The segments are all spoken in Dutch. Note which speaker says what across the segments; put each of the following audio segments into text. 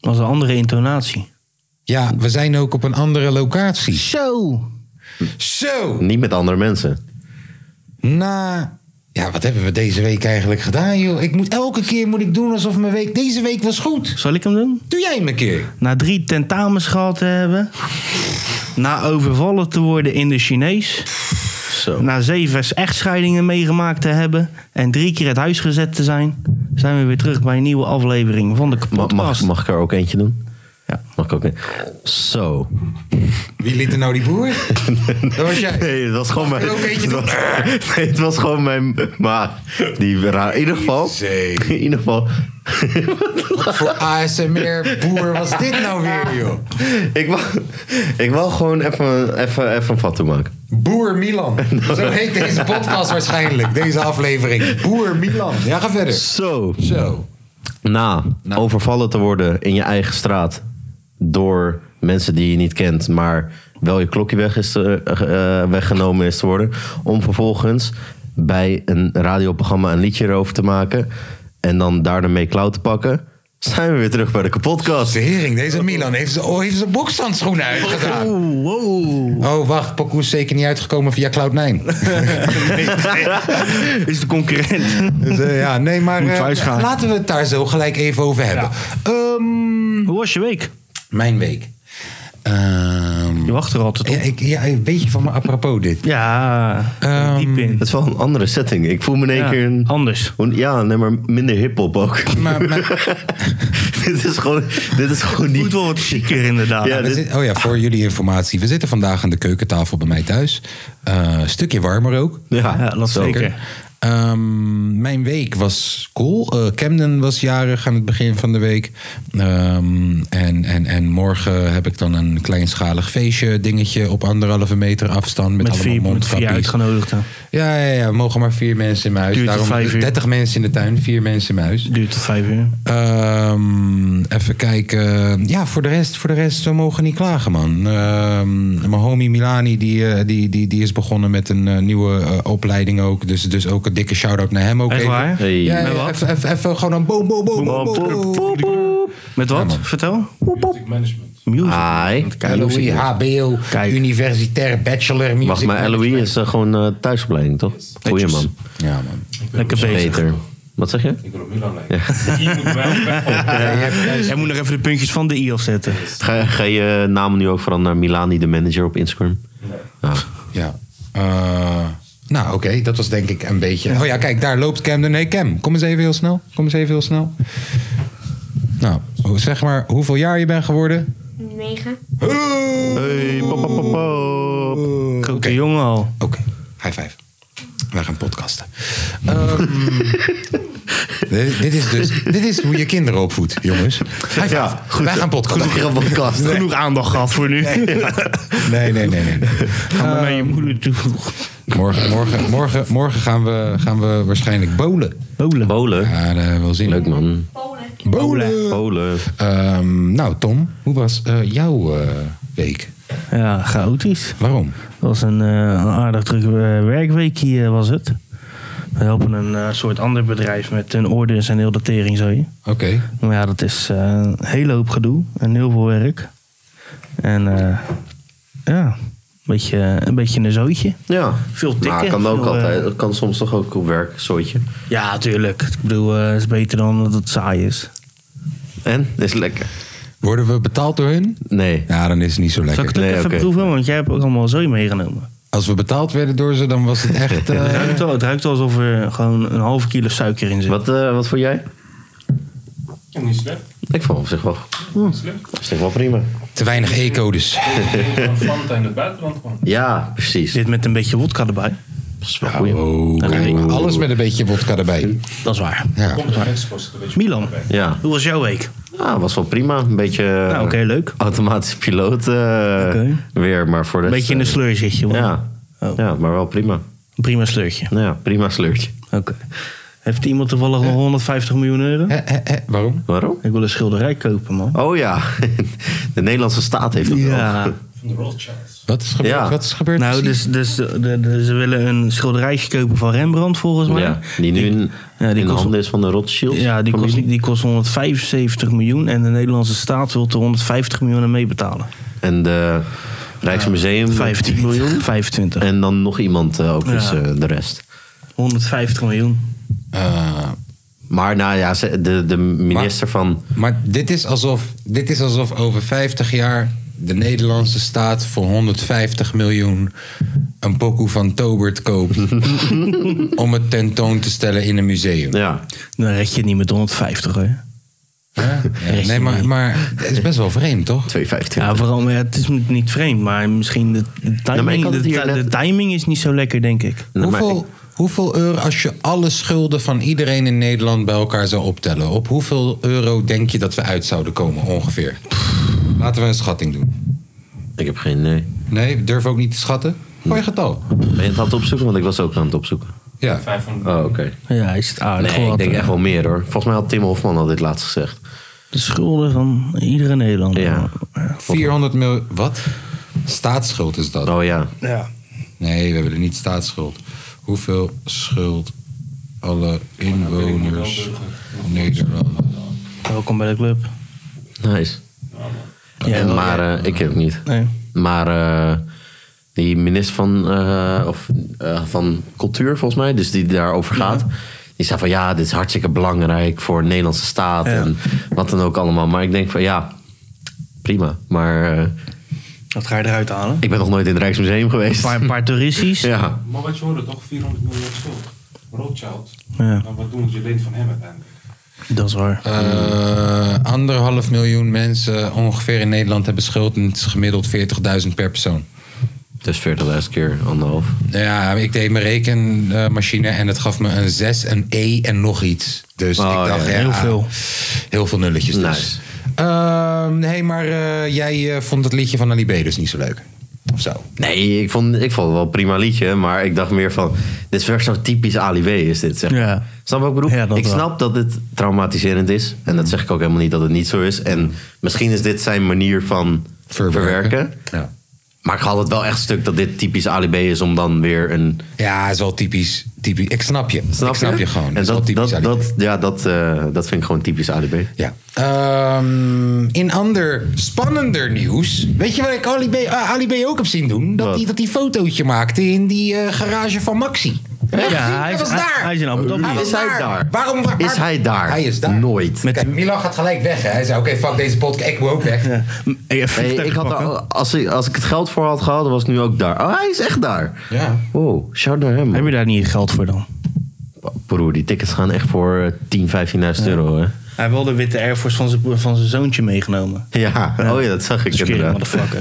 Speaker 1: Dat was een andere intonatie.
Speaker 2: Ja, we zijn ook op een andere locatie.
Speaker 1: Zo.
Speaker 2: Zo.
Speaker 3: Niet met andere mensen.
Speaker 2: Na. Ja, wat hebben we deze week eigenlijk gedaan, joh? Ik moet, elke keer moet ik doen alsof mijn week. Deze week was goed.
Speaker 1: Zal ik hem doen?
Speaker 2: Doe jij hem een keer.
Speaker 1: Na drie tentamens gehad te hebben. Na overvallen te worden in de Chinees.
Speaker 3: Zo.
Speaker 1: Na zeven echtscheidingen meegemaakt te hebben. En drie keer het huis gezet te zijn. Zijn we weer terug bij een nieuwe aflevering van de
Speaker 3: Ma- mag,
Speaker 1: podcast.
Speaker 3: mag ik er ook eentje doen?
Speaker 1: Ja.
Speaker 3: Mag ik ook een... Zo.
Speaker 2: Wie liet er nou die boer? Dat was jij.
Speaker 3: Nee, het was gewoon
Speaker 2: Mag ik
Speaker 3: mijn...
Speaker 2: er ook eentje
Speaker 3: het
Speaker 2: doen?
Speaker 3: was, nee, het was gewoon mijn... Maar die raar... In ieder geval...
Speaker 2: Jezus.
Speaker 3: In ieder geval...
Speaker 2: Voor ASMR boer was dit nou weer, joh?
Speaker 3: Ik wil, ik wil gewoon even, even, even een foto maken.
Speaker 2: Boer Milan. Zo heet deze podcast waarschijnlijk. Deze aflevering. Boer Milan. Ja, ga verder.
Speaker 3: Zo.
Speaker 2: Zo.
Speaker 3: Na
Speaker 2: Nou.
Speaker 3: overvallen te worden in je eigen straat door mensen die je niet kent, maar wel je klokje weg is te- eh, weggenomen is te worden. Om vervolgens bij een radioprogramma een liedje erover te maken en dan daarna mee klauw te pakken. Zijn we weer terug bij de
Speaker 2: De
Speaker 3: kapotkast.
Speaker 2: hering, deze Milan heeft zijn, oh, heeft zijn bokshandschoenen uitgedaan.
Speaker 1: Oeh, wow.
Speaker 2: Oh, wacht. Pokoe is zeker niet uitgekomen via Cloud9.
Speaker 1: Is de concurrent.
Speaker 2: Dus, eh, ja, nee, maar
Speaker 1: Moet
Speaker 2: eh,
Speaker 1: thuis gaan.
Speaker 2: laten we het daar zo gelijk even over hebben. Ehm,
Speaker 1: Hoe was je week?
Speaker 2: mijn week. Ehm,
Speaker 1: Je wacht er altijd
Speaker 2: ja,
Speaker 1: op.
Speaker 2: ik, ja, een beetje van me apropos dit.
Speaker 1: Ja,
Speaker 2: Ehm,
Speaker 1: diep in.
Speaker 3: Dat is wel een andere setting. Ik voel me in één
Speaker 1: Ja,
Speaker 3: keer een...
Speaker 1: Anders.
Speaker 3: een- Ja, nee, maar minder hip-hop ook.
Speaker 2: Maar, maar-
Speaker 3: dit is gewoon, dit is gewoon
Speaker 1: Moet
Speaker 3: niet.
Speaker 1: wel wat chiquer inderdaad.
Speaker 3: Ja,
Speaker 2: we
Speaker 3: dit,
Speaker 2: zit- oh ja, voor jullie informatie. We zitten vandaag aan de keukentafel bij mij thuis. Eh, stukje warmer ook.
Speaker 3: ja,
Speaker 1: Ja, dat
Speaker 3: zo.
Speaker 1: zeker.
Speaker 2: Ehm, mijn week was cool. Eh, Camden was jarig aan het begin van de week. Ehm, en, en, en morgen heb ik dan een kleinschalig feestje dingetje op anderhalve meter afstand. Met,
Speaker 1: Met vier,
Speaker 2: allemaal
Speaker 1: met vier
Speaker 2: mondkapjes.
Speaker 1: uitgenodigden.
Speaker 2: Ja, ja, ja, er mogen maar vier mensen in mijn huis.
Speaker 1: Duurt tot
Speaker 2: Daarom
Speaker 1: vijf uur.
Speaker 2: 30 mensen in de tuin, vier mensen in mijn huis.
Speaker 1: Duurt tot vijf uur.
Speaker 2: Ehm, even kijken. Ja, voor de rest, voor de rest we mogen niet klagen, man. Ehm, mijn homie Milani, die, eh, die, die, die is begonnen met een eh, nieuwe eh, opleiding ook. Dus, dus ook een dikke shout-out naar hem ook.
Speaker 1: Echt
Speaker 2: even.
Speaker 1: waar?
Speaker 3: Hey.
Speaker 2: Ja,
Speaker 1: Met
Speaker 2: ja,
Speaker 1: wat?
Speaker 2: even, even, even gewoon een boom, boom, boom, boom, boom, boom.
Speaker 1: Met wat? Vertel. Music
Speaker 3: Ah, Hi.
Speaker 1: management. Music.
Speaker 2: Louis, HBO,
Speaker 1: Kijk.
Speaker 2: universitair bachelor music.
Speaker 3: Wacht, maar Eloïe is eh, gewoon eh, thuisopleiding, toch? Goeie man.
Speaker 2: Ja, man.
Speaker 1: Lekker bezig.
Speaker 3: Beter. Wat zeg je?
Speaker 1: Jij moet nog even de puntjes van de i afzetten.
Speaker 3: Ga, ga je naam nu ook veranderen naar Milani, de manager op Instagram? Ah,
Speaker 2: Ja. Eh, nou, oké, dat was denk ik een beetje. Oh ja, kijk, daar loopt Camden. Nee, Cam, kom eens even heel snel. Kom eens even heel snel. Nou, hoe- zeg maar hoeveel jaar je bent geworden.
Speaker 4: 9.
Speaker 3: Hey, pop, pop, pop, pop.
Speaker 1: Grote jongen al.
Speaker 2: Oké, high five. Wij gaan podcasten. Ehm, dit, dit is dus dit is hoe je kinderen opvoedt, jongens. High five.
Speaker 3: Ja, goed.
Speaker 2: Wij gaan podcasten.
Speaker 3: Goed, een podcast.
Speaker 1: Genoeg aandacht gehad voor nu.
Speaker 2: Nee, nee, nee, nee. nee.
Speaker 1: Ga maar naar je moeder toe.
Speaker 2: Morgen, morgen, morgen, morgen gaan, we, gaan we waarschijnlijk bolen.
Speaker 1: Bolen.
Speaker 3: Polen.
Speaker 2: Ja, dat hebben we wel zin. in.
Speaker 3: Leuk man.
Speaker 4: Polen.
Speaker 2: Bolen.
Speaker 3: Polen.
Speaker 2: Ehm, nou, Tom, hoe was eh, jouw eh, week?
Speaker 1: Ja, chaotisch.
Speaker 2: Waarom?
Speaker 1: Het was een, eh, een aardig druk eh, werkweekje eh, was het. We helpen een eh, soort ander bedrijf met hun orders en heel de tering zo.
Speaker 2: Oké.
Speaker 1: Maar ja, dat is eh, een hele hoop gedoe en heel veel werk. En eh, ja, een beetje, een beetje een zootje.
Speaker 3: Ja.
Speaker 1: Veel
Speaker 3: Maar
Speaker 1: tikken,
Speaker 3: kan ook
Speaker 1: veel,
Speaker 3: altijd.
Speaker 1: eh,
Speaker 3: Het kan soms toch ook op werk, zooitje.
Speaker 1: Ja, tuurlijk. Ik bedoel, eh, het is beter dan dat het saai is.
Speaker 3: En? Is lekker.
Speaker 2: Worden we betaald door hun?
Speaker 3: Nee.
Speaker 2: Ja, dan is het niet zo
Speaker 1: Zal ik
Speaker 2: lekker.
Speaker 1: het ook
Speaker 3: Nee,
Speaker 1: even
Speaker 3: oké.
Speaker 1: proeven? Want jij hebt ook allemaal zooi meegenomen.
Speaker 2: Als we betaald werden door ze, dan was het echt... eh,
Speaker 1: Het ruikt, al, het ruikt alsof er gewoon een halve kilo suiker in zit.
Speaker 3: Wat, eh, wat vond jij?
Speaker 5: Niet slecht.
Speaker 3: Ik vond op zich wel. Op zich wel prima.
Speaker 2: te weinig e-codes.
Speaker 5: Fanta in het buitenland gewoon.
Speaker 3: Ja, precies.
Speaker 1: Dit met een beetje wodka erbij.
Speaker 3: Dat is wel goed.
Speaker 2: Oh, kijk maar, alles met een beetje wodka erbij.
Speaker 1: Dat is waar.
Speaker 2: Ja.
Speaker 5: Komt uit Mexico, is het een beetje
Speaker 1: Milan,
Speaker 3: Ja.
Speaker 1: hoe was jouw week?
Speaker 3: Ah, was wel prima. Een beetje eh,
Speaker 1: Nou, oké, leuk.
Speaker 3: automatisch piloot eh,
Speaker 1: Oké.
Speaker 3: weer, maar voor de
Speaker 1: Een
Speaker 3: rest,
Speaker 1: beetje in de
Speaker 3: eh,
Speaker 1: sleur zit je. hoor.
Speaker 3: Ja.
Speaker 1: Oh.
Speaker 3: ja, maar wel prima.
Speaker 1: Prima sleurtje.
Speaker 3: Nou ja, prima sleurtje.
Speaker 1: Oké. Heeft iemand toevallig nog 150 miljoen euro?
Speaker 2: Hè, hè, hè, waarom?
Speaker 3: Waarom?
Speaker 1: Ik wil een schilderij kopen, man.
Speaker 3: Oh ja, de Nederlandse staat heeft dat wel.
Speaker 5: Van de Rothschilds.
Speaker 2: Wat is gebeurd?
Speaker 3: Ja.
Speaker 2: Wat is gebeurd?
Speaker 1: Nou,
Speaker 2: precies?
Speaker 1: dus, dus de- de- ze willen een schilderijtje kopen van Rembrandt, volgens mij.
Speaker 3: Ja, die nu in,
Speaker 1: ja, die
Speaker 3: in
Speaker 1: kost-
Speaker 3: handen is van de Rothschild.
Speaker 1: Ja, die kost, die kost 175 miljoen en de Nederlandse staat wil er 150 miljoen aan meebetalen.
Speaker 3: En de Rijksmuseum
Speaker 1: 15 miljoen? 25.
Speaker 3: En dan nog iemand eh, ook dus
Speaker 1: Ja.
Speaker 3: eh, de rest.
Speaker 1: 150 miljoen.
Speaker 2: Eh,
Speaker 3: Maar nou ja, ze- de, de minister van...
Speaker 2: maar dit is, alsof, dit is alsof over 50 jaar de Nederlandse staat voor 150 miljoen een pokoe van Tobert koopt. om het tentoon te stellen in een museum.
Speaker 3: Ja,
Speaker 1: Dan red je het niet met 150, hè?
Speaker 2: Ja,
Speaker 1: Echt
Speaker 2: nee,
Speaker 1: niet.
Speaker 2: maar, maar het is best wel vreemd, toch?
Speaker 3: 250.
Speaker 1: Ja, vooral, maar ja, het is niet vreemd, maar misschien de, de
Speaker 3: maar ik
Speaker 1: timing,
Speaker 3: had
Speaker 1: de,
Speaker 3: het hier
Speaker 1: ti-
Speaker 3: net-
Speaker 1: de timing is niet zo lekker, denk ik.
Speaker 3: Nou, maar
Speaker 2: hoeveel,
Speaker 3: ik-
Speaker 2: hoeveel euro, als je alle schulden van iedereen in Nederland bij elkaar zou optellen, op hoeveel euro denk je dat we uit zouden komen ongeveer? Laten we een schatting doen.
Speaker 3: ik heb geen... Nee.
Speaker 2: Nee, durf ook niet te schatten. Gooi een getal.
Speaker 3: Ben je het aan het opzoeken? Want ik was ook aan het opzoeken.
Speaker 2: Ja.
Speaker 5: 500.
Speaker 3: Oh, oké.
Speaker 1: Ja, is het aardig.
Speaker 3: Nee, ik
Speaker 1: wat, eh,
Speaker 3: denk
Speaker 1: hè?
Speaker 3: echt wel meer hoor. Volgens mij had Tim Hofman al dit laatst gezegd.
Speaker 1: De schulden van iedere Nederlander.
Speaker 3: Ja.
Speaker 2: 400 miljoen. Wat? Staatsschuld is dat?
Speaker 3: Oh ja.
Speaker 1: ja.
Speaker 2: Nee, we hebben er niet staatsschuld. Hoeveel schuld alle inwoners Oh, Nederland?
Speaker 1: Welkom bij de club.
Speaker 3: Nice.
Speaker 1: Ja,
Speaker 3: en,
Speaker 1: wel,
Speaker 3: maar eh, ik ken het niet.
Speaker 1: Nee.
Speaker 3: Maar eh, die minister van, eh, of, eh, van Cultuur, volgens mij, dus die daarover gaat. Die zei van ja, dit is hartstikke belangrijk voor de Nederlandse staat en wat dan ook allemaal. Maar ik denk van ja, prima. Maar eh,
Speaker 1: Wat ga je eruit halen?
Speaker 3: ik ben nog nooit in het Rijksmuseum
Speaker 1: Een
Speaker 3: geweest.
Speaker 1: paar, een paar toeristisch.
Speaker 3: Ja,
Speaker 5: Maar wat je hoorde toch, 400 miljoen schuld. Rothschild.
Speaker 1: Ja.
Speaker 5: Dan wat doen ze? Je leent van hem uiteindelijk.
Speaker 1: Dat is waar.
Speaker 2: Eh, anderhalf miljoen mensen ongeveer in Nederland hebben schuld. En het is gemiddeld 40.000 per persoon.
Speaker 3: dus 40.000 keer anderhalf.
Speaker 2: Nou Ja, ik deed mijn rekenmachine en het gaf me een 6, een E en nog iets. Dus
Speaker 3: Oh,
Speaker 2: ik dacht,
Speaker 3: ja,
Speaker 2: ja,
Speaker 1: heel veel.
Speaker 2: Heel veel nulletjes dus.
Speaker 3: Nice.
Speaker 2: Ehm, nee, maar eh, jij eh, vond het liedje van Ali B dus niet zo leuk. Of zo.
Speaker 3: Nee, ik vond, ik vond het wel een prima liedje, maar ik dacht meer van, dit is weer zo typisch Ali W is dit. Zeg.
Speaker 1: Ja.
Speaker 3: Snap je wat ik bedoel?
Speaker 1: Ja, dat
Speaker 3: ik
Speaker 1: wel.
Speaker 3: snap dat dit traumatiserend is en dat zeg ik ook helemaal niet dat het niet zo is. En misschien is dit zijn manier van verwerken.
Speaker 2: Ja.
Speaker 3: Maar ik haal het wel echt stuk dat dit typisch Ali B is om dan weer een...
Speaker 2: ja, is wel typisch. typisch. Ik snap je.
Speaker 3: Snap
Speaker 2: ik snap je, gewoon.
Speaker 3: En
Speaker 2: is wel
Speaker 3: dat,
Speaker 2: typisch
Speaker 3: dat,
Speaker 2: Ali B.
Speaker 3: dat, ja, dat, eh, dat vind ik gewoon typisch Ali B.
Speaker 2: Ja. Ehm, in ander spannender nieuws. Weet je wat ik Ali B, eh, Ali B ook heb zien doen? Dat
Speaker 3: Wat?
Speaker 2: hij dat die fotootje maakte in die eh, garage van Maxi. Heb je
Speaker 1: Ja,
Speaker 2: gezien?
Speaker 1: hij is-
Speaker 2: was
Speaker 1: hij-
Speaker 2: daar.
Speaker 1: hij is in Abu Dhabi.
Speaker 2: Hij was
Speaker 3: Is hij daar?
Speaker 2: Waarom, waar-
Speaker 3: Is hij daar?
Speaker 2: Hij is daar.
Speaker 3: Nooit.
Speaker 2: Met Kijk, Milan gaat gelijk weg. Hè. Hij zei: Oké, fuck deze podcast. Ik wil ook weg.
Speaker 1: Ja. Hey, even
Speaker 3: Hey,
Speaker 1: vliegtuig
Speaker 3: ik had,
Speaker 1: pakken.
Speaker 3: al- als, ik, als ik het geld voor had gehad, dan was ik nu ook daar. Oh, hij is echt daar.
Speaker 2: Ja.
Speaker 3: Wow, shout naar hem. man.
Speaker 1: Heb je daar niet geld voor dan?
Speaker 3: Broer, die tickets gaan echt voor eh, 10, 15.000 euro, hè?
Speaker 1: Hij heeft wel de witte Air Force van zijn, broer- van zijn zoontje meegenomen.
Speaker 3: Ja, oh ja, dat zag ik
Speaker 1: Scary
Speaker 3: inderdaad.
Speaker 1: motherfucker.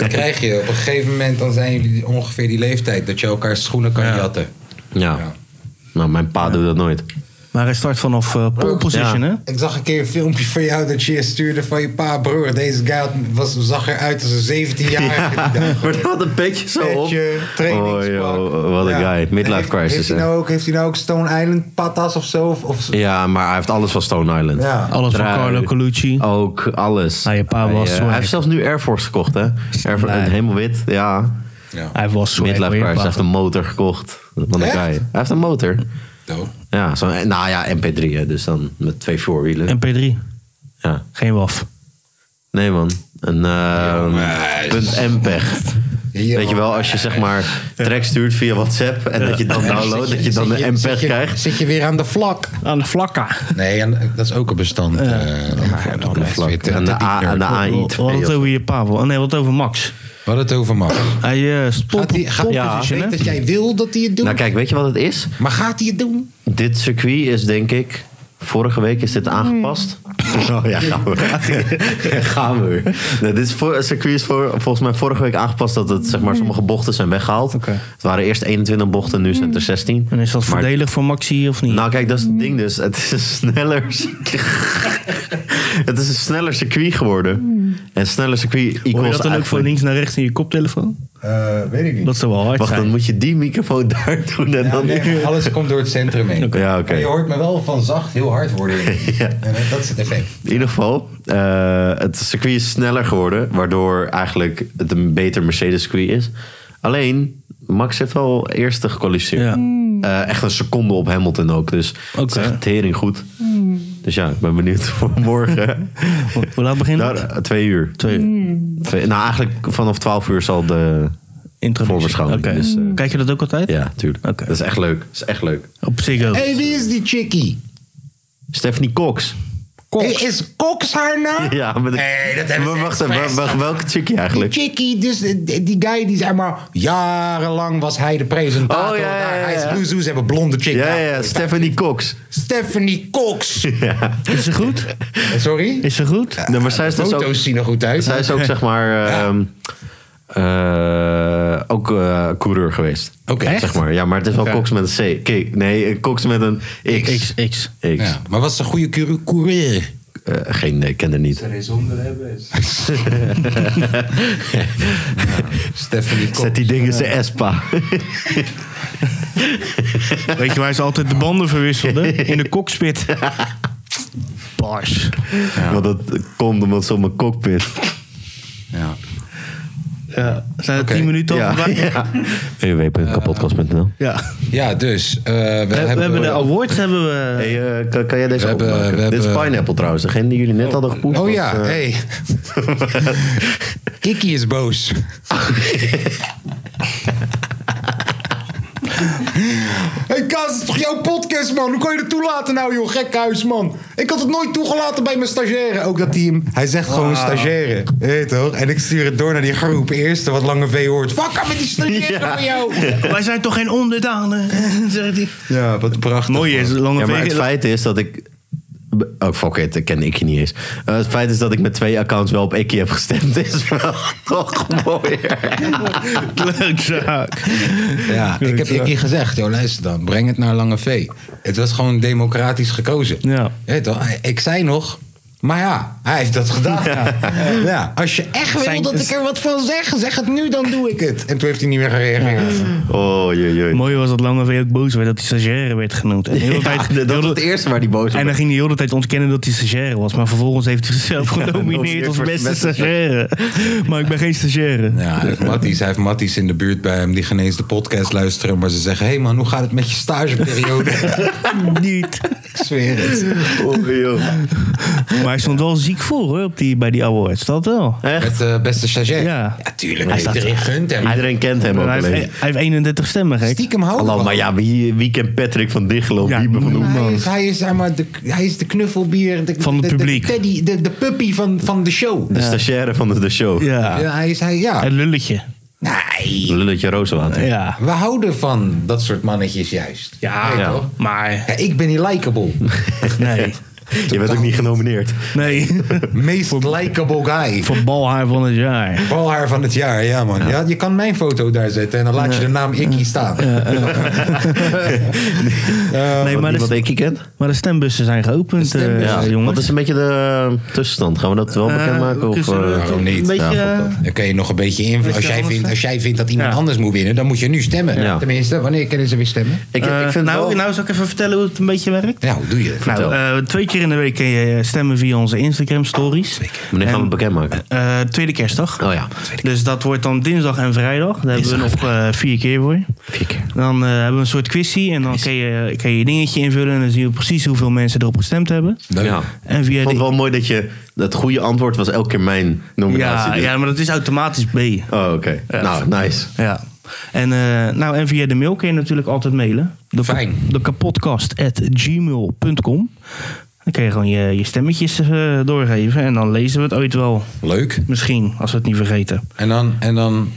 Speaker 2: Dat krijg je. Op een gegeven moment dan zijn jullie ongeveer die leeftijd dat je elkaar schoenen kan jatten.
Speaker 3: Ja.
Speaker 2: Ja.
Speaker 3: Nou, mijn pa doet dat nooit.
Speaker 1: Maar hij start vanaf eh, pole position,
Speaker 3: Ja.
Speaker 1: hè?
Speaker 2: Ik zag een keer een filmpje van jou dat je je stuurde van je pa, broer. Deze guy had- was, zag eruit als een 17-jarige. die dag.
Speaker 3: Maar dat een petje zo op.
Speaker 2: Petje, trainingspak.
Speaker 3: Oh, joh, wat een
Speaker 2: Ja.
Speaker 3: guy. Midlife
Speaker 2: Heeft-
Speaker 3: crisis,
Speaker 2: Heeft hij
Speaker 3: hè?
Speaker 2: nou ook, heeft hij nou ook Stone Island patas of zo? Of, of,
Speaker 3: Ja, maar hij heeft alles van Stone Island.
Speaker 2: Ja.
Speaker 1: Alles van
Speaker 3: Trui,
Speaker 1: Carlo Colucci.
Speaker 3: Ook, alles.
Speaker 1: Ah, je pa
Speaker 3: Hij,
Speaker 1: was
Speaker 3: eh,
Speaker 1: swag.
Speaker 3: Hij heeft zelfs nu Air Force gekocht, hè? Air Force,
Speaker 1: Nee.
Speaker 3: helemaal wit, ja.
Speaker 1: Hij was zo
Speaker 3: Midlife crisis. Hij
Speaker 1: Hij
Speaker 3: heeft een motor gekocht. Van de
Speaker 2: Echt?
Speaker 3: guy. Hij heeft een motor.
Speaker 2: Dope.
Speaker 3: Ja, zo, nou ja, MP3, hè. Dus dan met twee voorwielen.
Speaker 1: MP3,
Speaker 3: Ja.
Speaker 1: geen waf.
Speaker 3: Nee man, een eh punt MPEG.
Speaker 2: Ja.
Speaker 3: Weet je wel, als je zeg maar track stuurt via WhatsApp en dat je dan downloadt, dat je dan
Speaker 2: Zit
Speaker 3: een MPEG
Speaker 2: zit je-
Speaker 3: krijgt.
Speaker 2: Zit je weer aan de vlak?
Speaker 1: Aan de vlakka.
Speaker 2: Nee, en, dat is ook een bestand. eh, voor de
Speaker 3: Een vlak.
Speaker 2: Twitter.
Speaker 3: En de A en de AI.
Speaker 1: We hadden het over je Pavel. Nee, we hadden het over Max.
Speaker 2: We hadden het over Max.
Speaker 1: Hij eh, is pole,
Speaker 2: Gaat die- gaat-
Speaker 1: pole
Speaker 3: Ja.
Speaker 1: position,
Speaker 2: Weet
Speaker 1: hè?
Speaker 2: dat jij wil dat hij het doet.
Speaker 3: Nou kijk, weet je wat het is?
Speaker 2: Maar gaat hij het doen?
Speaker 3: Dit circuit is denk ik, vorige week is dit aangepast. Oh ja, gaan we. Ja, gaan we. Nee, dit is voor, het circuit is voor, volgens mij vorige week aangepast dat het, zeg maar, sommige bochten zijn weggehaald.
Speaker 1: Oké.
Speaker 3: Het waren eerst 21 bochten, nu zijn het er 16.
Speaker 1: En is dat
Speaker 3: Maar-
Speaker 1: voordelig voor Maxi of niet?
Speaker 3: Nou, kijk, dat is het ding dus. Het is een sneller. circuit. het is een sneller circuit geworden. En sneller circuit equals
Speaker 1: Hoor je dat dan ook
Speaker 3: eigenlijk-
Speaker 1: van links naar rechts in je koptelefoon?
Speaker 4: Eh, weet ik niet.
Speaker 1: Dat zou wel hard
Speaker 3: Wacht,
Speaker 1: zijn.
Speaker 3: dan moet je die microfoon daar doen en dan.
Speaker 2: alles komt door het centrum heen.
Speaker 3: Ja, oké.
Speaker 2: Maar Je hoort me wel van zacht heel hard worden.
Speaker 3: Ja.
Speaker 2: En eh, dat is het effect.
Speaker 3: In ieder geval, eh, het circuit is sneller geworden, waardoor eigenlijk het een beter Mercedes circuit is. Alleen, Max heeft wel eerste gekwalificeerd.
Speaker 1: Ja.
Speaker 3: Eh, echt een seconde op Hamilton ook, dus het is
Speaker 1: Oké.
Speaker 3: echt tering goed.
Speaker 2: Hmm.
Speaker 3: Dus ja, ik ben benieuwd voor morgen.
Speaker 1: Hoe laat beginnen?
Speaker 3: Daar, eh, twee uur.
Speaker 1: Twee uur.
Speaker 3: Twee- nou, eigenlijk vanaf 12 uur zal de
Speaker 1: Introductie.
Speaker 3: voorbeschouwing.
Speaker 1: Oké.
Speaker 3: Dus, eh,
Speaker 1: Kijk je dat ook altijd?
Speaker 3: ja, tuurlijk.
Speaker 1: Oké.
Speaker 3: Dat is echt leuk. Dat is echt leuk.
Speaker 1: Op Ziggo.
Speaker 2: wie is die chickie?
Speaker 3: Stephanie Cox.
Speaker 1: Koks.
Speaker 2: Hey, is Cox haar naam?
Speaker 3: Ja, maar, de-
Speaker 2: Nee, dat hebben
Speaker 3: maar
Speaker 2: ze
Speaker 3: wacht,
Speaker 2: expres
Speaker 3: wa- wa-
Speaker 2: gedaan.
Speaker 3: welke chickie
Speaker 2: Die
Speaker 3: eigenlijk?
Speaker 2: chickie, dus eh, die die guy die zeg maar... Jarenlang was hij de presentator.
Speaker 3: Oh, ja, ja,
Speaker 2: daar. Hij
Speaker 3: ja.
Speaker 2: is Luzu's hebben blonde chick.
Speaker 3: Ja,
Speaker 2: daar.
Speaker 3: ja, ja, Stephanie Cox.
Speaker 2: Stephanie Cox.
Speaker 1: Is ze goed?
Speaker 2: Eh, Sorry?
Speaker 1: Is ze goed?
Speaker 3: Nee, maar zij is
Speaker 2: de
Speaker 3: dus
Speaker 2: foto's
Speaker 3: ook,
Speaker 2: zien er goed uit.
Speaker 3: zij is ook zeg maar, ehm, eh, ook eh, coureur geweest.
Speaker 2: Ook echt?
Speaker 3: Zeg maar. Ja, maar het is wel
Speaker 2: Oké.
Speaker 3: Cox met een C. Kijk, nee, eh, Cox met een X.
Speaker 1: X, X.
Speaker 3: X.
Speaker 2: Ja, maar was ze een goede coure- coureur?
Speaker 3: Eh, geen, nee, ik ken haar niet.
Speaker 5: De raison er hebben is.
Speaker 2: Stephanie Cox.
Speaker 3: Zet die dingen zijn Espa.
Speaker 1: Weet je waar ze altijd de banden verwisselden? In de cockpit. Bars.
Speaker 3: Want dat komt omdat ze op mijn cockpit.
Speaker 2: Ja.
Speaker 1: Ja. Zijn er
Speaker 2: Oké.
Speaker 1: tien minuten al
Speaker 3: Ja,
Speaker 1: voorbij?
Speaker 3: ja. www.kapotkast.nl
Speaker 1: Ja.
Speaker 2: Ja, dus. eh, we,
Speaker 1: We, we
Speaker 2: hebben,
Speaker 1: hebben de awards hebben we.
Speaker 3: Hey, eh, kan, kan jij deze
Speaker 2: We hebben-
Speaker 3: opmaken?
Speaker 2: we
Speaker 3: Dit is
Speaker 2: hebben-
Speaker 3: Pineapple trouwens. Degene die jullie net hadden gepoest.
Speaker 2: Oh
Speaker 3: was,
Speaker 2: ja,
Speaker 3: eh,
Speaker 2: hey. Kiki is boos. hey Kaas, het is toch jouw podcast, man? Hoe kan je dat toelaten nou, joh, gekhuis, man? Ik had het nooit toegelaten bij mijn stagiaire, ook dat team. Hij zegt gewoon stagiaire, weet toch? En ik stuur het door naar die groep. Eerste wat Lange V hoort. Fuck af met die stagiaire van jou!
Speaker 1: Wij zijn toch geen onderdanen? Zegt hij.
Speaker 2: Ja, wat prachtig.
Speaker 1: Mooi is, lange
Speaker 3: Ja, maar het
Speaker 1: vegen-
Speaker 3: feit is dat ik. Oh, fuck it, dat ken ik je niet eens. Eh, het feit is dat ik met twee accounts wel op Ikkie heb gestemd. Is wel nog mooier.
Speaker 1: Leuk zaak.
Speaker 2: Ja, ik heb je een keer gezegd, joh, luister dan, breng het naar Lange V. Het was gewoon democratisch gekozen.
Speaker 1: Ja.
Speaker 2: Weet je wel, ik zei nog, maar ja, hij heeft dat gedaan. Ja. Als je echt wil
Speaker 1: Zijn-
Speaker 2: dat ik er wat van zeg, zeg het nu, dan doe ik het. En toen heeft hij niet meer gereageerd.
Speaker 3: Oh, jee, jee.
Speaker 1: Mooi was dat Lange V ook boos werd dat hij stagiaire werd genoemd. En, de hele tijd,
Speaker 3: Ja, dat was het eerste waar die boos op
Speaker 1: en dan ging hij de hele tijd ontkennen dat hij stagiaire was. Maar vervolgens heeft hij zichzelf genomineerd
Speaker 3: genomineerd
Speaker 1: als
Speaker 3: voor
Speaker 1: beste
Speaker 3: beste
Speaker 1: stagiaire. Maar ik ben geen stagiaire.
Speaker 2: Ja, hij heeft Matties, hij heeft Matties in de buurt bij hem die geen eens de podcast luisteren. Maar ze zeggen, hé hey man, hoe gaat het met je stageperiode?
Speaker 1: Niet.
Speaker 2: ik zweer het.
Speaker 3: Oh, joh.
Speaker 1: Maar hij stond wel ziek voor hoor, op die, bij die awards. Dat wel.
Speaker 3: Echt?
Speaker 2: Met de beste stagiair.
Speaker 1: Ja.
Speaker 2: tuurlijk.
Speaker 1: Hij staat-
Speaker 2: Iedereen gunt hem.
Speaker 3: Iedereen kent hem ook
Speaker 1: Hij heeft,
Speaker 3: alleen.
Speaker 1: hij heeft 31 stemmen, gek.
Speaker 2: Stiekem houden we
Speaker 3: Hallo, maar
Speaker 2: hem.
Speaker 3: ja, wie, wie kent Patrick van Diggelo?
Speaker 1: Ja,
Speaker 3: Ja, van de
Speaker 2: Hij
Speaker 3: Hoekman?
Speaker 2: is, hij is, zeg maar, de, hij is de knuffelbier. De,
Speaker 1: Van het
Speaker 2: de- de
Speaker 1: publiek.
Speaker 2: teddy, de, de puppy van, van de show.
Speaker 3: De stagiaire van de, de show.
Speaker 1: Ja.
Speaker 2: Ja. hij is hij, ja.
Speaker 1: Het lulletje.
Speaker 2: Nee.
Speaker 3: Lulletje Rozenwater.
Speaker 1: Ja.
Speaker 2: We houden van dat soort mannetjes juist.
Speaker 1: Ja,
Speaker 2: Weet je
Speaker 3: ja.
Speaker 2: wel?
Speaker 1: Maar
Speaker 2: Ja, ik ben niet likable.
Speaker 1: nee.
Speaker 3: Je bent ook niet genomineerd.
Speaker 1: Nee.
Speaker 2: Meest likable guy.
Speaker 1: Voor balhaar van het jaar.
Speaker 2: Balhaar van het jaar, ja man. Ja. je kan mijn foto daar zetten en dan laat je de naam Ikkie staan.
Speaker 1: Nee, maar
Speaker 3: Wat
Speaker 1: dus- de,
Speaker 3: iemand Ikkie kent?
Speaker 1: maar de stembussen zijn geopend, eh,
Speaker 3: Ja,
Speaker 1: jongens.
Speaker 3: Wat is een beetje de eh, tussenstand? Gaan we dat wel
Speaker 1: Eh,
Speaker 3: bekendmaken? of,
Speaker 1: kunnen we
Speaker 3: eh,
Speaker 1: dat
Speaker 2: Waarom niet?
Speaker 1: Een beetje,
Speaker 3: Ja, vond ik
Speaker 2: Dan kun je nog een beetje invullen. Als, jij vindt- als jij vindt dat iemand
Speaker 1: Ja.
Speaker 2: anders moet winnen, dan moet je nu stemmen.
Speaker 3: Ja.
Speaker 2: Tenminste, wanneer kunnen ze weer stemmen?
Speaker 3: Ik,
Speaker 1: eh,
Speaker 3: ik vind
Speaker 1: nou,
Speaker 3: wel...
Speaker 1: nou, zal ik even vertellen hoe het een beetje werkt?
Speaker 2: Nou, hoe doe je dat?
Speaker 1: Nou, eh, twee keer in de week kun je stemmen via onze Instagram stories.
Speaker 3: Wanneer gaan we het bekendmaken?
Speaker 1: Eh, tweede kerstdag.
Speaker 3: Oh ja.
Speaker 1: Dus dat wordt dan dinsdag en vrijdag. Daar hebben we nog eh, vier keer voor.
Speaker 3: Vier keer.
Speaker 1: Dan eh, hebben we een soort quizje en dan kun je, kun je je dingetje invullen. En dan zien we precies hoeveel mensen erop gestemd hebben.
Speaker 3: Ja.
Speaker 1: En via
Speaker 3: Ik vond het
Speaker 1: de-
Speaker 3: wel mooi dat je... Dat goede antwoord was elke keer mijn nominatie.
Speaker 1: ja,
Speaker 3: dus-
Speaker 1: ja, maar dat is automatisch B.
Speaker 3: Oh, oké. Nou, nice.
Speaker 1: Ja. En, eh, nou, en via de mail kun je natuurlijk altijd mailen. De,
Speaker 2: Fijn.
Speaker 1: De kapotkast.gmail.com Dan kun je gewoon je, je stemmetjes eh, doorgeven. En dan lezen we het ooit wel.
Speaker 2: Leuk.
Speaker 1: Misschien, als we het niet vergeten.
Speaker 2: En dan, en dan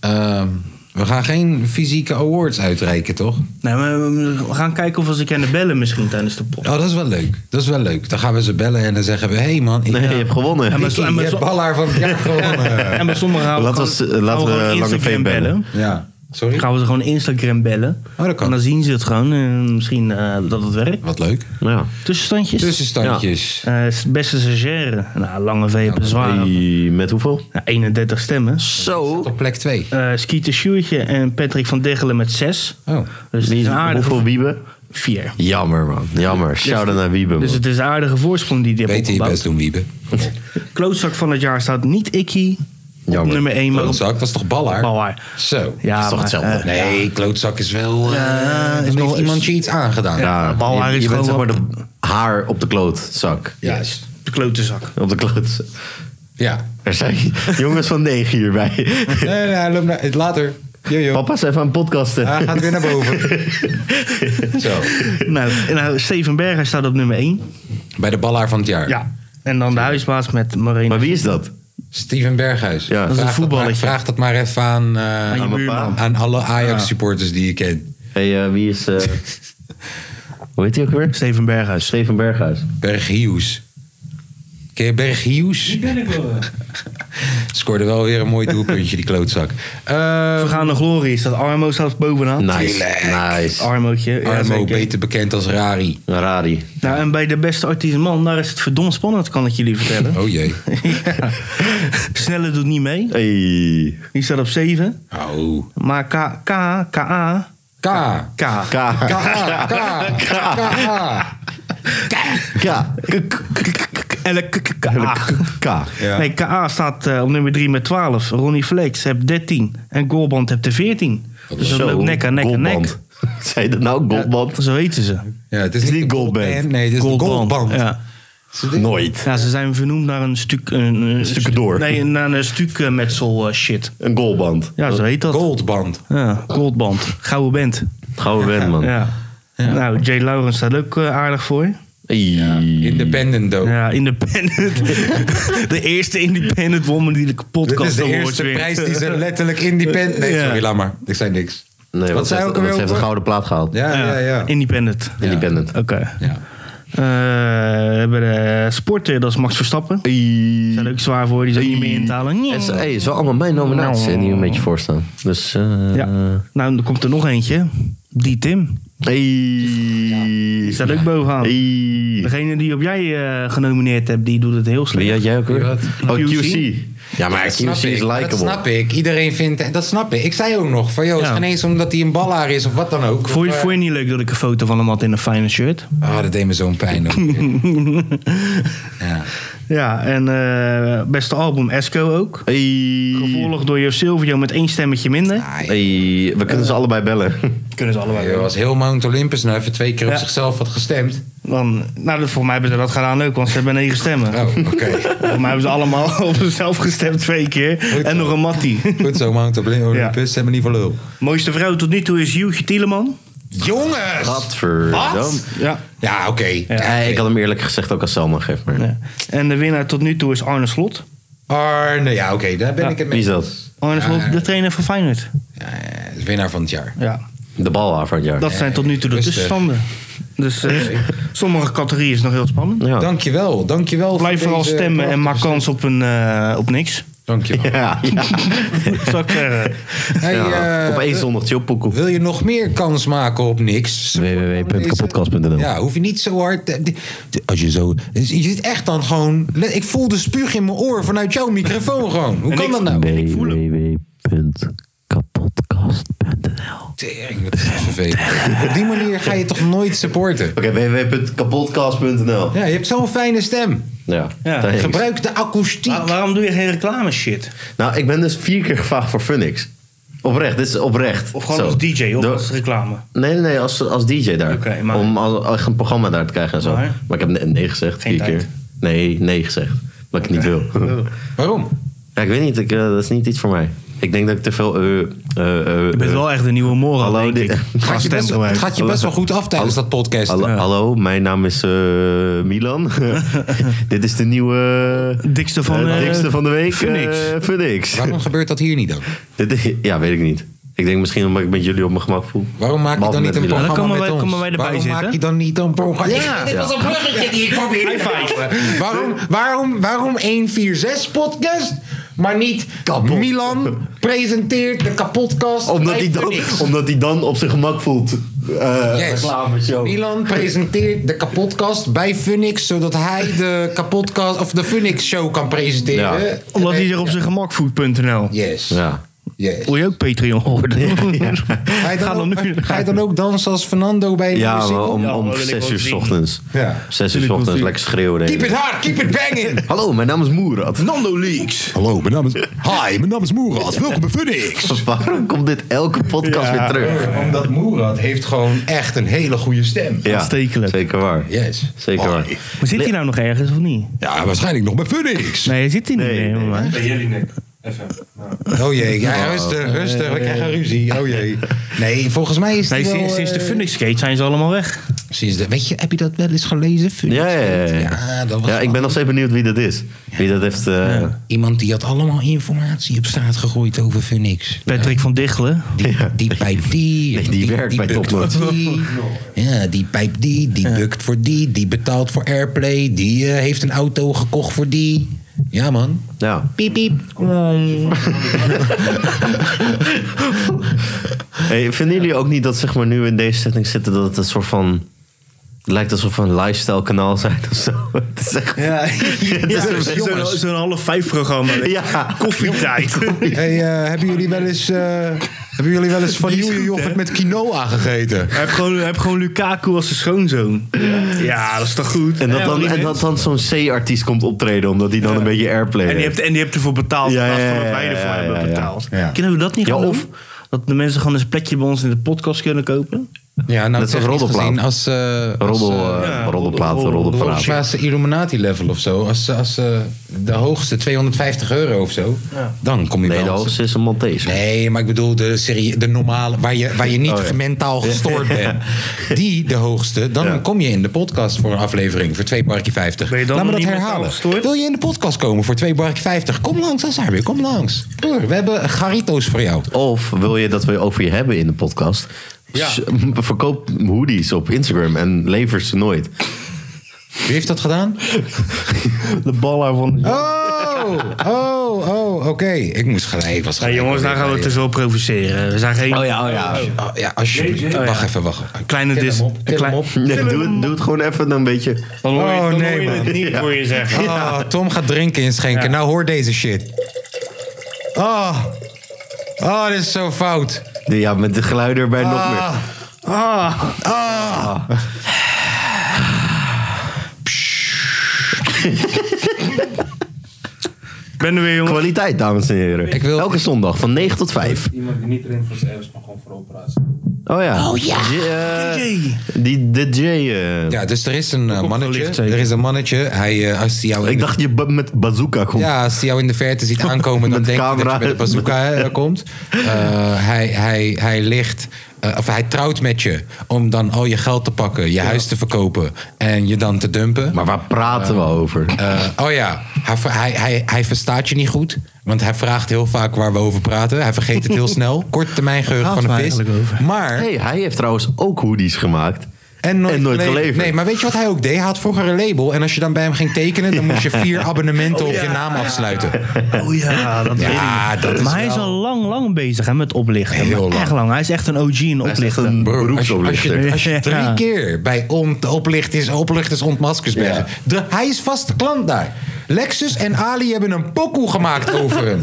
Speaker 2: ehm, We gaan geen fysieke awards uitreiken, toch?
Speaker 1: Nee, maar ehm, we we gaan kijken of we ze kunnen bellen misschien tijdens de pot.
Speaker 2: Oh, dat is wel leuk. Dat is wel leuk. Dan gaan we ze bellen en dan zeggen we... Hé hey man, ik
Speaker 3: Nee, je hebt gewonnen.
Speaker 1: Ja, maar
Speaker 2: Ricky,
Speaker 1: zo- en
Speaker 2: je
Speaker 1: maar
Speaker 2: hebt
Speaker 1: zo-
Speaker 2: ballaar van het jaar gewonnen.
Speaker 1: En bij sommigen gaan we
Speaker 3: Laten we
Speaker 1: gewoon-
Speaker 3: ze- laten
Speaker 1: gaan
Speaker 3: we
Speaker 1: gewoon
Speaker 3: Lange V
Speaker 1: Instagram
Speaker 3: bellen.
Speaker 2: Ja, sorry.
Speaker 1: Gaan we ze gewoon Instagram bellen.
Speaker 2: Oh, dat kan.
Speaker 1: En dan zien ze het gewoon. En misschien eh, dat het werkt.
Speaker 2: Wat leuk.
Speaker 3: Ja.
Speaker 1: Tussenstandjes.
Speaker 2: Tussenstandjes.
Speaker 1: Eh, beste stagiaire. Nou, Lange V heeft bezwaar.
Speaker 3: Hey, met hoeveel?
Speaker 1: Nou, 31 stemmen.
Speaker 3: Zo.
Speaker 2: Op plek 2.
Speaker 1: Eh Skeeter Sjoertje en Patrick van Degelen met 6.
Speaker 2: Oh.
Speaker 1: Dus het is een aardige...
Speaker 3: Hoeveel Wiebe?
Speaker 1: 4.
Speaker 3: Jammer, man. Jammer. Shout out naar Wiebe,
Speaker 1: Dus
Speaker 3: man.
Speaker 1: het is een aardige voorsprong die die hebben
Speaker 2: Weet je je best
Speaker 1: opgebouwd.
Speaker 2: doen, Wiebe.
Speaker 1: Klootzak van het jaar staat niet Ikkie. op
Speaker 3: Jammer.
Speaker 1: nummer 1, maar op
Speaker 2: Klootzak was toch ballaar?
Speaker 1: Ballaar.
Speaker 2: Zo.
Speaker 1: Ja,
Speaker 2: is toch
Speaker 1: maar,
Speaker 2: hetzelfde?
Speaker 1: eh,
Speaker 2: nee, klootzak is wel... eh,
Speaker 1: Ja,
Speaker 2: dan
Speaker 1: is
Speaker 2: heeft
Speaker 1: wel-
Speaker 2: iemand
Speaker 1: is-
Speaker 2: je iets aangedaan.
Speaker 3: Ja,
Speaker 1: Balhaar
Speaker 3: je,
Speaker 1: is
Speaker 3: je bent zeg
Speaker 1: gewoon
Speaker 3: maar de haar op de klootzak.
Speaker 2: Juist.
Speaker 1: de klotenzak.
Speaker 3: Op de kloot.
Speaker 2: Ja.
Speaker 3: Er zijn jongens van negen hierbij.
Speaker 2: Nee, nee, hij loopt naar... Later. Jojo.
Speaker 3: Papa is even aan het podcasten.
Speaker 2: Hij gaat weer naar boven. Zo.
Speaker 1: nou, nou, Steven Berger staat op nummer 1.
Speaker 2: Bij de ballaar van het jaar.
Speaker 1: Ja. En dan de huisbaas met
Speaker 3: Maar
Speaker 1: Moreno.
Speaker 3: wie is dat?
Speaker 2: Steven Berghuis.
Speaker 3: Ja. Dat is
Speaker 1: een
Speaker 2: Vraag
Speaker 1: voetballetje.
Speaker 2: maar- vraag dat maar even aan, eh,
Speaker 1: je
Speaker 2: aan,
Speaker 1: buurman.
Speaker 2: aan alle Ajax-supporters die je kent.
Speaker 3: Hey, eh, wie is... eh, hoe heet hij ook weer?
Speaker 1: Steven Berghuis.
Speaker 3: Steven Berghuis.
Speaker 2: Berghius. Ken je Berghius?
Speaker 5: Die ben ik wel. eh.
Speaker 2: Scoorde wel weer een mooi doelpuntje, die klootzak. Eh
Speaker 1: Vergaande glorie staat Armo staat bovenaan.
Speaker 3: Nice. Nice.
Speaker 1: Armootje. ja,
Speaker 2: Armo,
Speaker 1: zeker.
Speaker 2: beter bekend als Rari.
Speaker 3: Rari.
Speaker 1: Nou, en bij de beste artiest man, daar is het verdomd spannend, kan ik jullie vertellen.
Speaker 2: Oh jee.
Speaker 1: ja. Snelle doet niet mee.
Speaker 3: Hey.
Speaker 1: Die staat op 7.
Speaker 2: Oh.
Speaker 1: Maar K, K, K, A,
Speaker 2: K.
Speaker 1: K.
Speaker 3: K.
Speaker 2: K. K. K. K.
Speaker 3: K.
Speaker 1: L, K, K, K, A.
Speaker 3: K.
Speaker 2: Ja.
Speaker 1: Nee, KA staat eh, op nummer 3 met 12. Ronnie Flex heeft 13. En Goalband heeft de 14. Dus dat
Speaker 3: Zo,
Speaker 1: loopt nek aan nek aan nek.
Speaker 3: Goldband. Zei je dat nou? Goldband?
Speaker 1: Zo heten ze.
Speaker 2: Ja, het is,
Speaker 3: Is niet
Speaker 2: de
Speaker 3: Goldband.
Speaker 2: Goldband. Nee, het is de Goldband.
Speaker 1: Ja.
Speaker 3: Nooit.
Speaker 1: ja, ze zijn vernoemd naar een stuk... Een, een
Speaker 3: Stukken door.
Speaker 1: Nee, naar een stuk eh, metsel eh, shit.
Speaker 3: Een goalband.
Speaker 1: Ja, zo heet dat.
Speaker 2: Goldband.
Speaker 1: Ja, Goldband. Gouden band.
Speaker 3: Gouden wend,
Speaker 2: Oh.
Speaker 3: man.
Speaker 1: Ja. Nou, Jay Lawrence staat ook eh, aardig voor.
Speaker 3: Hey.
Speaker 2: Independent dope.
Speaker 1: Ja, independent. de eerste independent woman die de
Speaker 2: Dit
Speaker 1: podcast
Speaker 2: is de
Speaker 1: award
Speaker 2: eerste
Speaker 1: wint.
Speaker 2: prijs die ze letterlijk independent... Nee,
Speaker 1: Ja.
Speaker 2: sorry, laat maar. Ik zei niks.
Speaker 3: Nee, wat
Speaker 2: zei
Speaker 3: heeft,
Speaker 2: ook alweer
Speaker 3: wat heeft
Speaker 2: over?
Speaker 3: een gouden plaat gehaald.
Speaker 2: Ja, ja, ja.
Speaker 1: Independent.
Speaker 3: Independent.
Speaker 1: Oké.
Speaker 2: Ja.
Speaker 1: Eh, we hebben de sporter, dat is Max Verstappen. Die
Speaker 3: Hey.
Speaker 1: zijn ook zwaar voor, die zijn niet meer in te halen.
Speaker 3: Het is, hey, het is wel allemaal mijn nominaties hè, die een beetje voor staan. Dus, eh
Speaker 1: Ja. Nou, er komt er nog eentje. Die Tim.
Speaker 3: Hey.
Speaker 1: Die staat ook bovenaan.
Speaker 3: Hey.
Speaker 1: Degene die op jij eh, genomineerd hebt, die doet het heel slecht.
Speaker 3: Wie had jij ook weer?
Speaker 2: Wie
Speaker 3: Oh,
Speaker 1: QC.
Speaker 3: QC. Ja, maar
Speaker 2: Dat snap
Speaker 3: QC is
Speaker 2: ik, maar Dat snap
Speaker 3: likable.
Speaker 2: ik. Iedereen vindt... Dat snap ik. Ik zei ook nog van... joh, het is
Speaker 1: Ja.
Speaker 2: geen eens omdat hij een ballaar is of wat dan ook.
Speaker 1: Vond je,
Speaker 2: Of, eh,
Speaker 1: vond je niet leuk dat ik een foto van hem had in een fijne shirt?
Speaker 2: Ah, dat deed me zo'n pijn. ook. ja.
Speaker 1: Ja, en eh, beste album Esco ook.
Speaker 3: Hey.
Speaker 1: Gevolgd door Jo Silvio met één stemmetje minder.
Speaker 3: Hey. We
Speaker 2: Eh.
Speaker 3: kunnen ze allebei bellen.
Speaker 1: kunnen ze allebei
Speaker 2: Joh,
Speaker 1: wel.
Speaker 2: Als heel Mount Olympus nou even twee keer op
Speaker 1: Ja.
Speaker 2: zichzelf had gestemd.
Speaker 1: Dan, nou, dat- voor mij hebben ze dat gedaan ook, want ze hebben negen stemmen.
Speaker 2: Oh, oké.
Speaker 1: Voor mij hebben ze allemaal op zichzelf gestemd twee keer.
Speaker 2: Goed
Speaker 1: en
Speaker 2: zo.
Speaker 1: nog een mattie.
Speaker 2: Goed zo, Mount Olympus. Ze hebben niet van lul.
Speaker 1: Mooiste vrouw tot nu toe is Joetje Tieleman.
Speaker 2: Jongens!
Speaker 3: Gadverdam.
Speaker 1: Ja.
Speaker 2: Ja, oké.
Speaker 3: Ja, ik had hem eerlijk gezegd ook als Selma geef maar.
Speaker 1: En de winnaar tot nu toe is Arne Slot.
Speaker 2: Arne, ja, oké. daar ben ik het
Speaker 3: Wie is
Speaker 2: mee.
Speaker 3: dat?
Speaker 1: Arne
Speaker 2: Ja, ja.
Speaker 1: Slot, de trainer van Feyenoord.
Speaker 2: Ja, eh, winnaar van het jaar.
Speaker 1: Ja.
Speaker 3: De balhaar van het jaar.
Speaker 1: Dat zijn tot nu toe de
Speaker 2: Rustig.
Speaker 1: tussenstanden. Dus eh, sommige categorieën is nog heel spannend.
Speaker 3: Ja.
Speaker 2: Dankjewel, dankjewel.
Speaker 1: Blijf
Speaker 2: voor
Speaker 1: vooral
Speaker 2: deze
Speaker 1: stemmen en maak kans op, een, eh, op niks.
Speaker 2: Dankjewel.
Speaker 3: Ja, ja.
Speaker 1: Zal ik zeggen.
Speaker 2: Hey,
Speaker 3: Ja,
Speaker 2: eh,
Speaker 3: Op één zondag chillpoekoe.
Speaker 2: Wil je nog meer kans maken op niks?
Speaker 3: www.kapotkast.nl.
Speaker 2: Ja, hoef je niet zo hard. eh, di- di- Als je zo. dus Je zit echt dan gewoon. let- Ik voel de spuug in mijn oor vanuit jouw microfoon gewoon. Hoe kan
Speaker 1: ik-
Speaker 2: dat nou?
Speaker 3: www.kapotkast.nl
Speaker 2: Tering, dat is echt vervelend. Op die manier ga je toch nooit supporten?
Speaker 3: Oké, www.kapotkast.nl.
Speaker 2: Ja, je hebt zo'n fijne stem.
Speaker 3: Ja,
Speaker 1: Ja,
Speaker 3: thanks.
Speaker 2: Gebruik de akoestiek.
Speaker 1: Waar- waarom doe je geen reclame shit?
Speaker 3: Nou, ik ben dus vier keer gevraagd voor Funix. Oprecht, dit is oprecht.
Speaker 1: Of gewoon
Speaker 3: Zo.
Speaker 1: als DJ of
Speaker 3: Door-
Speaker 1: als reclame?
Speaker 3: Nee, nee, nee, als, als DJ daar.
Speaker 1: Oké, maar-
Speaker 3: Om als, als een programma daar te krijgen en zo.
Speaker 1: Maar?
Speaker 3: Maar, ik heb ne- nee gezegd,
Speaker 1: Geen
Speaker 3: vier
Speaker 1: tijd. Oh.
Speaker 3: keer. Nee, nee gezegd. Omdat ik het niet wil.
Speaker 2: Waarom?
Speaker 3: ja, ik weet niet, ik, eh, dat is niet iets voor mij. Ik denk dat ik te veel... eh eh eh,
Speaker 1: Je bent
Speaker 3: eh,
Speaker 1: wel echt de nieuwe moral,
Speaker 3: Hallo,
Speaker 1: denk
Speaker 3: dit-
Speaker 1: ik.
Speaker 3: Het
Speaker 1: Qua
Speaker 2: Gaat je best,
Speaker 1: stempo
Speaker 2: het
Speaker 1: heeft.
Speaker 2: gaat je best wel goed af tijdens dat podcast.
Speaker 3: Hallo, hallo, mijn naam is eh, Milan. Dit is de nieuwe...
Speaker 1: Dikste van,
Speaker 3: eh,
Speaker 1: eh,
Speaker 3: dikste van de week. eh,
Speaker 1: Phoenix.
Speaker 3: Phoenix.
Speaker 2: Waarom gebeurt dat hier niet dan?
Speaker 3: Dit is- ja, weet ik niet. Ik denk misschien omdat ik met jullie op mijn gemak voel.
Speaker 2: Waarom maak je
Speaker 3: Behalve
Speaker 2: dan niet
Speaker 3: met
Speaker 2: een
Speaker 3: Milan.
Speaker 2: programma
Speaker 1: komen
Speaker 2: met
Speaker 1: wij-
Speaker 2: ons?
Speaker 1: komen wij erbij
Speaker 2: waarom
Speaker 1: zitten?
Speaker 2: maak je dan niet een programma?
Speaker 3: Ja. Dit was
Speaker 2: een bruggetje die ik probeerde Waarom, waarom, waarom 146 podcast, maar niet Milan presenteert de kapotkast?
Speaker 3: Omdat hij,
Speaker 2: Lijkt me
Speaker 3: dan,
Speaker 2: niks.
Speaker 3: omdat hij dan op zijn gemak voelt. eh
Speaker 2: Yes.
Speaker 3: reclameshow.
Speaker 2: Milan presenteert de kapotkast bij Funix, zodat hij de kapotkast of de Funix show kan presenteren.
Speaker 3: Ja.
Speaker 1: Omdat hij zich op zijn gemak voelt.nl.
Speaker 2: Yes.
Speaker 3: Ja.
Speaker 2: yes.
Speaker 1: Wil je ook Patreon worden?
Speaker 2: Ga, je
Speaker 1: Ga
Speaker 2: dan
Speaker 1: dan
Speaker 2: ook,
Speaker 1: nu-
Speaker 2: ga je dan ook dansen als Fernando bij de
Speaker 3: Ja,
Speaker 2: muziek?
Speaker 3: maar om,
Speaker 1: Ja,
Speaker 3: om
Speaker 1: dat wil ik
Speaker 3: zes
Speaker 1: wel
Speaker 3: uur s
Speaker 1: zien.
Speaker 3: ochtends.
Speaker 2: Ja.
Speaker 3: Zes uur s
Speaker 1: wil
Speaker 3: ochtends
Speaker 1: zien.
Speaker 3: lekker schreeuwen. de hele
Speaker 2: Keep it hard, keep it banging!
Speaker 3: dag. Hallo, mijn naam is Moerad.
Speaker 4: Nando Leaks. Hallo, mijn naam is... Hi, mijn naam is Moeras. Welkom bij Funix.
Speaker 3: Waarom komt dit elke podcast weer terug?
Speaker 2: Omdat Moerad heeft gewoon echt een hele goede stem.
Speaker 3: Ja,
Speaker 1: Aanstekelijk.
Speaker 3: Zeker waar.
Speaker 2: Yes.
Speaker 3: Zeker waar.
Speaker 4: Hoi.
Speaker 1: Maar zit hij nou nog ergens of niet?
Speaker 4: Ja, waarschijnlijk nog bij Funix.
Speaker 1: Nee, hij zit hij niet
Speaker 3: Nee,
Speaker 1: meer.
Speaker 3: nee,
Speaker 1: man.
Speaker 5: Bij Jellinek. FM. Nou,
Speaker 2: Oh jee, ja, rustig, rustig. We krijgen
Speaker 3: Eh.
Speaker 2: ruzie. Oh jee. Nee, volgens mij is
Speaker 1: Nee,
Speaker 2: die wel,
Speaker 1: sinds, sinds de
Speaker 2: eh,
Speaker 1: Funix Skate zijn ze allemaal weg.
Speaker 2: Sinds de, weet je, heb je dat wel eens gelezen? Funix
Speaker 3: Ja, ja, ja, ja.
Speaker 2: Ja, dat was
Speaker 3: Ja, ik ben nog steeds benieuwd wie dat is. Wie dat heeft... eh,
Speaker 2: Iemand die had allemaal informatie op straat gegooid over Funix.
Speaker 1: Patrick van Dichelen.
Speaker 2: Die, die pijp die.
Speaker 3: Nee, die werkt bij
Speaker 2: bukt
Speaker 3: Topnotch.
Speaker 2: voor die. Ja, die pijp die, die bukt voor die, die betaalt voor airplay, die eh, heeft een auto gekocht voor die. Ja, man.
Speaker 3: Ja.
Speaker 2: Piep, piep.
Speaker 3: Hey, vinden jullie ook niet dat zeg maar, nu in deze setting zitten dat het een soort van... Het lijkt alsof we een lifestyle kanaal zijn of zo. Het is echt... Ja. het is een-
Speaker 1: Zo'n zo'n half vijf programma.
Speaker 3: ja.
Speaker 1: Koffietijd.
Speaker 2: Hey, eh, hebben jullie wel eens, eh, hebben jullie wel eens van nieuwe yoghurt met quinoa gegeten?
Speaker 1: heb, gewoon, heb gewoon Lukaku als zijn schoonzoon. Ja, dat is toch goed?
Speaker 3: En dat
Speaker 1: Ja,
Speaker 3: dan,
Speaker 1: lief,
Speaker 3: en
Speaker 1: hè?
Speaker 3: dat dan zo'n C-artiest komt optreden, omdat hij dan een beetje airplay
Speaker 1: En die,
Speaker 3: heeft.
Speaker 1: hebt, en die hebt ervoor betaald.
Speaker 3: Ja,
Speaker 1: in plaats van
Speaker 3: ja,
Speaker 1: dat
Speaker 3: ja,
Speaker 1: wij ervoor
Speaker 3: ja,
Speaker 1: hebben
Speaker 3: ja, ja.
Speaker 1: betaald.
Speaker 2: Ja.
Speaker 1: Kunnen we dat niet
Speaker 3: Ja,
Speaker 1: gaan doen?
Speaker 3: of-
Speaker 1: Dat de mensen gewoon eens een plekje bij ons in de podcast kunnen kopen.
Speaker 2: Ja, nou,
Speaker 3: Net zoals
Speaker 2: technisch
Speaker 3: roddelplaat.
Speaker 2: gezien Als, eh als,
Speaker 3: Roddel,
Speaker 2: eh,
Speaker 3: eh,
Speaker 1: ja,
Speaker 3: roddelplaat,
Speaker 1: roddel-
Speaker 3: roddelpraat.
Speaker 2: Volgens mij Illuminati level of zo. Als, eh, als eh, de hoogste 250 euro of zo, dan kom je
Speaker 3: Nee, de
Speaker 2: wel.
Speaker 3: hoogste is een Maltese.
Speaker 2: Nee, maar ik bedoel de, serie, de normale, waar je, waar je niet
Speaker 3: Oh, ja.
Speaker 2: mentaal gestoord bent. Die, de hoogste, dan
Speaker 3: Ja.
Speaker 2: kom je in de podcast voor een aflevering voor 2 barkje 50.
Speaker 1: Ben je dan
Speaker 2: Laat me
Speaker 1: nog
Speaker 2: dat
Speaker 1: niet mentaal
Speaker 2: herhalen.
Speaker 1: gestoord?
Speaker 2: Wil je in de podcast komen voor 2 barkje 50? Kom langs, Azarbe, kom langs. Broer, we hebben garito's voor jou.
Speaker 3: Of wil je dat we over je hebben in de podcast? S- Verkoop hoodies op Instagram en lever ze nooit.
Speaker 2: Wie heeft dat gedaan?
Speaker 1: De baller van...
Speaker 2: Oh, oh, oh, oké. Ik moest gelijk. ik was
Speaker 1: Ja,
Speaker 2: gelijk
Speaker 1: jongens, daar gaan we te veel provoceren. We zijn geen...
Speaker 3: ja, oh ja.
Speaker 2: Oh, ja, alsjeblieft.
Speaker 5: JJ.
Speaker 2: Wacht even, wacht.
Speaker 1: Kleine dis...
Speaker 5: hem op,
Speaker 1: een klein-
Speaker 3: Nee, doe, het, doe het gewoon even een beetje.
Speaker 1: Dan hoor je,
Speaker 2: Oh,
Speaker 1: dan
Speaker 2: nee,
Speaker 1: hoor je
Speaker 2: man.
Speaker 1: het niet, hoor je zeggen.
Speaker 2: Oh, Tom gaat drinken inschenken. Nou, hoor deze shit. Oh, oh dit is zo fout.
Speaker 3: Ja, met de geluiden erbij nog meer.
Speaker 1: Ah. Ben er weer, jongen.
Speaker 3: Kwaliteit, dames en heren.
Speaker 2: Ik wil-
Speaker 3: Elke zondag van 9 tot 5.
Speaker 5: iemand die niet erin voor zijn ergens, maar gewoon voor operatie.
Speaker 3: Oh ja. Oh ja. die DJ. eh,
Speaker 2: Ja, dus er is een eh,
Speaker 1: licht
Speaker 2: mannetje.
Speaker 1: zeker.
Speaker 2: Er is een mannetje. Hij, eh, als hij jou in
Speaker 3: Ik
Speaker 2: de,
Speaker 3: dacht je ba- met bazooka komt.
Speaker 2: ja, als hij jou in de verte ziet aankomen, dan
Speaker 3: Met de
Speaker 2: denk je dat je
Speaker 3: camera.
Speaker 2: met een bazooka eh, komt. Eh, hij, hij, hij ligt... eh, of hij trouwt met je om dan al je geld te pakken, je huis te verkopen en je dan te dumpen.
Speaker 3: Maar waar praten we over?
Speaker 2: Eh, oh ja, hij, ver- hij, hij, hij verstaat je niet goed. Want hij vraagt heel vaak waar we over praten. Hij vergeet het heel snel. Korte termijn geheugen
Speaker 1: Waar
Speaker 2: van een
Speaker 1: praten
Speaker 2: vis.
Speaker 1: we eigenlijk
Speaker 2: Maar...
Speaker 3: hey, hij heeft trouwens ook hoodies gemaakt.
Speaker 2: En nooit,
Speaker 3: En nooit geleverd.
Speaker 2: Nee, maar weet je wat hij ook deed? Hij had vroeger een label. En als je dan bij hem ging tekenen, dan moest je vier abonnementen op je naam afsluiten.
Speaker 1: Oh ja, dat
Speaker 2: Ja, dat is
Speaker 1: maar hij is al lang, lang bezig hè, met oplichten.
Speaker 2: Heel
Speaker 1: Maar
Speaker 2: lang.
Speaker 1: Echt lang. Hij is echt een OG in
Speaker 3: Hij is echt
Speaker 1: oplichten.
Speaker 2: Als
Speaker 3: een
Speaker 2: je, als
Speaker 3: beroepsoplichter.
Speaker 2: je, als je drie
Speaker 1: Ja.
Speaker 2: keer bij on, de oplichters, oplichters ontmaskersbergen. De, hij is vaste klant daar. Lexus en Ali hebben een pokoe gemaakt over hem.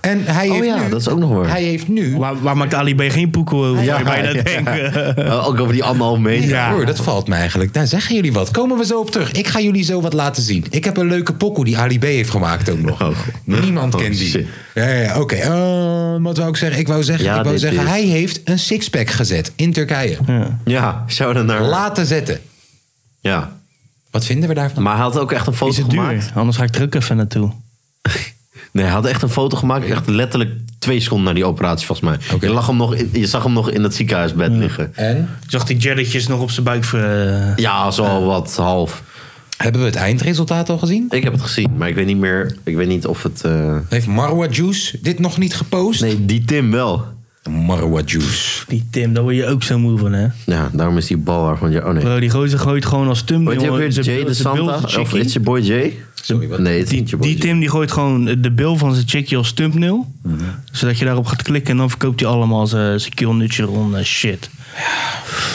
Speaker 2: En hij
Speaker 3: Oh
Speaker 2: heeft
Speaker 3: ja,
Speaker 2: nu,
Speaker 3: dat is ook nog waar.
Speaker 2: Hij heeft nu
Speaker 1: Waar, waar maakt Ali B geen poekoe over? Ja, bij dat denken.
Speaker 3: Eh, Ook over die anderhalf meter.
Speaker 1: Ja.
Speaker 2: Broer, dat valt me eigenlijk. Daar zeggen jullie wat. Komen we zo op terug. Ik ga jullie zo wat laten zien. Ik heb een leuke pokoe die Ali B heeft gemaakt ook nog.
Speaker 3: Oh.
Speaker 2: Niemand
Speaker 3: Oh,
Speaker 2: kent die.
Speaker 3: shit.
Speaker 2: Ja, ja, ja, Oké, Eh, wat wou ik zeggen? Ik wou zeggen,
Speaker 3: Ja,
Speaker 2: ik wou
Speaker 3: dit
Speaker 2: zeggen
Speaker 3: is-
Speaker 2: hij heeft een sixpack gezet in Turkije.
Speaker 3: Ja, shout-out naar...
Speaker 2: Laten zetten.
Speaker 3: Ja.
Speaker 2: Wat vinden we daarvan?
Speaker 3: Maar hij had ook echt een foto
Speaker 1: Is het
Speaker 3: gemaakt.
Speaker 1: duur? Anders ga ik er ook even naartoe.
Speaker 3: Nee, hij had echt een foto gemaakt. Echt letterlijk twee seconden na die operatie, volgens mij.
Speaker 2: Oké.
Speaker 3: Je, lag hem nog in- je zag hem nog in het ziekenhuisbed liggen.
Speaker 2: En?
Speaker 1: Zag die jelletjes nog op zijn buik? Ver, eh,
Speaker 3: Ja, zo al wat half.
Speaker 2: Hebben we het eindresultaat al gezien?
Speaker 3: Ik heb het gezien, maar ik weet niet meer... Ik weet niet of het... eh,
Speaker 2: Heeft Marwa Juice dit nog niet gepost?
Speaker 3: Nee, die Tim wel.
Speaker 2: Marwa juice.
Speaker 1: Die Tim, daar word je ook zo moe van, hè?
Speaker 3: Ja, daarom is die bal er gewoon... Oh nee.
Speaker 1: Bro, die gozer gooit gewoon als Tim.
Speaker 3: Weet je ook weer Jay de Santa? Of It's Your Boy Jay? Nee, het is niet
Speaker 1: Die,
Speaker 3: Your Boy
Speaker 1: die
Speaker 3: Jay.
Speaker 1: Tim die gooit gewoon de bil van zijn chickie als thumbnail.
Speaker 3: Mhm.
Speaker 1: Zodat je daarop gaat klikken en dan verkoopt hij allemaal zijn zijn Kill Neutron eh, shit.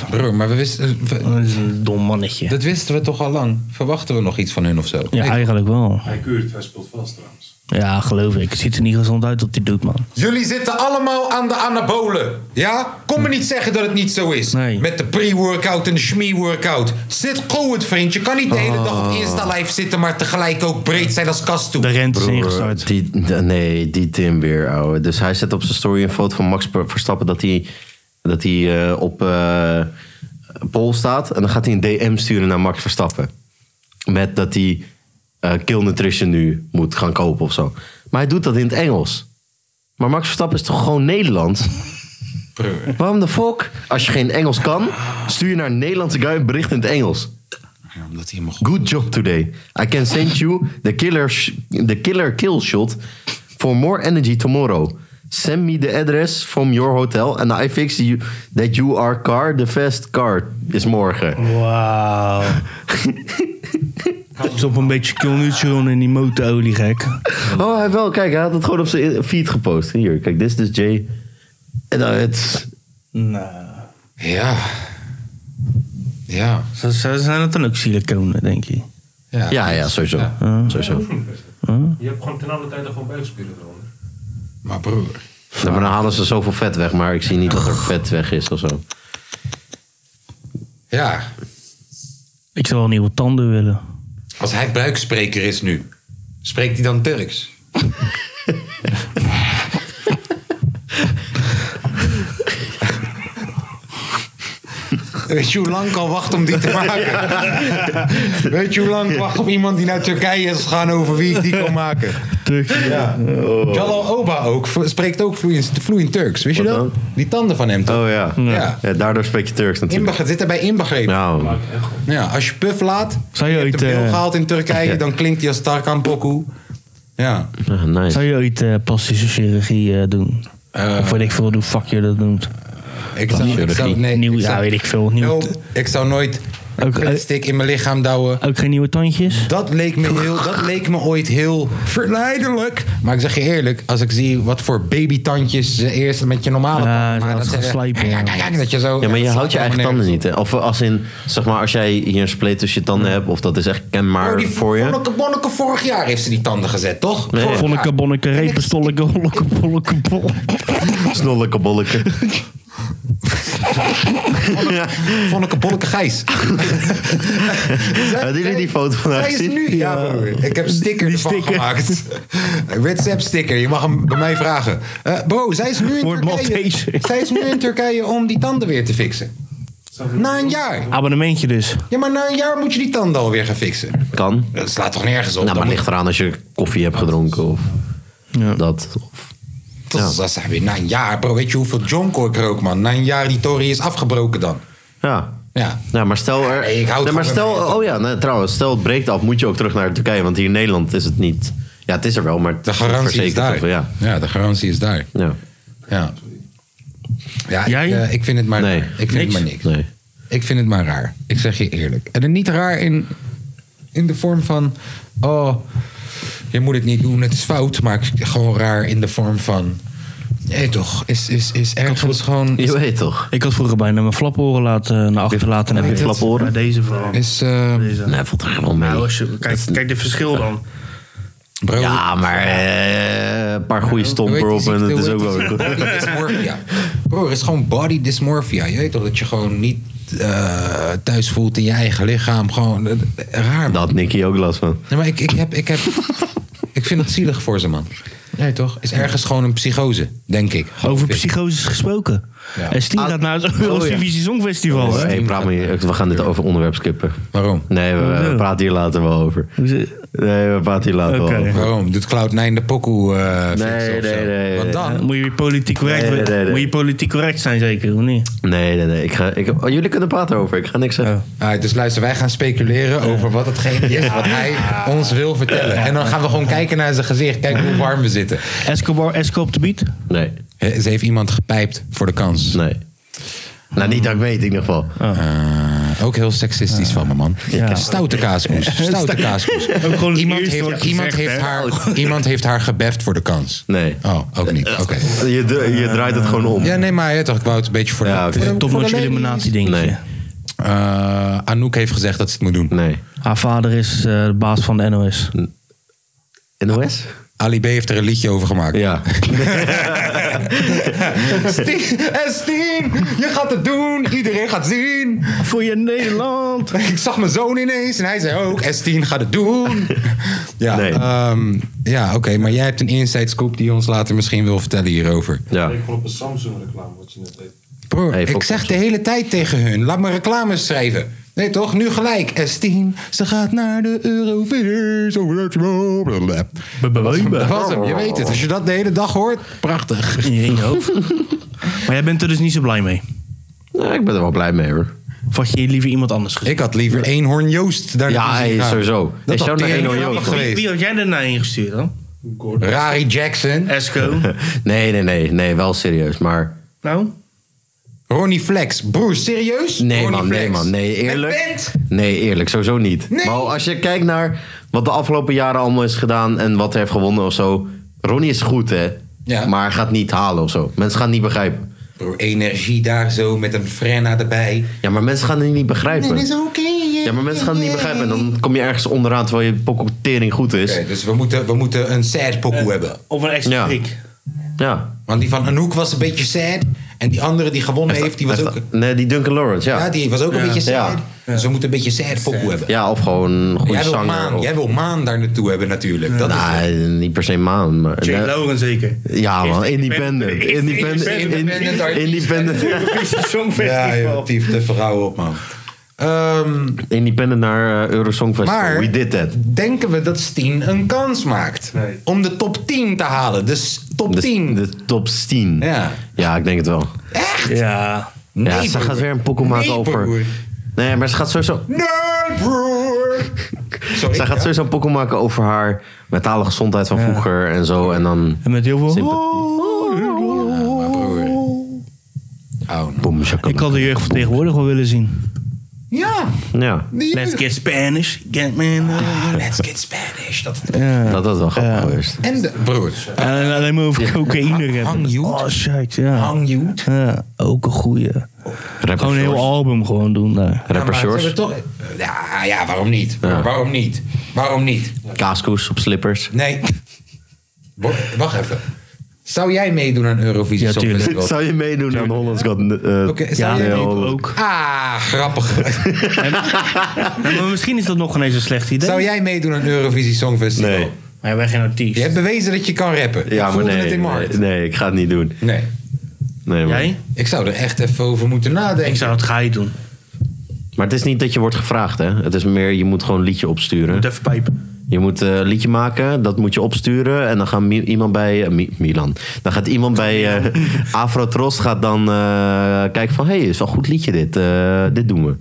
Speaker 2: Bro, maar we wisten, we-
Speaker 1: Dat is een dom mannetje.
Speaker 2: dat wisten we toch al lang. Verwachten we nog iets van hun of zo?
Speaker 1: Ja,
Speaker 2: Nee.
Speaker 1: eigenlijk wel.
Speaker 5: Hij keurt, hij speelt vast trouwens.
Speaker 1: Ja, geloof ik. Het ziet er niet gezond uit wat hij doet, man.
Speaker 2: Jullie zitten allemaal aan de anabolen. Ja? Kom me niet zeggen dat het niet zo is.
Speaker 1: Nee.
Speaker 2: Met de pre-workout en de shmee-workout. Zit goed, vriend. Je kan niet de hele dag op Insta-live zitten, maar tegelijk ook breed zijn als kast toe.
Speaker 1: De rente is ingestart.
Speaker 3: Die, de- nee, die Tim weer, ouwe. Dus hij zet op zijn story een foto van Max Verstappen dat hij, dat hij eh, op eh pol staat. En dan gaat hij een DM sturen naar Max Verstappen. Met dat hij eh, Kill Nutrition nu moet gaan kopen of zo. Maar hij doet dat in het Engels. Maar Max Verstappen is toch gewoon Nederlands? Waarom de fuck? Als je geen Engels kan, stuur je naar een Nederlandse guy een bericht in het Engels.
Speaker 2: Omdat hij mocht.
Speaker 3: Good job today. I can send you the killer, sh- the killer kill shot for more energy tomorrow. Send me the address from your hotel and I fix you that you are car the best car is morgen.
Speaker 1: Wauw. Stop een beetje Kill Neutron in die motorolie, gek.
Speaker 3: Oh, hij wel. Kijk, hij had het gewoon op zijn feed gepost. Hier, kijk, dit is dus Jay. En dan het...
Speaker 1: Nou.
Speaker 2: Ja. Ja.
Speaker 1: Ze ze- zijn het dan ook siliconen, denk je?
Speaker 3: Ja, ja, sowieso. sowieso.
Speaker 5: Je hebt gewoon ten alle tijde gewoon buikspieren eronder.
Speaker 2: Maar broer.
Speaker 3: Ja, maar dan halen ze zoveel vet weg, maar ik zie niet dat er vet weg is of zo.
Speaker 2: Ja.
Speaker 1: Ik zou wel nieuwe tanden willen.
Speaker 2: Als hij buikspreker is nu, spreekt hij dan Turks? Weet je hoe lang ik al wacht om die te maken? Weet je hoe lang ik wacht op iemand die naar Turkije is gegaan over wie ik die kan maken? Turks, ja. Jalal Oba ook, v- spreekt ook vloeiend, vloeiend Turks, wist je
Speaker 3: Wat
Speaker 2: dat?
Speaker 3: dan?
Speaker 2: Die tanden van hem toch?
Speaker 3: Oh ja.
Speaker 2: Ja.
Speaker 3: Ja, daardoor spreek je Turks natuurlijk.
Speaker 2: Inbegre- zit erbij inbegrepen.
Speaker 3: Nou,
Speaker 2: Ja, als je puf laat,
Speaker 1: Zou je
Speaker 2: je hebt
Speaker 1: ooit,
Speaker 2: de bril
Speaker 1: eh,
Speaker 2: gehaald in Turkije,
Speaker 3: ja.
Speaker 2: dan klinkt hij als Tarkan Poku. Ja.
Speaker 3: ja, nice.
Speaker 1: Zou je ooit eh, plastische chirurgie eh, doen? of weet ik veel hoe fuck je dat noemt.
Speaker 2: Ik zou, ik zou, nee,
Speaker 1: Nieuw-
Speaker 2: ik
Speaker 1: ja,
Speaker 2: zou-
Speaker 1: weet ik veel. Nieuw,
Speaker 2: No, ik zou nooit een
Speaker 1: Ook- eh,
Speaker 2: plastic in mijn lichaam douwen.
Speaker 1: Ook geen nieuwe tandjes?
Speaker 2: Dat leek, me heel, dat leek me ooit heel verleidelijk. Maar ik zeg je eerlijk, als ik zie wat voor babytandjes ze eerst met je normale
Speaker 1: Ja,
Speaker 2: tanden
Speaker 1: ze
Speaker 2: maken.
Speaker 1: hadden
Speaker 2: Dat, ze-
Speaker 1: geslijpen, ja.
Speaker 2: kijk, kijk, dat je zo...
Speaker 3: Ja, maar je
Speaker 2: dat
Speaker 3: houdt je
Speaker 2: slaat
Speaker 3: eigen
Speaker 2: helemaal
Speaker 3: tanden
Speaker 2: nergens
Speaker 3: niet, hè? Of als in, zeg maar, als jij hier een spleet tussen je tanden hebt, of dat is echt
Speaker 2: op.
Speaker 3: kenbaar
Speaker 2: Oh, die
Speaker 3: voor je.
Speaker 2: Bonneke, Bonneke vorig jaar heeft ze die tanden gezet, toch?
Speaker 3: Nee.
Speaker 2: Vorig
Speaker 1: Vonneke,
Speaker 2: jaar.
Speaker 1: bonneke, repen, stolleke, holleke, bolleke, bolleke.
Speaker 3: Snolleke bolleke.
Speaker 2: Vonneke Bolleke Gijs.
Speaker 3: Hadden jullie die foto van haar
Speaker 2: Zij is
Speaker 3: gezien?
Speaker 2: nu, ja, broer. Ik heb sticker ervan gemaakt. WhatsApp sticker, je mag hem bij mij vragen. Eh, bro, zij is, nu in
Speaker 1: Wordt
Speaker 2: Turkije,
Speaker 1: Maltese.
Speaker 2: zij is nu in Turkije om die tanden weer te fixen. Na een jaar.
Speaker 1: Abonnementje dus.
Speaker 2: Ja, maar na een jaar moet je die tanden alweer gaan fixen.
Speaker 3: Kan.
Speaker 2: Dat slaat toch nergens op?
Speaker 3: Nou, maar
Speaker 2: Dan
Speaker 3: ligt eraan als je koffie hebt gedronken of dat. Of,
Speaker 2: moet- dat is- dat zijn weer na een jaar, bro. Weet je hoeveel jonko ik rook, man? Na een jaar die tory is afgebroken dan.
Speaker 3: ja.
Speaker 2: Ja.
Speaker 3: Ja, maar stel er.
Speaker 2: Nee, ik houd
Speaker 3: nee, maar
Speaker 2: van
Speaker 3: stel.
Speaker 2: mijn eigen
Speaker 3: Oh ja, nee, trouwens, stel het breekt af, moet je ook terug naar Turkije, want hier in Nederland is het niet. Ja, het is er wel, maar het
Speaker 2: De garantie is
Speaker 3: verzekerd of-
Speaker 2: daar.
Speaker 3: Ja.
Speaker 2: ja, de garantie is daar.
Speaker 3: ja.
Speaker 2: Ja. Ja,
Speaker 1: Jij?
Speaker 2: Ik, eh, ik vind het maar
Speaker 3: Nee.
Speaker 2: Ik vind het
Speaker 1: Niks?
Speaker 2: maar niks.
Speaker 3: Nee.
Speaker 2: Ik vind het maar raar. Ik zeg je eerlijk. En dan niet raar in, in de vorm van... Oh, je moet het niet doen, het is fout. Maar ik- gewoon raar in de vorm van... Nee toch, is, is, is ergens gewoon...
Speaker 3: Je weet toch?
Speaker 1: Ik had vroeger bijna mijn flaporen laten, eh, naar achter laten.
Speaker 3: Heb je flaporen?
Speaker 1: Maar Deze vooral.
Speaker 2: Is, eh,
Speaker 3: Nee, valt er wel mee.
Speaker 1: Nou, als je- kijk, kijk de verschil dan.
Speaker 2: bro,
Speaker 3: Ja, maar eh, een paar goede
Speaker 2: hoe
Speaker 3: stompen
Speaker 2: heet die
Speaker 3: erop en
Speaker 2: ziekte?
Speaker 3: het is
Speaker 2: Hoe
Speaker 3: ook wel
Speaker 2: heet die
Speaker 3: weer goed.
Speaker 2: Body dysmorphia. Bro, er is gewoon body dysmorphia. Je weet toch, dat je gewoon niet eh, thuis voelt in je eigen lichaam. Gewoon eh, raar,
Speaker 3: Daar had Nicky ook last van.
Speaker 2: Nee, maar ik, ik heb... Ik, heb, ik vind het zielig voor ze, man. Nee, toch? Is ergens gewoon een psychose, denk ik.
Speaker 1: Over
Speaker 2: psychose.
Speaker 1: psychoses gesproken.
Speaker 2: Ja.
Speaker 1: En Steen gaat naar het Eurovisie Songfestival. hè?
Speaker 3: Hey, praat maar hier- we gaan dit over onderwerp skippen.
Speaker 2: Waarom?
Speaker 1: Oh,
Speaker 3: Nee, we, we praten hier later wel over.
Speaker 1: Hoe ze-
Speaker 3: Nee, we praten hier later
Speaker 1: Oké.
Speaker 3: wel over.
Speaker 2: Waarom? Doet Cloud9 de pokoe eh fixen
Speaker 3: Nee,
Speaker 2: of
Speaker 3: nee,
Speaker 2: zo?
Speaker 3: nee,
Speaker 2: Want
Speaker 3: nee.
Speaker 2: dan?
Speaker 1: Ja, Moet je weer politiek correct,
Speaker 3: Nee, nee, nee.
Speaker 1: Moet je politiek correct zijn zeker, of niet?
Speaker 3: Nee, nee, nee. Ik ga, ik, oh, jullie kunnen praten over. Ik ga niks
Speaker 1: Oh.
Speaker 3: zeggen.
Speaker 2: Ah, dus luister, wij gaan speculeren over wat hetgene is wat hij ons wil vertellen. En dan gaan we gewoon kijken naar zijn gezicht, kijken hoe warm we zitten.
Speaker 1: Escobar, Esco op de beat?
Speaker 3: Nee,
Speaker 2: Hè, Ze heeft iemand gepijpt voor de kans.
Speaker 3: nee. Nou, niet dat ik weet in ieder geval.
Speaker 1: Oh.
Speaker 2: Eh, ook heel seksistisch van me, man.
Speaker 1: Ja.
Speaker 2: Stoute kaaskoes, stoute kaaskoes.
Speaker 1: Ook gewoon het
Speaker 2: Iemand
Speaker 1: eerste
Speaker 2: heeft,
Speaker 1: wordt
Speaker 2: iemand,
Speaker 1: gezegd,
Speaker 2: heeft
Speaker 1: hè?
Speaker 2: haar, iemand heeft haar gebeft voor de kans.
Speaker 3: Nee. Eh,
Speaker 2: Oh, ook niet. Oké.
Speaker 3: Je, dra- je draait het gewoon om.
Speaker 2: Ja, nee, maar hè, toch, ik wou het een beetje voor de...
Speaker 3: Ja, oké.
Speaker 2: voor de- voor de
Speaker 1: Topnotch
Speaker 2: ladies.
Speaker 1: illuminatie dingetje.
Speaker 3: Nee.
Speaker 2: Eh, Anouk heeft gezegd dat ze het moet doen.
Speaker 3: Nee.
Speaker 1: Haar vader is eh, de baas van de NOS.
Speaker 3: NOS?
Speaker 2: Ali B heeft er een liedje over gemaakt.
Speaker 3: Ja.
Speaker 2: Stien, en Stien, je gaat het doen. Iedereen gaat zien.
Speaker 1: Voor je Nederland!
Speaker 2: Ik zag mijn zoon ineens en hij zei ook, S10 gaat het doen. Ja,
Speaker 3: Nee.
Speaker 2: ehm, ja oké, maar jij hebt een inside scoop die je ons later misschien wil vertellen hierover.
Speaker 3: Ja.
Speaker 5: Ik op een Samsung reclame wat je net deed.
Speaker 2: Bro,
Speaker 3: Hey,
Speaker 2: ik
Speaker 3: volgens
Speaker 2: zeg de hele tijd tegen hun, laat me reclames schrijven. Nee toch, nu gelijk. S10, ze gaat naar de Eurovisie. Blablabla. Dat was hem, je weet het. Als je dat de hele dag hoort, prachtig.
Speaker 1: In je ene hoofd. Maar jij bent er dus niet zo blij mee.
Speaker 3: Nou, ik ben er wel blij mee hoor.
Speaker 1: Of had je liever iemand anders gezien?
Speaker 2: Ik had liever Eenhoorn Joost daar
Speaker 3: Ja,
Speaker 2: naartoe zien
Speaker 3: hij is
Speaker 2: gaan.
Speaker 3: sowieso. Hij
Speaker 2: Dat
Speaker 3: is
Speaker 2: had
Speaker 3: zo naar
Speaker 2: tering
Speaker 3: Eenhoorn
Speaker 2: grappig
Speaker 3: Joost
Speaker 2: geweest.
Speaker 1: Wie had jij daarna ingestuurd dan?
Speaker 5: Gordon.
Speaker 2: Rari
Speaker 1: Eh.
Speaker 2: Jackson,
Speaker 1: Esco?
Speaker 3: Nee, nee, nee. Nee, wel serieus. Maar
Speaker 1: nou?
Speaker 2: Ronnie Flex. Broer, serieus?
Speaker 3: nee
Speaker 2: Ronnie
Speaker 3: man, nee
Speaker 2: Flex.
Speaker 3: man. Nee, eerlijk.
Speaker 2: Met band?
Speaker 3: Nee, eerlijk. Sowieso niet.
Speaker 2: Nee.
Speaker 3: Maar als je kijkt naar wat de afgelopen jaren allemaal is gedaan en wat hij heeft gewonnen of zo. Ronnie is goed hè.
Speaker 2: Ja.
Speaker 3: Maar hij gaat niet halen of zo. Mensen gaan het niet begrijpen.
Speaker 2: Bro, energie daar zo met een frenna erbij.
Speaker 3: Ja, maar mensen gaan het niet begrijpen.
Speaker 2: oké.
Speaker 3: Ja, maar mensen gaan het niet begrijpen. En dan kom je ergens onderaan terwijl je pokkotering goed is.
Speaker 2: Oké, dus we moeten, we moeten een sad pokoe hebben.
Speaker 1: Of een extra
Speaker 3: Ja.
Speaker 1: prik.
Speaker 3: Ja.
Speaker 2: Want die van Anouk was een beetje sad. En die andere die gewonnen heeft, die was ook,
Speaker 3: Nee, die Duncan Lawrence, ja.
Speaker 2: ja, die was ook een beetje sad.
Speaker 3: Ja.
Speaker 2: Dus we moeten een beetje sad pokoe hebben.
Speaker 3: Ja, of gewoon een goede
Speaker 2: Jij wil,
Speaker 3: zanger.
Speaker 2: maan,
Speaker 3: of-
Speaker 2: jij wil Maan daar naartoe hebben natuurlijk. Dat is het.
Speaker 3: Nou, niet per se maan, maar...
Speaker 1: Jay
Speaker 3: Nee.
Speaker 1: Lauren zeker.
Speaker 3: Ja, man, independent. Independent.
Speaker 1: Independent.
Speaker 2: Independent
Speaker 3: Independent.
Speaker 2: artiest.
Speaker 3: Independent,
Speaker 2: ja, joh,
Speaker 1: Songfestival.
Speaker 2: tief de vrouwen op, man. Ehm,
Speaker 3: independent naar eh, Eurosong Festival.
Speaker 2: maar
Speaker 3: We did that.
Speaker 2: denken we dat Steen een kans maakt
Speaker 5: Nee.
Speaker 2: om de top 10 te halen? Dus top
Speaker 3: De,
Speaker 2: 10.
Speaker 3: de top 10.
Speaker 2: Ja.
Speaker 3: ja, ik denk het wel.
Speaker 2: Echt?
Speaker 1: Ja.
Speaker 2: Nee,
Speaker 3: ja, ze
Speaker 2: broer.
Speaker 3: gaat weer een pokoe
Speaker 2: Nee,
Speaker 3: maken over...
Speaker 2: broer.
Speaker 3: Nee, maar ze gaat sowieso...
Speaker 2: Nee, broer! Sorry,
Speaker 3: Zij gaat sowieso een pokoe maken over haar mentale gezondheid van vroeger en zo. En dan...
Speaker 1: En met heel veel...
Speaker 3: Sympathie.
Speaker 2: maar broer. Oh, no.
Speaker 3: Boom, shakalaka.
Speaker 1: Ik had de jeugd van tegenwoordig wel willen zien.
Speaker 2: Ja,
Speaker 3: Ja,
Speaker 2: die
Speaker 1: Let's
Speaker 2: jeugd.
Speaker 1: get Spanish. Get man.
Speaker 2: Ah, let's get Spanish. Dat...
Speaker 1: Ja.
Speaker 3: dat was wel grappig geweest.
Speaker 2: En de... Broer.
Speaker 1: En alleen maar over cocaïne rappen.
Speaker 2: Hang Youth.
Speaker 1: Oh shit, ja.
Speaker 2: Hang you.
Speaker 1: Ja, ook een goeie.
Speaker 3: Rapper
Speaker 1: Gewoon een heel
Speaker 3: Shores.
Speaker 1: album gewoon doen. daar.
Speaker 3: Rapper Shores.
Speaker 2: toch... Ja, ja, waarom niet? Waarom niet? Waarom niet?
Speaker 3: Kaaskoes op slippers.
Speaker 2: Nee. Bo- Wacht even. Zou jij meedoen aan Eurovisie
Speaker 1: Ja, tuurlijk.
Speaker 2: Songfestival?
Speaker 3: Zou je meedoen aan Hollands Got eh,
Speaker 2: Oké, zou
Speaker 1: Ja,
Speaker 2: jij
Speaker 1: nee,
Speaker 2: meedoen?
Speaker 1: ook.
Speaker 2: Ah, grappig.
Speaker 1: Ja, maar misschien is dat nog geen eens een slecht idee.
Speaker 2: Zou jij meedoen aan Eurovisie Songfestival?
Speaker 3: Nee.
Speaker 1: Maar ja, wij geen artiest.
Speaker 2: Je hebt bewezen dat je kan rappen.
Speaker 3: Ja,
Speaker 2: ik
Speaker 3: maar
Speaker 2: voelde
Speaker 3: nee,
Speaker 2: het in
Speaker 3: nee,
Speaker 2: Mart.
Speaker 3: nee, ik ga het niet doen.
Speaker 2: Nee.
Speaker 3: Nee, maar.
Speaker 1: Jij?
Speaker 2: Ik zou er echt even over moeten nadenken.
Speaker 1: Ik zou het ga je doen.
Speaker 3: maar het is niet dat je wordt gevraagd, hè? Het is meer, je moet gewoon een liedje opsturen.
Speaker 1: Moet even pijpen.
Speaker 3: Je moet eh, een liedje maken, dat moet je opsturen. En dan gaat Mi- iemand bij... eh, Mi- Milan. Dan gaat iemand bij eh Afrotros gaat dan eh, kijken van... Hé, hey, is wel een goed liedje dit. Eh, dit doen we.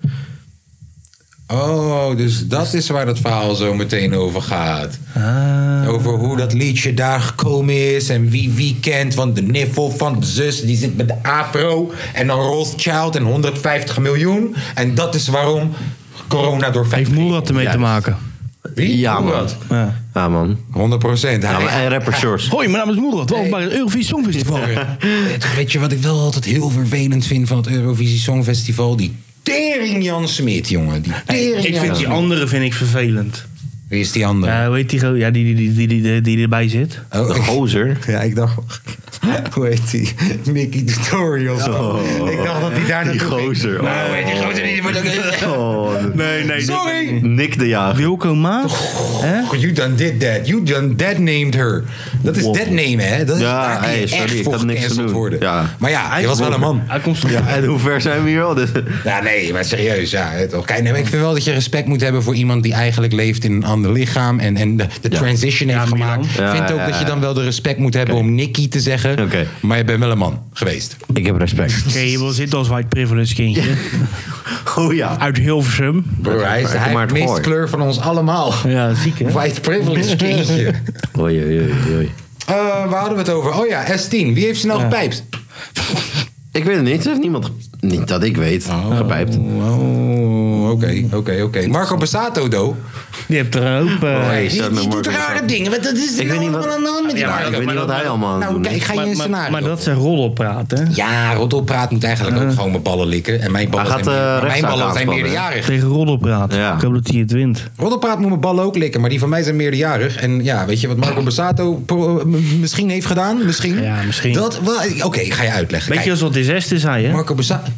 Speaker 2: Oh, dus dat is waar dat verhaal zo meteen over gaat. Over hoe dat liedje daar gekomen is en wie wie kent. Want de niffel van de zus die zit met de afro en dan Rothschild en 150 miljoen. En dat is waarom corona door vijf
Speaker 1: Heeft Moerat ermee te maken?
Speaker 2: Wie?
Speaker 3: Ja,
Speaker 2: Hoe
Speaker 3: man.
Speaker 2: dat?
Speaker 1: Ja.
Speaker 2: 100 procent.
Speaker 3: Ja, eh, man. En rapper Shores.
Speaker 1: Hoi, mijn naam is Moerat. Welkom bij het Eurovisie Songfestival.
Speaker 2: Weet je wat ik wel altijd heel vervelend vind van het Eurovisie Songfestival? Die tering Jan Smit, jongen. Die tering
Speaker 1: Ik vind die andere vind ik vervelend.
Speaker 2: Wie is die andere?
Speaker 1: Ja, weet die, gro- ja die, die, die, die, die, die erbij zit.
Speaker 2: Oh,
Speaker 3: De
Speaker 2: ik-
Speaker 3: gozer.
Speaker 2: Ja, ik dacht. hoe heet die? Mickey Dory of zo. Ik dacht dat hij daar
Speaker 3: Oh, Die
Speaker 2: naartoe ging.
Speaker 3: gozer.
Speaker 2: Nou, weet die gozer niet, die wordt ook...
Speaker 3: Oh,
Speaker 6: Nee, nee.
Speaker 2: Sorry!
Speaker 3: Nick de Jager.
Speaker 1: Wilco Maas? Hè?
Speaker 2: You done did that. You done that named her. Dat is
Speaker 3: Wow.
Speaker 2: dead name, hè? Dat is
Speaker 3: Ja,
Speaker 2: daar kun je
Speaker 3: hey, sorry,
Speaker 2: echt
Speaker 3: ik
Speaker 2: voor
Speaker 3: had niks te
Speaker 2: gecanceld
Speaker 3: doen.
Speaker 2: worden.
Speaker 3: Ja.
Speaker 2: Maar ja, hij was wel een man.
Speaker 1: Hij komt van
Speaker 3: Ja, en hoe ver zijn we hier al? Dus-
Speaker 2: Ja, nee, maar serieus. Ja, hè, toch. Kijk, nee, maar ik vind wel dat je respect moet hebben voor iemand die eigenlijk leeft in een ander lichaam. En, en de, de
Speaker 3: Ja.
Speaker 2: transition heeft
Speaker 1: Milan.
Speaker 2: gemaakt. Ik
Speaker 3: Ja,
Speaker 2: vind ook
Speaker 3: ja,
Speaker 2: dat je
Speaker 3: ja.
Speaker 2: dan wel de respect moet hebben om Nicky te zeggen.
Speaker 3: Oké.
Speaker 2: Maar je bent wel een man geweest.
Speaker 3: Ik heb respect.
Speaker 1: Oké, je wil zitten als white privilege kindje.
Speaker 3: Oh ja.
Speaker 1: Uit Hilversum.
Speaker 2: Bro, hij is
Speaker 3: maar
Speaker 2: hij
Speaker 3: het
Speaker 2: heeft de meeste
Speaker 3: gooi.
Speaker 2: kleur van ons allemaal.
Speaker 1: Ja, ziek hè?
Speaker 2: White privilege kindje.
Speaker 3: Oei, oei, oei, oei.
Speaker 2: Eh, waar hadden we het over? Oh ja, S10. Wie heeft ze nou gepijpt?
Speaker 3: Ik weet het niet. Er heeft niemand, ge- niet dat ik weet, Oh, gepijpt.
Speaker 2: Oh, oké, oké, oké. Marco Bassato, do.
Speaker 1: Die hebt er een hoop... eh,
Speaker 3: Nee,
Speaker 2: Die,
Speaker 3: staat
Speaker 2: die
Speaker 3: met
Speaker 2: doet
Speaker 3: Marco
Speaker 2: rare
Speaker 3: Borsato.
Speaker 2: dingen. want Dat is
Speaker 3: Ik weet niet wat,
Speaker 2: aan de hand met die
Speaker 3: ja, maar
Speaker 2: Marco.
Speaker 3: ik weet niet wat hij allemaal aan het
Speaker 2: Nou,
Speaker 3: doen
Speaker 2: kijk,
Speaker 3: is.
Speaker 2: ik ga je een
Speaker 1: maar,
Speaker 2: scenario
Speaker 1: maar, maar dat zijn rollen praten. hè?
Speaker 2: Ja, rotoppraat moet eigenlijk ook gewoon met ballen likken. En mijn ballen,
Speaker 3: Hij gaat,
Speaker 2: zijn,
Speaker 3: eh,
Speaker 2: maar mijn
Speaker 3: rechtszaak
Speaker 2: ballen zijn
Speaker 3: aanspannen, hè?
Speaker 2: meerderjarig.
Speaker 1: Tegen rollen praten.
Speaker 3: Ja.
Speaker 1: Ik hoop dat hij het wint.
Speaker 2: Roddelpraat moet mijn ballen ook likken, maar die van mij zijn meerderjarig. En ja, weet je wat Marco Bassato pro- m- misschien heeft gedaan? Misschien.
Speaker 1: Ja, misschien.
Speaker 2: Dat, wel- Oké, ik ga je uitleggen.
Speaker 1: Weet je
Speaker 2: Kijk,
Speaker 1: als wat disaster zei hè?
Speaker 2: Marco Bassato...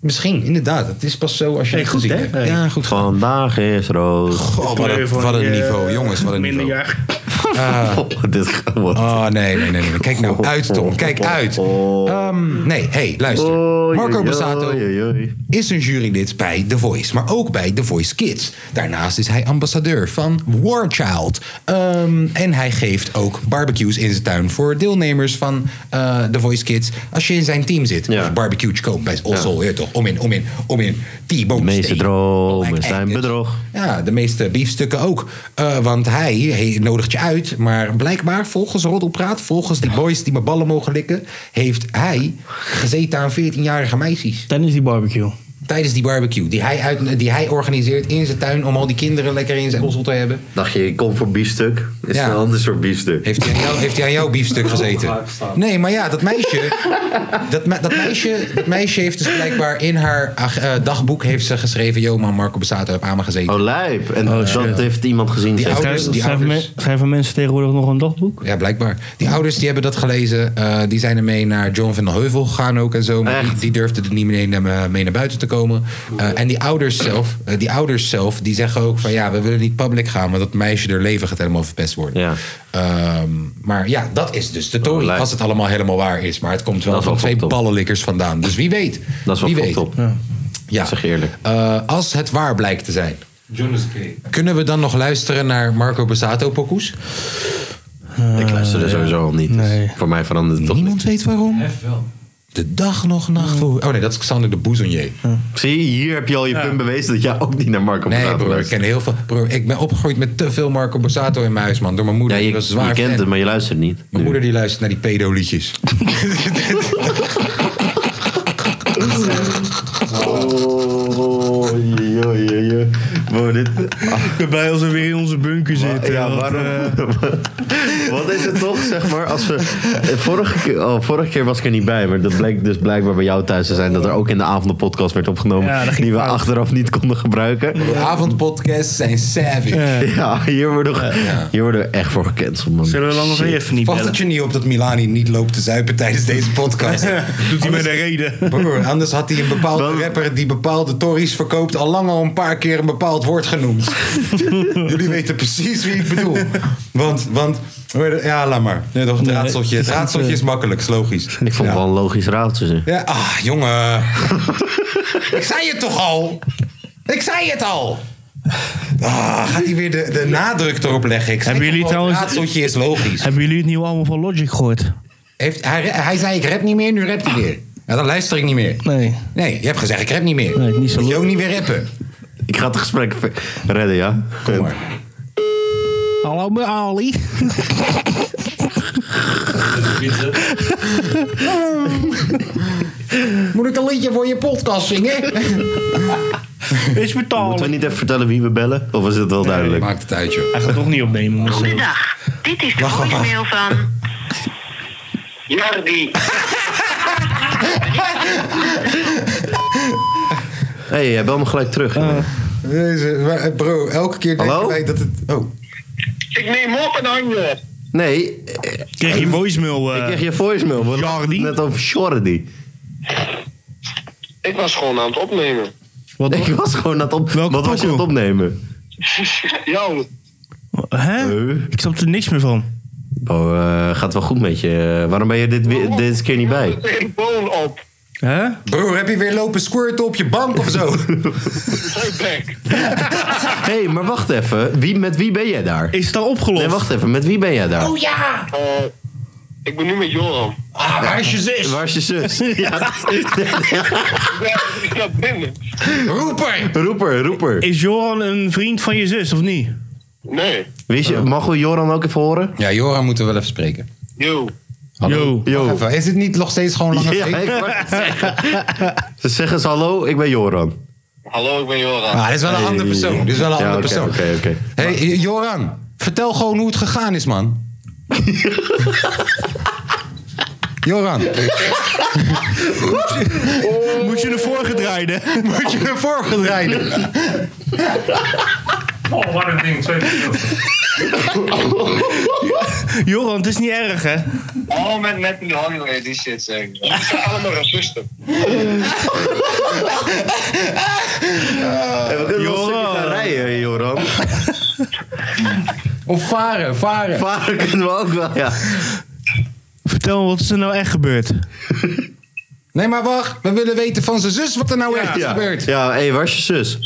Speaker 2: Misschien, inderdaad. Het is pas zo als je
Speaker 1: Hey,
Speaker 2: het
Speaker 1: goed,
Speaker 2: gezien
Speaker 1: hè?
Speaker 2: hebt.
Speaker 1: Hey.
Speaker 2: Ja, goed.
Speaker 3: Vandaag is rood.
Speaker 2: Goh, wat, een, wat een niveau, jongens. Wat een niveau.
Speaker 3: Dit gaat wat.
Speaker 2: Ah. Oh, nee, nee, nee, nee. Kijk
Speaker 1: Oh.
Speaker 2: nou uit, Tom. Kijk uit. Ehm, nee, hey, luister.
Speaker 3: Oei,
Speaker 2: Marco
Speaker 3: oei,
Speaker 2: Bassato
Speaker 3: oei, oei.
Speaker 2: is een jurylid bij The Voice, maar ook bij The Voice Kids. Daarnaast is hij ambassadeur van War Child. Ehm, en hij geeft ook barbecues in zijn tuin voor deelnemers van eh, The Voice Kids. Als je in zijn team zit,
Speaker 3: Ja.
Speaker 2: of barbecue koopt bij Ossol, ja. toch? Om in, om in, om in Oh, T-bone
Speaker 3: De meeste
Speaker 2: steak.
Speaker 3: dromen
Speaker 2: Like,
Speaker 3: zijn
Speaker 2: echt.
Speaker 3: bedrog.
Speaker 2: Ja, de meeste biefstukken ook. Eh, want hij, hij nodigt je uit, maar blijkbaar volgens Roddelpraat, volgens die boys die mijn ballen mogen likken, heeft hij gezeten aan 14-jarige meisjes
Speaker 1: Tijdens die barbecue.
Speaker 2: tijdens die barbecue die hij, uit, die hij organiseert in zijn tuin om al die kinderen lekker in zijn ossel te hebben.
Speaker 3: Dacht je, ik kom voor biefstuk. Is
Speaker 2: Ja.
Speaker 3: een ander soort biefstuk.
Speaker 2: Heeft hij aan, jou, heeft hij aan jouw biefstuk gezeten? Nee, maar ja, dat meisje, dat, me- dat meisje, dat meisje heeft dus blijkbaar in haar ag- eh, dagboek heeft ze geschreven, yo man, Marco Bassato heeft aan me gezeten.
Speaker 3: Oh, lijp. En dat heeft iemand gezien.
Speaker 2: Die
Speaker 3: zeg.
Speaker 2: oude-
Speaker 1: Schrijven,
Speaker 2: Ouders, die
Speaker 1: schrijven
Speaker 2: ouders.
Speaker 1: men- schrijven mensen tegenwoordig nog een dagboek?
Speaker 2: Ja, blijkbaar. Die ouders die hebben dat gelezen. eh, die zijn ermee naar John van den Heuvel gegaan ook en zo. Maar die,
Speaker 3: Echt?
Speaker 2: die durfden er niet mee naar, eh, mee naar buiten te komen. Eh, en die ouders, zelf, eh, die ouders zelf, die zeggen ook van... ja, we willen niet public gaan, want dat meisje, haar leven gaat helemaal verpest worden.
Speaker 3: Ja.
Speaker 2: Ehm, maar ja, dat is dus de
Speaker 3: Oh,
Speaker 2: tory.
Speaker 3: lijp.
Speaker 2: als het allemaal helemaal waar is. Maar het komt wel
Speaker 3: Dat is
Speaker 2: van
Speaker 3: wel
Speaker 2: twee
Speaker 3: fucked up.
Speaker 2: ballenlikkers vandaan. Dus wie weet.
Speaker 3: Dat is wel
Speaker 2: wie
Speaker 3: fucked
Speaker 2: weet.
Speaker 3: up.
Speaker 2: Ja.
Speaker 3: Zeg je eerlijk.
Speaker 2: Eh, als het waar blijkt te zijn...
Speaker 5: John is gay.
Speaker 2: kunnen we dan nog luisteren naar Marco Bassato-pokoes?
Speaker 3: ik luister er sowieso al niet. dus
Speaker 1: Nee.
Speaker 3: voor mij verandert het toch niet.
Speaker 2: Eh, Niemand weet waarom.
Speaker 5: Hef wel.
Speaker 2: De dag nog nacht voor. Oh nee, dat is Xander de Boezonje.
Speaker 3: Zie, je, hier heb je al je punt bewezen dat jij ook niet naar Marco
Speaker 2: Nee,
Speaker 3: Borsato
Speaker 2: broer, ik
Speaker 3: luistert.
Speaker 2: ken heel veel. Broer, ik ben opgegroeid met te veel Marco Borsato in mijn huis, man. Door mijn moeder.
Speaker 3: Ja,
Speaker 2: die
Speaker 3: je,
Speaker 2: was zwaar
Speaker 3: je
Speaker 2: fan.
Speaker 3: kent het, maar je luistert niet.
Speaker 2: Mijn moeder die luistert naar die pedo-liedjes.
Speaker 3: Oh, je, je, je, je. Wow, dit...
Speaker 1: Bij als we weer in onze bunker zitten. eh,
Speaker 3: Ja, waarom? Wat is het toch, zeg maar, als we... eh, Vorige keer, oh, vorige keer was ik er niet bij, maar dat bleek dus blijkbaar bij jou thuis te zijn... dat er ook in de avond een podcast werd opgenomen
Speaker 1: Ja, dat ging
Speaker 3: die we
Speaker 1: fout.
Speaker 3: achteraf niet konden gebruiken.
Speaker 2: De avondpodcasts zijn savage.
Speaker 3: Ja, hier worden, we- hier worden we echt voor gecanceld, man.
Speaker 1: Zullen we lang nog even niet
Speaker 2: Valt
Speaker 1: bellen?
Speaker 2: het je niet op dat Milani niet loopt te zuipen tijdens deze podcast?
Speaker 1: Doet hij met een reden.
Speaker 2: Broer, anders had hij een bepaalde
Speaker 3: Dan-
Speaker 2: rapper die bepaalde Tories verkoopt al lang al een paar keer een bepaald woord genoemd. Jullie weten precies wie ik bedoel. Want, want ja, laat maar. Nee, toch, het raadseltje. Het raadseltje is makkelijk, is logisch.
Speaker 3: Ik vond
Speaker 2: ja.
Speaker 3: het wel een logisch raaltje, zeg.
Speaker 2: Ja, ah, jongen. ik zei het toch al? Ik zei het al. Ah, gaat hij weer de, de nadruk erop leggen? Ik zei
Speaker 1: Hebben
Speaker 2: toch
Speaker 1: jullie
Speaker 2: al, het
Speaker 1: trouwens-
Speaker 2: raadseltje is logisch.
Speaker 1: Hebben jullie het nieuwe allemaal van Logic gehoord?
Speaker 2: Heeft, hij, hij zei ik rap niet meer, nu rapt hij weer. Ja, dan luister ik niet meer.
Speaker 1: Nee.
Speaker 2: Nee, je hebt gezegd, ik rap niet meer.
Speaker 1: Nee, niet zo
Speaker 2: Moet je
Speaker 1: leuk.
Speaker 2: ook niet weer rappen.
Speaker 3: Ik ga het gesprek ver- redden, ja?
Speaker 2: Kom maar.
Speaker 1: Hallo, mijn Ali.
Speaker 2: Moet ik een liedje voor je podcast zingen?
Speaker 1: Is
Speaker 3: Eh, Moeten
Speaker 1: betalen.
Speaker 3: we niet even vertellen wie we bellen? Of is het wel duidelijk?
Speaker 2: Maakt het uit, joh.
Speaker 1: Hij gaat toch niet opnemen. maar-
Speaker 7: Goedendag, dit is de
Speaker 2: Wacht, wacht,
Speaker 7: voicemail van... Jordi.
Speaker 3: Hé, hey, jij bel me gelijk terug.
Speaker 2: Deze, maar, eh, bro, elke keer denk
Speaker 3: Hallo?
Speaker 2: wij dat het... Oh.
Speaker 7: Ik neem op en hang weer.
Speaker 3: Nee,
Speaker 1: Kreeg je voicemail? eh?
Speaker 3: ik kreeg je voicemail. we hadden
Speaker 1: Jordi?
Speaker 3: het Net over Jordi.
Speaker 8: Ik was gewoon aan het opnemen.
Speaker 1: Wat?
Speaker 3: Ik was gewoon aan het op...
Speaker 1: Welke
Speaker 3: Wat was je aan
Speaker 1: pokoe?
Speaker 3: het opnemen?
Speaker 8: Jou,
Speaker 1: Hè?
Speaker 3: Eh?
Speaker 1: Ik snap er niks meer van.
Speaker 3: Oh, eh, gaat wel goed met je. Waarom ben je dit, weer- deze keer niet bij?
Speaker 8: de telefoon op.
Speaker 1: Hè?
Speaker 2: Broer, heb je weer lopen squirten op je bank of zo?
Speaker 8: Hey, Beck.
Speaker 3: Hé, hey, maar wacht even. Wie, met wie ben jij daar?
Speaker 1: Is het al opgelost?
Speaker 3: Nee, wacht even. Met wie ben jij
Speaker 2: Oh
Speaker 3: daar?
Speaker 8: Eh, ik ben nu met Joram.
Speaker 2: Waar Ah, is je zus?
Speaker 3: Waar is je zus? ja,
Speaker 8: Ik ben- Ik ga binnen.
Speaker 2: Roeper!
Speaker 3: roeper, roeper.
Speaker 1: Is Johan een vriend van je zus of niet?
Speaker 8: Nee.
Speaker 3: Wist je, mag we Joran ook even horen?
Speaker 2: Ja, Joran moeten we wel even spreken.
Speaker 8: Yo.
Speaker 1: Yo.
Speaker 3: Yo.
Speaker 2: Even, Is het niet nog steeds gewoon lange
Speaker 3: Ja,
Speaker 2: Freek?
Speaker 3: ik wou het zeggen. Ze zeggen eens hallo, ik ben Joran.
Speaker 8: Hallo, ik ben Joram.
Speaker 2: Ah, dit is wel een andere persoon. Dit is wel een
Speaker 3: Ja,
Speaker 2: andere
Speaker 3: oké,
Speaker 2: persoon.
Speaker 3: oké, oké.
Speaker 2: Hey, Joran, vertel gewoon hoe het gegaan is, man. Joran,
Speaker 1: Moet je ervoor gedraaiden?
Speaker 2: moet je ervoor gaan rijden?
Speaker 9: Oh, wat een ding. Twee minuten.
Speaker 1: Johan, het is niet erg, hè?
Speaker 8: Al met met die handelen die shit zeggen. Ze zijn allemaal racisten.
Speaker 3: Hey, we kunnen wel een
Speaker 1: Joran.
Speaker 3: stukje gaan rijden, Joran.
Speaker 2: Of varen, varen.
Speaker 3: Varen kunnen we ook wel, ja.
Speaker 1: Vertel me, wat is er nou echt gebeurd?
Speaker 2: Nee, maar wacht. We willen weten van zijn zus wat er nou echt is
Speaker 3: Ja,
Speaker 2: gebeurd.
Speaker 3: ja hé, waar is je zus?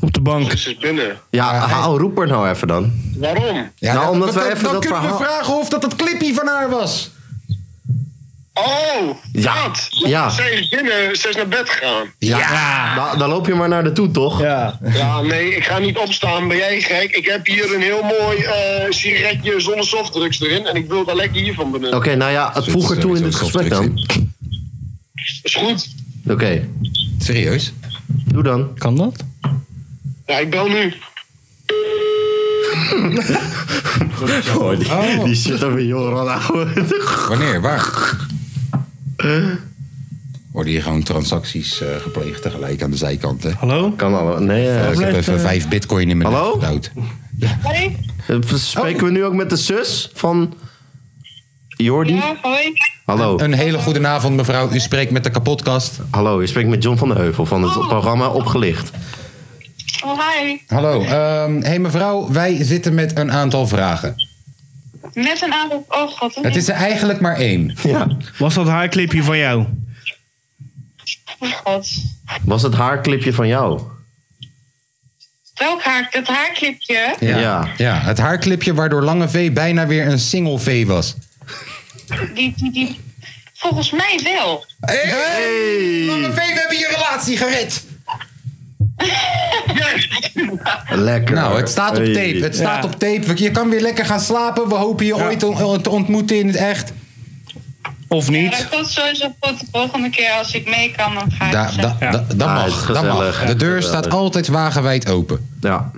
Speaker 1: Op de bank.
Speaker 8: Ze is binnen.
Speaker 3: Ja, haal roeper nou even dan.
Speaker 8: Waarom?
Speaker 2: Ja,
Speaker 3: Nou,
Speaker 2: dan-
Speaker 3: omdat
Speaker 2: dan-
Speaker 3: we even
Speaker 2: dan
Speaker 3: dat
Speaker 2: kunnen we
Speaker 3: verhaal-
Speaker 2: vragen of dat het clipje van haar was.
Speaker 8: Oh,
Speaker 3: Ja.
Speaker 8: dat.
Speaker 3: Ja.
Speaker 8: Ze is binnen, ze is naar bed gegaan.
Speaker 3: Ja. Nou, dan loop je maar naar de toe, toch?
Speaker 1: Ja.
Speaker 8: Ja, nee, ik ga niet opstaan. Ben jij gek? Ik heb hier een heel mooi eh, sigaretje zonder softdrugs erin. En ik wil daar lekker hiervan
Speaker 3: Oké,
Speaker 8: benutten.
Speaker 3: nou ja, het voeg er toe in dit gesprek dan.
Speaker 8: Is goed.
Speaker 3: Oké,
Speaker 2: Serieus?
Speaker 3: doe dan.
Speaker 1: Kan dat?
Speaker 8: Ja, ik bel nu.
Speaker 3: Oh, die,
Speaker 2: Oh.
Speaker 3: die shit over Joran, ouwe.
Speaker 2: Wanneer? Waar? Worden hier gewoon transacties eh, gepleegd tegelijk aan de zijkanten?
Speaker 1: Hallo?
Speaker 3: Kan allemaal. Nee, eh,
Speaker 2: ik heb even vijf bitcoin in mijn
Speaker 3: Hallo?
Speaker 2: nek gedouwd.
Speaker 10: Hoi.
Speaker 3: Eh, Spreken we nu ook met de zus van Jordi?
Speaker 10: Ja, hoi.
Speaker 3: Hallo,
Speaker 2: Een hele goede avond, mevrouw. U spreekt met de kapotkast.
Speaker 3: hallo, je spreekt met John van de Heuvel van het programma Opgelicht.
Speaker 10: Oh, hi.
Speaker 2: Hallo. ehm, hey mevrouw, wij zitten met een aantal vragen.
Speaker 10: Met een aantal... Oh, god.
Speaker 2: Het is er eigenlijk maar één.
Speaker 3: Ja.
Speaker 1: Was dat haar clipje van jou?
Speaker 10: Oh, god.
Speaker 3: Was het haarclipje van jou?
Speaker 10: Welk haar... Het haarklipje?
Speaker 3: Ja.
Speaker 2: ja het haarklipje waardoor Lange V bijna weer een single V was.
Speaker 10: Die, die, die... Volgens mij wel.
Speaker 2: Hey!
Speaker 3: Hey!
Speaker 2: V, we hebben je relatie gered!
Speaker 3: Lekker.
Speaker 2: Nou, het staat op
Speaker 3: Hey.
Speaker 2: tape. Het staat op tape. Je kan weer lekker gaan slapen. We hopen je ooit on- te ontmoeten in het echt.
Speaker 1: Of
Speaker 10: Ja, dat
Speaker 1: niet?
Speaker 10: komt sowieso goed. De volgende keer als ik mee kan, dan ga ik
Speaker 2: Da,
Speaker 10: ze-
Speaker 2: da, da, dat
Speaker 3: Ah, het
Speaker 2: mag,
Speaker 3: is
Speaker 2: dat
Speaker 3: gezellig.
Speaker 2: mag. De deur
Speaker 3: Geweldig.
Speaker 2: staat altijd wagenwijd open.
Speaker 3: Ja.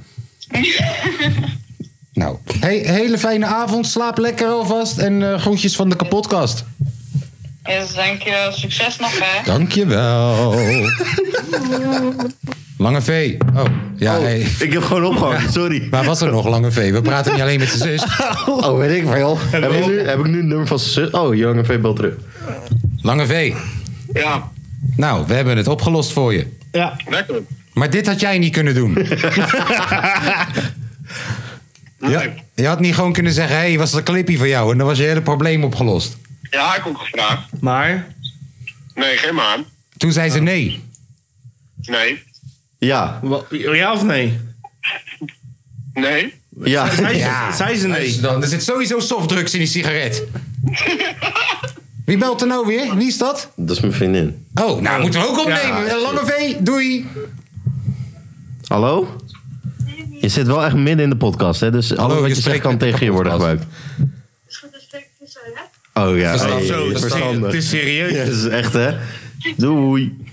Speaker 2: Nou, hey, hele fijne avond. Slaap lekker alvast. En eh, groetjes van de kapotkast.
Speaker 10: Yes, dankjewel. Succes nog, hè.
Speaker 2: Dankjewel. Lange V. Oh, ja,
Speaker 3: Oh,
Speaker 2: hey.
Speaker 3: ik heb gewoon opgehangen, sorry.
Speaker 2: Waar was er nog, Lange V? We praten niet alleen met zijn zus.
Speaker 3: Oh, weet ik veel. Heb ik nu, heb ik nu het nummer van zijn zus? Oh, Johan V. belt terug.
Speaker 2: Lange V.
Speaker 8: Ja,
Speaker 2: Nou, we hebben het opgelost voor je.
Speaker 1: Ja.
Speaker 8: lekker.
Speaker 2: Maar dit had jij niet kunnen doen. Ja, je had niet gewoon kunnen zeggen, hé, hey, was dat een clipje van jou? En dan was je hele probleem opgelost.
Speaker 8: Ja, ik ook gevraagd.
Speaker 1: Maar?
Speaker 8: Nee, geen maan.
Speaker 2: Toen zei ze nee.
Speaker 8: Nee.
Speaker 3: Ja,
Speaker 1: Wa- Ja of nee?
Speaker 8: Nee.
Speaker 3: ja.
Speaker 1: Zei, zei ze nee?
Speaker 2: Dus Dan, er zit sowieso softdrugs in die sigaret. Wie belt er nou weer? Wie is dat?
Speaker 3: Dat is mijn vriendin.
Speaker 2: Oh, nou moeten we ook opnemen.
Speaker 1: Ja.
Speaker 2: Lange V, doei.
Speaker 3: Hallo? Je zit wel echt midden in de podcast, hè? Dus alles
Speaker 2: je
Speaker 3: wat je zegt
Speaker 2: spreekt
Speaker 3: kan
Speaker 2: met de
Speaker 3: tegen je worden
Speaker 2: podcast.
Speaker 3: gebruikt. Oh ja,
Speaker 2: Verstand-
Speaker 3: hey,
Speaker 2: zo,
Speaker 3: verstandig.
Speaker 1: Het is serieus.
Speaker 3: Ja, dat is echt, hè? Doei.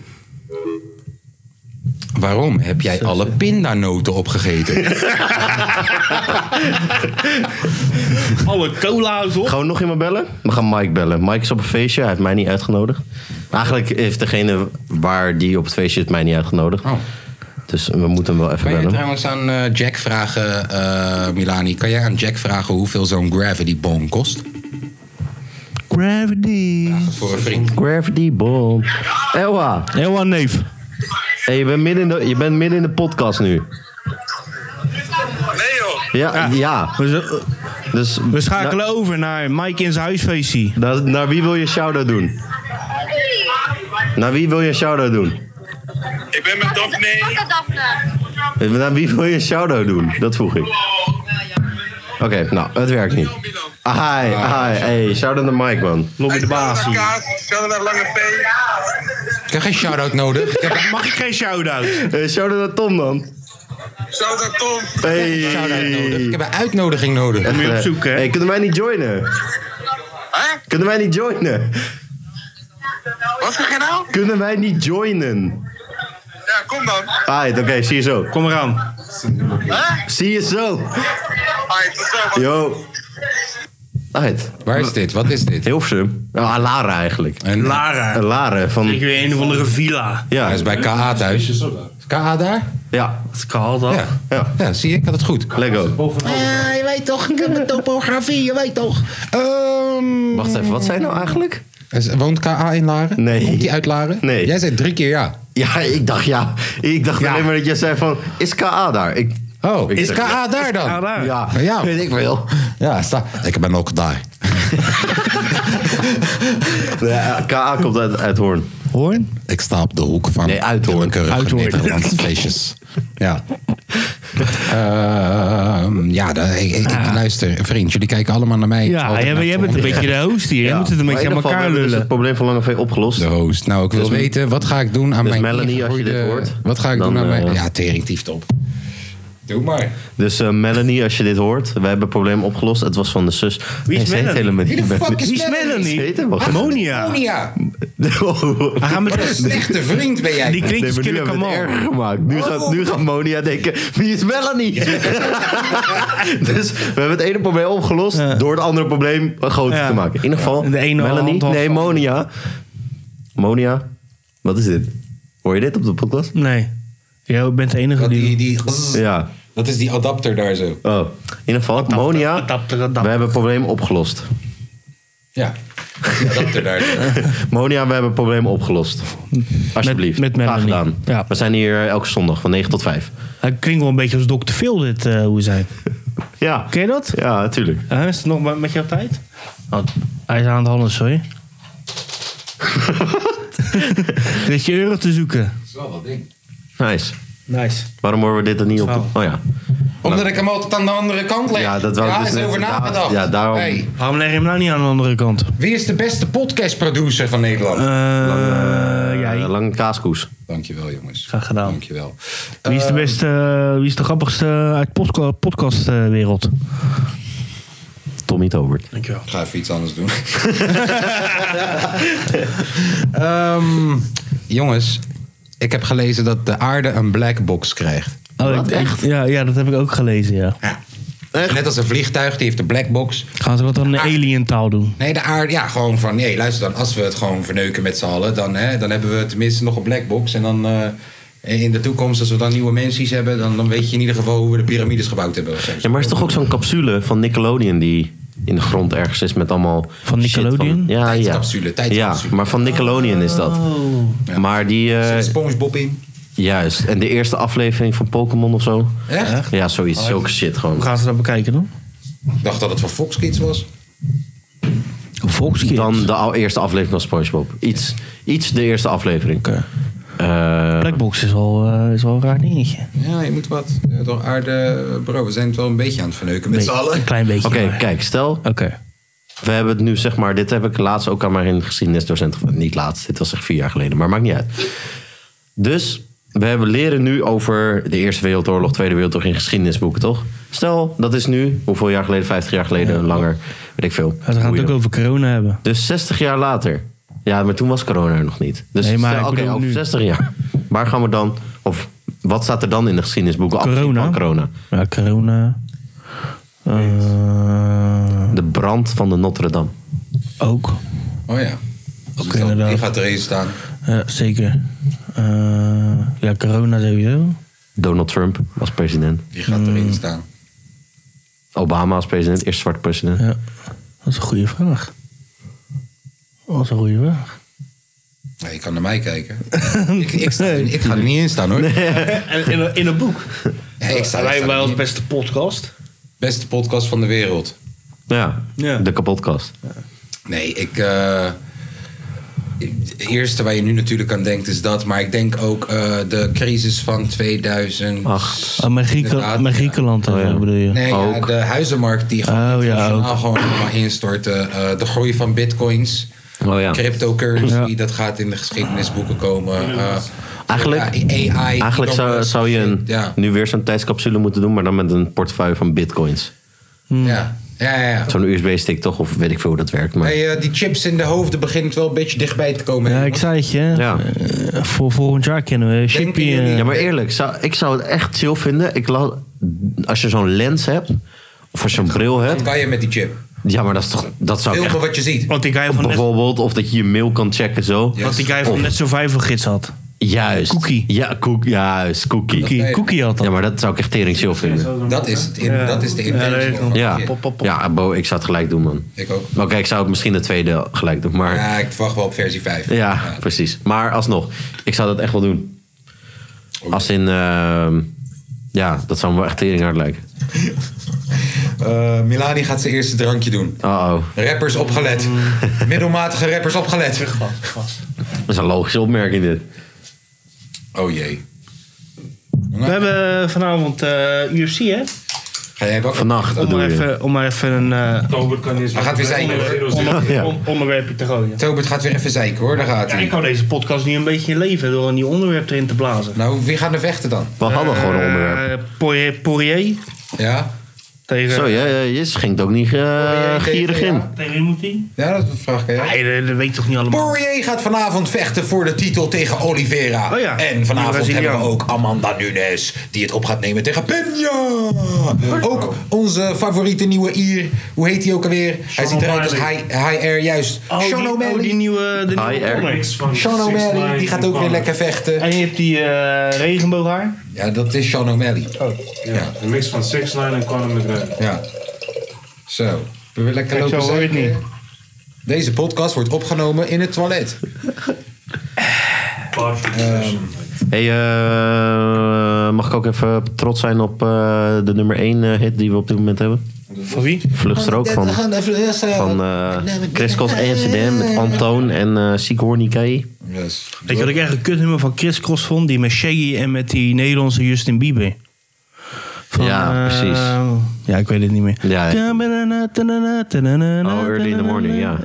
Speaker 2: Waarom heb jij alle pindanoten opgegeten?
Speaker 1: Alle cola's op.
Speaker 3: Gaan we nog iemand bellen? We gaan Mike bellen. Mike is op een feestje, hij heeft mij niet uitgenodigd. Eigenlijk heeft degene waar die op het feestje zit mij niet uitgenodigd.
Speaker 2: Oh.
Speaker 3: Dus we moeten hem wel even
Speaker 2: Kan je
Speaker 3: bellen.
Speaker 2: trouwens aan eh, Jack vragen, eh, Milani, kan jij aan Jack vragen hoeveel zo'n gravity bomb kost?
Speaker 3: Gravity.
Speaker 2: voor een
Speaker 1: eh?
Speaker 2: vriend.
Speaker 3: Gravity bomb. Ewa.
Speaker 1: Ewa, neef.
Speaker 3: Hey, je, bent midden in de, je bent midden in de podcast nu. Nee joh. Ja, ja.
Speaker 1: Ah. We,
Speaker 3: dus,
Speaker 1: we schakelen over naar Mike in zijn huisfeestje.
Speaker 3: Naar, naar wie wil je shout-out doen? Naar wie wil je een shout-out doen?
Speaker 11: Ik ben met Daphne.
Speaker 3: Naar Eh, wie wil je een shout-out doen? Dat vroeg ik. Oké, nou, het werkt niet. Ah, hi, hi, hey, shout-out naar Mike, man. Lobby de baas.
Speaker 2: Ik heb geen shout-out nodig.
Speaker 1: Mag ik geen shout-out?
Speaker 3: Eh, shout-out naar Tom dan.
Speaker 11: Shout-out Tom.
Speaker 3: Hey.
Speaker 2: Ik heb een uitnodiging nodig.
Speaker 3: Echt, eh, Hey, kunnen wij niet joinen? Kunnen wij niet joinen?
Speaker 11: Wat zeg je nou?
Speaker 3: Kunnen wij niet joinen?
Speaker 11: Ja, kom dan.
Speaker 3: Alright, oké, zie je zo.
Speaker 1: Kom eraan.
Speaker 3: Zie je zo.
Speaker 11: Alright, tot zo.
Speaker 3: Yo. Alright.
Speaker 2: Waar is dit? Wat is dit?
Speaker 3: Hilversum. Ah, Lara eigenlijk. Eh,
Speaker 2: En
Speaker 1: Lara.
Speaker 3: Lara van...
Speaker 1: Ik weer een of andere villa.
Speaker 3: Ja.
Speaker 2: Hij is bij KA thuis. Is KA daar?
Speaker 3: Ja.
Speaker 1: Dat kan toch?
Speaker 2: Ja.
Speaker 3: Oh, Ja.
Speaker 2: ja, zie je, ik had het goed.
Speaker 3: Lego.
Speaker 2: Ja, je weet toch, ik heb een topografie, je weet toch. Ehm,
Speaker 3: Wacht even, wat zijn nou eigenlijk?
Speaker 2: Woont KA in Laren?
Speaker 3: Nee.
Speaker 2: Komt die uit Laren?
Speaker 3: Nee.
Speaker 2: Jij zei drie keer ja.
Speaker 3: Ja, ik dacht ja. Ik dacht alleen maar dat jij zei van, is KA daar? Ik,
Speaker 2: Oh,
Speaker 3: Ik
Speaker 2: is
Speaker 3: zeg-
Speaker 2: KA daar dan?
Speaker 1: daar.
Speaker 3: ja,
Speaker 2: Ja.
Speaker 3: weet ik wel.
Speaker 2: Ja, sta. ik ben ook daar.
Speaker 3: Nee, KA eh, komt uit, uit Hoorn.
Speaker 1: Hoorn?
Speaker 2: Ik sta op de hoek van
Speaker 3: Nee, Uithoorn.
Speaker 2: willekeurige
Speaker 1: Uithoorn.
Speaker 2: Nederlandse feestjes. Ja. Ehm, ja, da- ik, ik- ik- luister, vriend, jullie kijken allemaal naar mij.
Speaker 1: Ja,
Speaker 2: Terwijl
Speaker 1: jij,
Speaker 2: er
Speaker 1: bent- jij
Speaker 2: nou
Speaker 1: bent een
Speaker 2: zo-
Speaker 1: beetje de host hier. Je moet het een
Speaker 3: Maar in
Speaker 1: beetje
Speaker 3: ieder
Speaker 1: aan
Speaker 3: geval, we
Speaker 1: elkaar
Speaker 3: hebben dus
Speaker 1: lullen.
Speaker 3: het probleem van Lange V opgelost.
Speaker 2: De host. Nou, ik wil
Speaker 3: Dus-
Speaker 2: weten, wat ga ik doen aan
Speaker 3: dus
Speaker 2: mijn...
Speaker 3: Melanie, als je dit
Speaker 2: ingegroeide-
Speaker 3: hoort,
Speaker 2: Wat ga ik
Speaker 3: dan,
Speaker 2: doen aan mijn...
Speaker 3: eh,
Speaker 2: Ja, tering tieft op. Doe maar.
Speaker 3: Dus eh, Melanie, als je dit hoort, wij hebben het probleem opgelost. Het was van de zus.
Speaker 1: Wie is
Speaker 3: Nee, ze heet
Speaker 1: Melanie?
Speaker 3: helemaal niet
Speaker 2: Wie de fuck
Speaker 3: Melanie.
Speaker 1: Wie is
Speaker 3: Ze
Speaker 1: Melanie?
Speaker 3: heet helemaal geen-
Speaker 1: Monia. Ah,
Speaker 2: Monia,
Speaker 3: Oh.
Speaker 1: We gaan
Speaker 2: wat een
Speaker 1: met
Speaker 2: slechte vriend ben jij.
Speaker 1: die
Speaker 3: Nee,
Speaker 1: klinkjes
Speaker 3: maar nu
Speaker 1: kunnen
Speaker 3: hebben we het erger
Speaker 1: kamal.
Speaker 3: gemaakt. Nu gaat, nu gaat Monia denken, wie is Melanie? dus we hebben het ene probleem opgelost
Speaker 1: Ja.
Speaker 3: door het andere probleem groter
Speaker 1: Ja.
Speaker 3: te maken. In ieder geval,
Speaker 1: De ene
Speaker 3: Melanie,
Speaker 1: hand was
Speaker 3: nee
Speaker 1: van-
Speaker 3: Monia. Monia, wat is dit? Hoor je dit op de podcast?
Speaker 1: Nee. Jij bent de enige
Speaker 2: Die,
Speaker 1: die...
Speaker 2: die,
Speaker 3: Ja.
Speaker 2: Dat is die adapter daar zo.
Speaker 3: Oh. In ieder geval, Monia,
Speaker 1: adapter, adapter.
Speaker 3: we hebben het probleem opgelost.
Speaker 2: Ja, die adapter daar zo.
Speaker 3: Monia, we hebben het probleem opgelost. Alsjeblieft.
Speaker 1: met
Speaker 3: Graag
Speaker 1: Melanie.
Speaker 3: gedaan.
Speaker 1: Ja.
Speaker 3: We zijn hier elke zondag van 9 tot 5.
Speaker 1: Hij klinkt wel een beetje als Dr. Phil dit, eh, hoe zijn.
Speaker 3: Ja.
Speaker 1: Ken je dat?
Speaker 3: Ja, natuurlijk.
Speaker 1: Hè, is het nog met- met jouw tijd? Oh, hij is aan het handen, sorry. Dit je euro te zoeken.
Speaker 2: Dat is wel dat ding.
Speaker 3: Nice.
Speaker 1: Nice.
Speaker 3: Waarom horen we dit er niet op? Oh ja.
Speaker 2: Omdat ik hem altijd aan de andere kant leg.
Speaker 3: Ja, dat wou ik
Speaker 2: Daar
Speaker 3: dus
Speaker 2: is
Speaker 3: net-
Speaker 2: over
Speaker 3: daar-
Speaker 2: nagedacht.
Speaker 3: ja, daarom-
Speaker 2: Hey,
Speaker 1: Waarom leg je hem nou niet aan de andere kant?
Speaker 2: wie is de beste podcastproducer van Nederland?
Speaker 1: Eh
Speaker 3: Eh,
Speaker 1: jij.
Speaker 3: lange kaaskoes.
Speaker 2: Dankjewel, jongens.
Speaker 1: Graag gedaan.
Speaker 2: Dankjewel.
Speaker 1: Wie is de beste, eh, wie is de grappigste uit podca podcastwereld?
Speaker 3: Oh, Tommy Tobert.
Speaker 1: Dankjewel.
Speaker 2: Ik ga even iets anders doen. Ehm, jongens, ik heb gelezen dat de aarde een black box krijgt.
Speaker 1: Oh, ik-
Speaker 3: echt?
Speaker 1: Ja, ja, dat heb ik ook gelezen, ja.
Speaker 2: Net als een vliegtuig, die heeft een black box.
Speaker 1: Gaan ze wat dan in alien taal doen?
Speaker 2: Nee, de aarde, ja, gewoon van, nee, luister dan, als we het gewoon verneuken met z'n allen, dan, hè, dan hebben we tenminste nog een black box. En dan eh, in de toekomst, als we dan nieuwe mensies hebben, dan, dan weet je in ieder geval hoe we de piramides gebouwd hebben. of zo.
Speaker 3: Ja, maar is toch ook zo'n capsule van Nickelodeon die in de grond ergens is met allemaal.
Speaker 1: Van
Speaker 3: shit
Speaker 1: Nickelodeon?
Speaker 3: ja,
Speaker 2: Tijdscapsule,
Speaker 3: ja.
Speaker 2: tijdscapsule.
Speaker 3: Ja, maar van Nickelodeon is dat. Maar die. eh,
Speaker 2: Er zit Spongebob in.
Speaker 3: juist. En de eerste aflevering van Pokémon of zo.
Speaker 2: Echt?
Speaker 3: Ja, zoiets. Zulke shit gewoon.
Speaker 1: Hoe gaan ze dat bekijken dan?
Speaker 2: Ik dacht dat het van Fox Kids was.
Speaker 1: Volkskeer.
Speaker 3: Dan de al- eerste aflevering van SpongeBob. Iets, iets de eerste aflevering. Eh,
Speaker 1: Blackbox is wel, eh, is wel een raar dingetje.
Speaker 2: Ja, je moet wat. Ja, Door aarde, eh, bro, we zijn het wel een beetje aan het verneuken met z'n allen.
Speaker 1: Een klein beetje.
Speaker 3: Oké,
Speaker 1: maar-
Speaker 3: kijk, stel
Speaker 1: Oké.
Speaker 3: We hebben het nu, zeg maar, dit heb ik laatst ook aan mijn geschiedenisdocent gevraagd. Niet laatst, dit was echt vier jaar geleden, maar maakt niet uit. Dus we hebben leren nu over de Eerste Wereldoorlog, Tweede Wereldoorlog in geschiedenisboeken, toch? Stel, dat is nu, hoeveel jaar geleden? 50 jaar geleden, langer, weet ik veel.
Speaker 1: Ja, Ze gaan het
Speaker 3: Boeien.
Speaker 1: ook over corona hebben.
Speaker 3: Dus 60 jaar later. Ja, maar toen was corona er nog niet. Dus
Speaker 1: Nee, maar
Speaker 3: stel,
Speaker 1: ik
Speaker 3: oké,
Speaker 1: bedoel
Speaker 3: over
Speaker 1: nu.
Speaker 3: 60 jaar. Waar gaan we dan, of wat staat er dan in de geschiedenisboeken? afgezien
Speaker 1: Corona.
Speaker 3: Van corona.
Speaker 1: Ja, corona. Eh,
Speaker 3: De brand van de Notre Dame.
Speaker 1: ook.
Speaker 2: Oh ja. Als
Speaker 1: Oké,
Speaker 2: het dan-
Speaker 1: inderdaad.
Speaker 2: die gaat erin staan.
Speaker 1: Ja, zeker. Eh, ja, corona sowieso.
Speaker 3: Donald Trump als president.
Speaker 2: Die gaat
Speaker 1: Mm.
Speaker 2: erin staan.
Speaker 3: Obama als president, eerste zwarte president.
Speaker 1: Ja. Dat is een goede vraag. Dat is een goede vraag.
Speaker 2: Nee, je kan naar mij kijken. ik, ik, sta er- ik ga er niet in staan hoor.
Speaker 1: En in, in een boek.
Speaker 2: Hey, ik sta, wij wel de
Speaker 1: beste podcast.
Speaker 2: Beste podcast van de wereld.
Speaker 3: Ja, de kapotkast.
Speaker 2: Nee, ik. eh, het eerste waar je nu natuurlijk aan denkt is dat. Maar ik denk ook eh, de crisis van 2000.
Speaker 1: Oh, maar Grieken- maar Griekenland dan, bedoel je?
Speaker 2: Nee, ja, de huizenmarkt die gewoon,
Speaker 1: Oh, ja,
Speaker 2: internationaal
Speaker 1: ook.
Speaker 2: gewoon helemaal instortte. Eh, de groei van bitcoins.
Speaker 3: Oh ja.
Speaker 2: Cryptocurrency,
Speaker 3: Ja.
Speaker 2: dat gaat in de geschiedenisboeken komen. Eh,
Speaker 3: Eigenlijk,
Speaker 2: ja, AI.
Speaker 3: eigenlijk
Speaker 2: Elon
Speaker 3: zou,
Speaker 2: Musk,
Speaker 3: zou je een,
Speaker 2: eh, Ja.
Speaker 3: nu weer zo'n tijdscapsule moeten doen, maar dan met een portefeuille van bitcoins. Hmm.
Speaker 2: Ja. Ja, ja, ja.
Speaker 3: Zo'n USB-stick toch, of weet ik veel hoe dat werkt. Maar...
Speaker 2: Hey, eh, die chips in de hoofden begint wel een beetje dichtbij te komen.
Speaker 1: Ja, ik zei het je. hè. Eh, voor volgend jaar kennen we Shippy. eh,
Speaker 3: Ja, maar eerlijk, zou, ik zou het echt chill vinden. Ik la- als je zo'n lens hebt, of als je een bril hebt.
Speaker 2: kan je met die chip.
Speaker 3: Oh, Ja, maar dat is toch. Dat zou ik echt-
Speaker 2: wat je ziet.
Speaker 1: Want die guy van net,
Speaker 3: bijvoorbeeld, of dat je je mail kan checken zo.
Speaker 1: want die guy van
Speaker 3: Of-
Speaker 1: net Survival Gids had.
Speaker 3: Juist. Cookie. Ja, koek, juist, cookie.
Speaker 1: Cookie- cookie had dat.
Speaker 3: Ja, maar dat zou ik echt tering chill vinden.
Speaker 2: Dat is, het in- dat is de intentie. van-
Speaker 3: Ja, ja Bo, ik zou het gelijk doen, man.
Speaker 2: Ik ook.
Speaker 3: Oké, ik zou het misschien de tweede gelijk doen, maar...
Speaker 2: Ja, ik wacht wel op versie 5.
Speaker 3: Ja, precies. Maar alsnog, ik zou dat echt wel doen. Als in, ehm, ja, dat zou me wel echt tering hard lijken.
Speaker 2: Eh, Milani gaat zijn eerste drankje doen.
Speaker 3: Uh-oh.
Speaker 2: Rappers opgelet.
Speaker 3: Hmm.
Speaker 2: Middelmatige rappers opgelet.
Speaker 3: Dat is een logische opmerking dit.
Speaker 2: Oh jee.
Speaker 1: We hebben vanavond eh, UFC, hè?
Speaker 2: Ga jij wakker?
Speaker 3: Vannacht
Speaker 1: Om maar
Speaker 3: bedoel je?
Speaker 1: even, om maar even een... eh,
Speaker 2: Hij gaat weer zeiken.
Speaker 1: onder- onder- on- onderwerpje te gooien.
Speaker 2: Tobert gaat weer even zeiken hoor, daar gaat
Speaker 1: Ja,
Speaker 2: hij.
Speaker 1: ik hou deze podcast nu een beetje in leven door een nieuw onderwerp erin te blazen.
Speaker 2: Nou, wie gaan er vechten dan?
Speaker 3: We hadden gewoon een onderwerp.
Speaker 1: Eh, Poirier, Poirier
Speaker 2: Ja?
Speaker 1: tegen...
Speaker 3: Zo, ja, ja, je schenkt ook niet eh,
Speaker 1: Oh,
Speaker 3: gierig in.
Speaker 1: Tegen wie moet hij?
Speaker 2: Ja, dat vraag ik ja.
Speaker 1: Nee, dat, dat weet ik toch niet allemaal.
Speaker 2: Poirier gaat vanavond vechten voor de titel tegen Oliveira.
Speaker 1: Oh ja.
Speaker 2: En
Speaker 1: Die
Speaker 2: vanavond
Speaker 1: Braziliaan.
Speaker 2: hebben we ook Amanda Nunes, die het op gaat nemen tegen Peña. Ook onze favoriete nieuwe Ier. Hoe heet hij ook alweer? hij ziet eruit als high, high Air, juist.
Speaker 1: Oh,
Speaker 2: Sean
Speaker 1: die, oh,
Speaker 2: O'Malley.
Speaker 1: die nieuwe... De nieuwe
Speaker 3: Air.
Speaker 1: comic.
Speaker 2: Sean O'Malley, die gaat ook weer lekker vechten.
Speaker 1: En je hebt die eh, regenbooghaar.
Speaker 2: Ja, dat is Sean O'Malley.
Speaker 1: Oh,
Speaker 2: Ja.
Speaker 7: Een mix van 6 9 en Conor McGregor.
Speaker 2: Ja. Zo. We willen lekker
Speaker 1: Kijk,
Speaker 2: lopen
Speaker 1: zo hoor je het
Speaker 2: zeiken.
Speaker 1: niet.
Speaker 2: Deze podcast wordt opgenomen in het toilet. Ehm.
Speaker 3: Hey, eh, mag ik ook even trots zijn op eh, de nummer 1 hit die we op dit moment hebben?
Speaker 1: Voor wie?
Speaker 3: Vluchtstrook van, van eh Chris Cross Amsterdam met Antoon en eh Sigourney Kei.
Speaker 2: Yes.
Speaker 1: Weet je wat ik echt een kutnummer van Chris Cross vond? Die met Shaggy en met die Nederlandse Justin Bieber. Van,
Speaker 3: Ja,
Speaker 1: eh,
Speaker 3: precies.
Speaker 1: ja, ik weet het niet meer.
Speaker 3: Ja, ja.
Speaker 1: Oh,
Speaker 3: Oh, Early in the Morning, ja.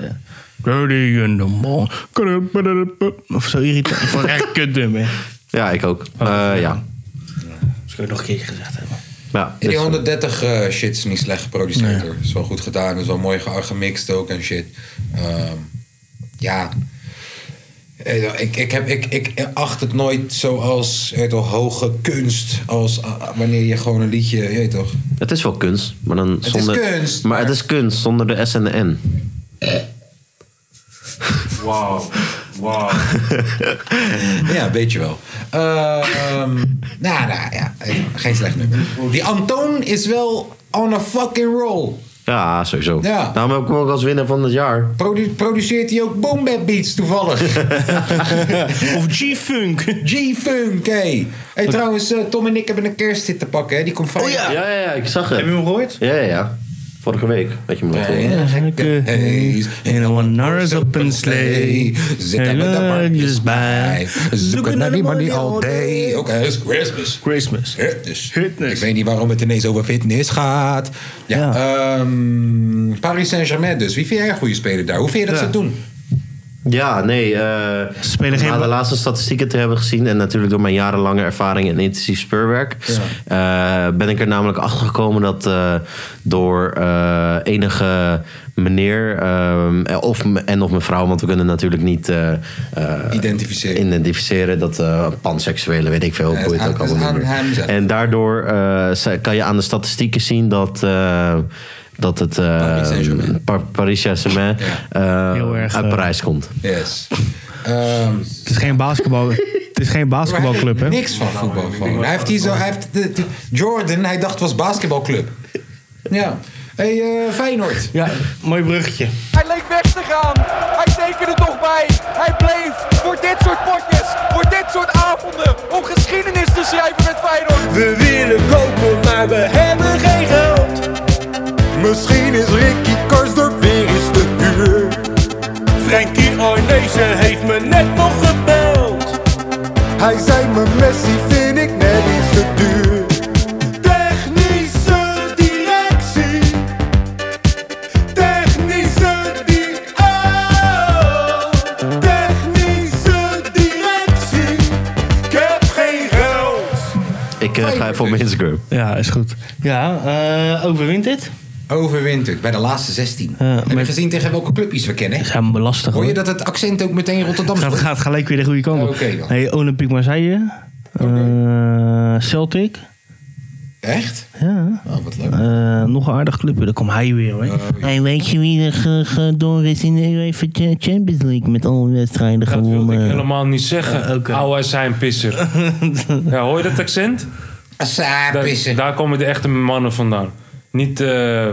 Speaker 1: Early in the morning. Of zo irritant. Ik vond het echt een kutnummer.
Speaker 3: Ja, ik ook.
Speaker 1: Oh,
Speaker 3: Eh, ja.
Speaker 1: Zou je nog een keertje gezegd hebben.
Speaker 3: Ja,
Speaker 2: Die
Speaker 3: dus-
Speaker 2: 130 eh, shit is niet slecht geproduceerd
Speaker 1: Nee.
Speaker 2: hoor. Is wel goed gedaan, is wel mooi ge- gemixt ook en shit. Ehm, ja. Eh, Ik, ik, heb, ik, ik acht het nooit zoals eh, toch, hoge kunst. Als ah, wanneer je gewoon een liedje. Je weet toch?
Speaker 3: het is wel kunst, maar dan
Speaker 2: is
Speaker 3: zonder.
Speaker 2: kunst,
Speaker 3: maar het is kunst zonder de S en de N.
Speaker 7: Wauw. Wauw.
Speaker 2: Ja, een beetje wel. Eh, ehm, nou, nou ja, eh, geen slecht nummer. Die Antoon is wel on a fucking roll.
Speaker 3: Ja, sowieso.
Speaker 2: Ja.
Speaker 3: Daarom heb ik hem ook als winnaar van het jaar.
Speaker 2: Produ- produceert hij ook Boom Bap Beats toevallig?
Speaker 1: Of G-Funk.
Speaker 2: G-Funk, hé. Hey, trouwens, eh, Tom en ik hebben een kersthit te pakken, hè? Die komt van. Oh
Speaker 3: Ja, ja, ja, ik zag
Speaker 1: Heb je
Speaker 3: het.
Speaker 1: hem gehoord?
Speaker 3: Ja, ja, ja. Vorige week. Weet je hem nog? hoor.
Speaker 1: In a one hours open sleigh.
Speaker 2: Zitten met de markjes bij. Zoeken naar die money all day. Oké, het is Christmas.
Speaker 1: Christmas.
Speaker 2: Fitness.
Speaker 1: Fitness.
Speaker 2: Ik weet niet waarom het ineens over fitness gaat. Ja, ehm, Paris Saint-Germain dus. Wie vind jij een goede speler daar? Hoe vind je dat ze het doen?
Speaker 3: Ja, nee. eh
Speaker 1: spelen geen
Speaker 3: na de
Speaker 1: bal-
Speaker 3: laatste statistieken te hebben gezien en natuurlijk door mijn jarenlange ervaring en intensief speurwerk, eh, ben ik er namelijk achter gekomen dat eh, door eh, enige meneer ehm, eh, of, me- en of mevrouw, want we kunnen natuurlijk niet eh, eh,
Speaker 2: Identificeren.
Speaker 3: identificeren dat eh panseksuele, weet ik veel,
Speaker 2: Ja, het
Speaker 3: boeit
Speaker 2: is
Speaker 3: ook
Speaker 2: aan-
Speaker 3: allemaal
Speaker 2: het is
Speaker 3: niet
Speaker 2: aan
Speaker 3: meer.
Speaker 2: hem zelf.
Speaker 3: En daardoor eh, ze- kan je aan de statistieken zien dat. eh, dat het eh,
Speaker 2: Paris Saint-Germain.
Speaker 3: Pa- Paris Saint-Germain eh,
Speaker 1: Heel erg,
Speaker 3: uit
Speaker 1: eh,
Speaker 3: Parijs komt.
Speaker 2: Yes. Ehm,
Speaker 1: Het is geen basketbal. Het Het is geen basketbalclub, hè? Nou,
Speaker 2: Niks van voetbal gewoon. Hij heeft hier zo, hij heeft de- de- Jordan, hij dacht het was basketbalclub. Ja. Hey, eh, Feyenoord.
Speaker 1: Ja, mooi bruggetje.
Speaker 12: Hij leek weg te gaan. Hij tekende toch bij. Hij bleef voor dit soort potjes, voor dit soort avonden, om geschiedenis te schrijven met Feyenoord. We willen kopen, maar we hebben geen geld. Misschien is Ricky Karsdorp weer eens te huur. Frankie Arnezen heeft me net nog gebeld. Hij zei me Messi vind ik net iets te duur. Technische directie. Technische di- oh, technische directie. Ik heb geen geld.
Speaker 3: Ik eh, ga even op mijn Instagram.
Speaker 1: Ja, is goed. Ja, eh, overwint dit?
Speaker 2: Overwint het, bij de laatste 16. Heb je gezien tegen welke clubjes we kennen?
Speaker 1: Ja, maar lastig
Speaker 2: Hoor je
Speaker 1: hoor.
Speaker 2: dat het accent ook meteen Rotterdam
Speaker 1: Gaat, gaat gelijk weer de goede kant op.
Speaker 2: Oké dan.
Speaker 1: Nee, Olympique Marseille. eh, Celtic.
Speaker 2: Echt?
Speaker 1: Ja. eh,
Speaker 2: Oh, wat leuk.
Speaker 1: nog een aardig clubje, daar komt hij weer hoor. Hey, weet je wie er ge- ge- door is in de UEFA Ch- Champions League met alle wedstrijden gewonnen?
Speaker 7: Helemaal niet zeggen. Oude zijn pisser. ja, hoor je dat accent? Daar, daar komen de echte mannen vandaan. Niet eh,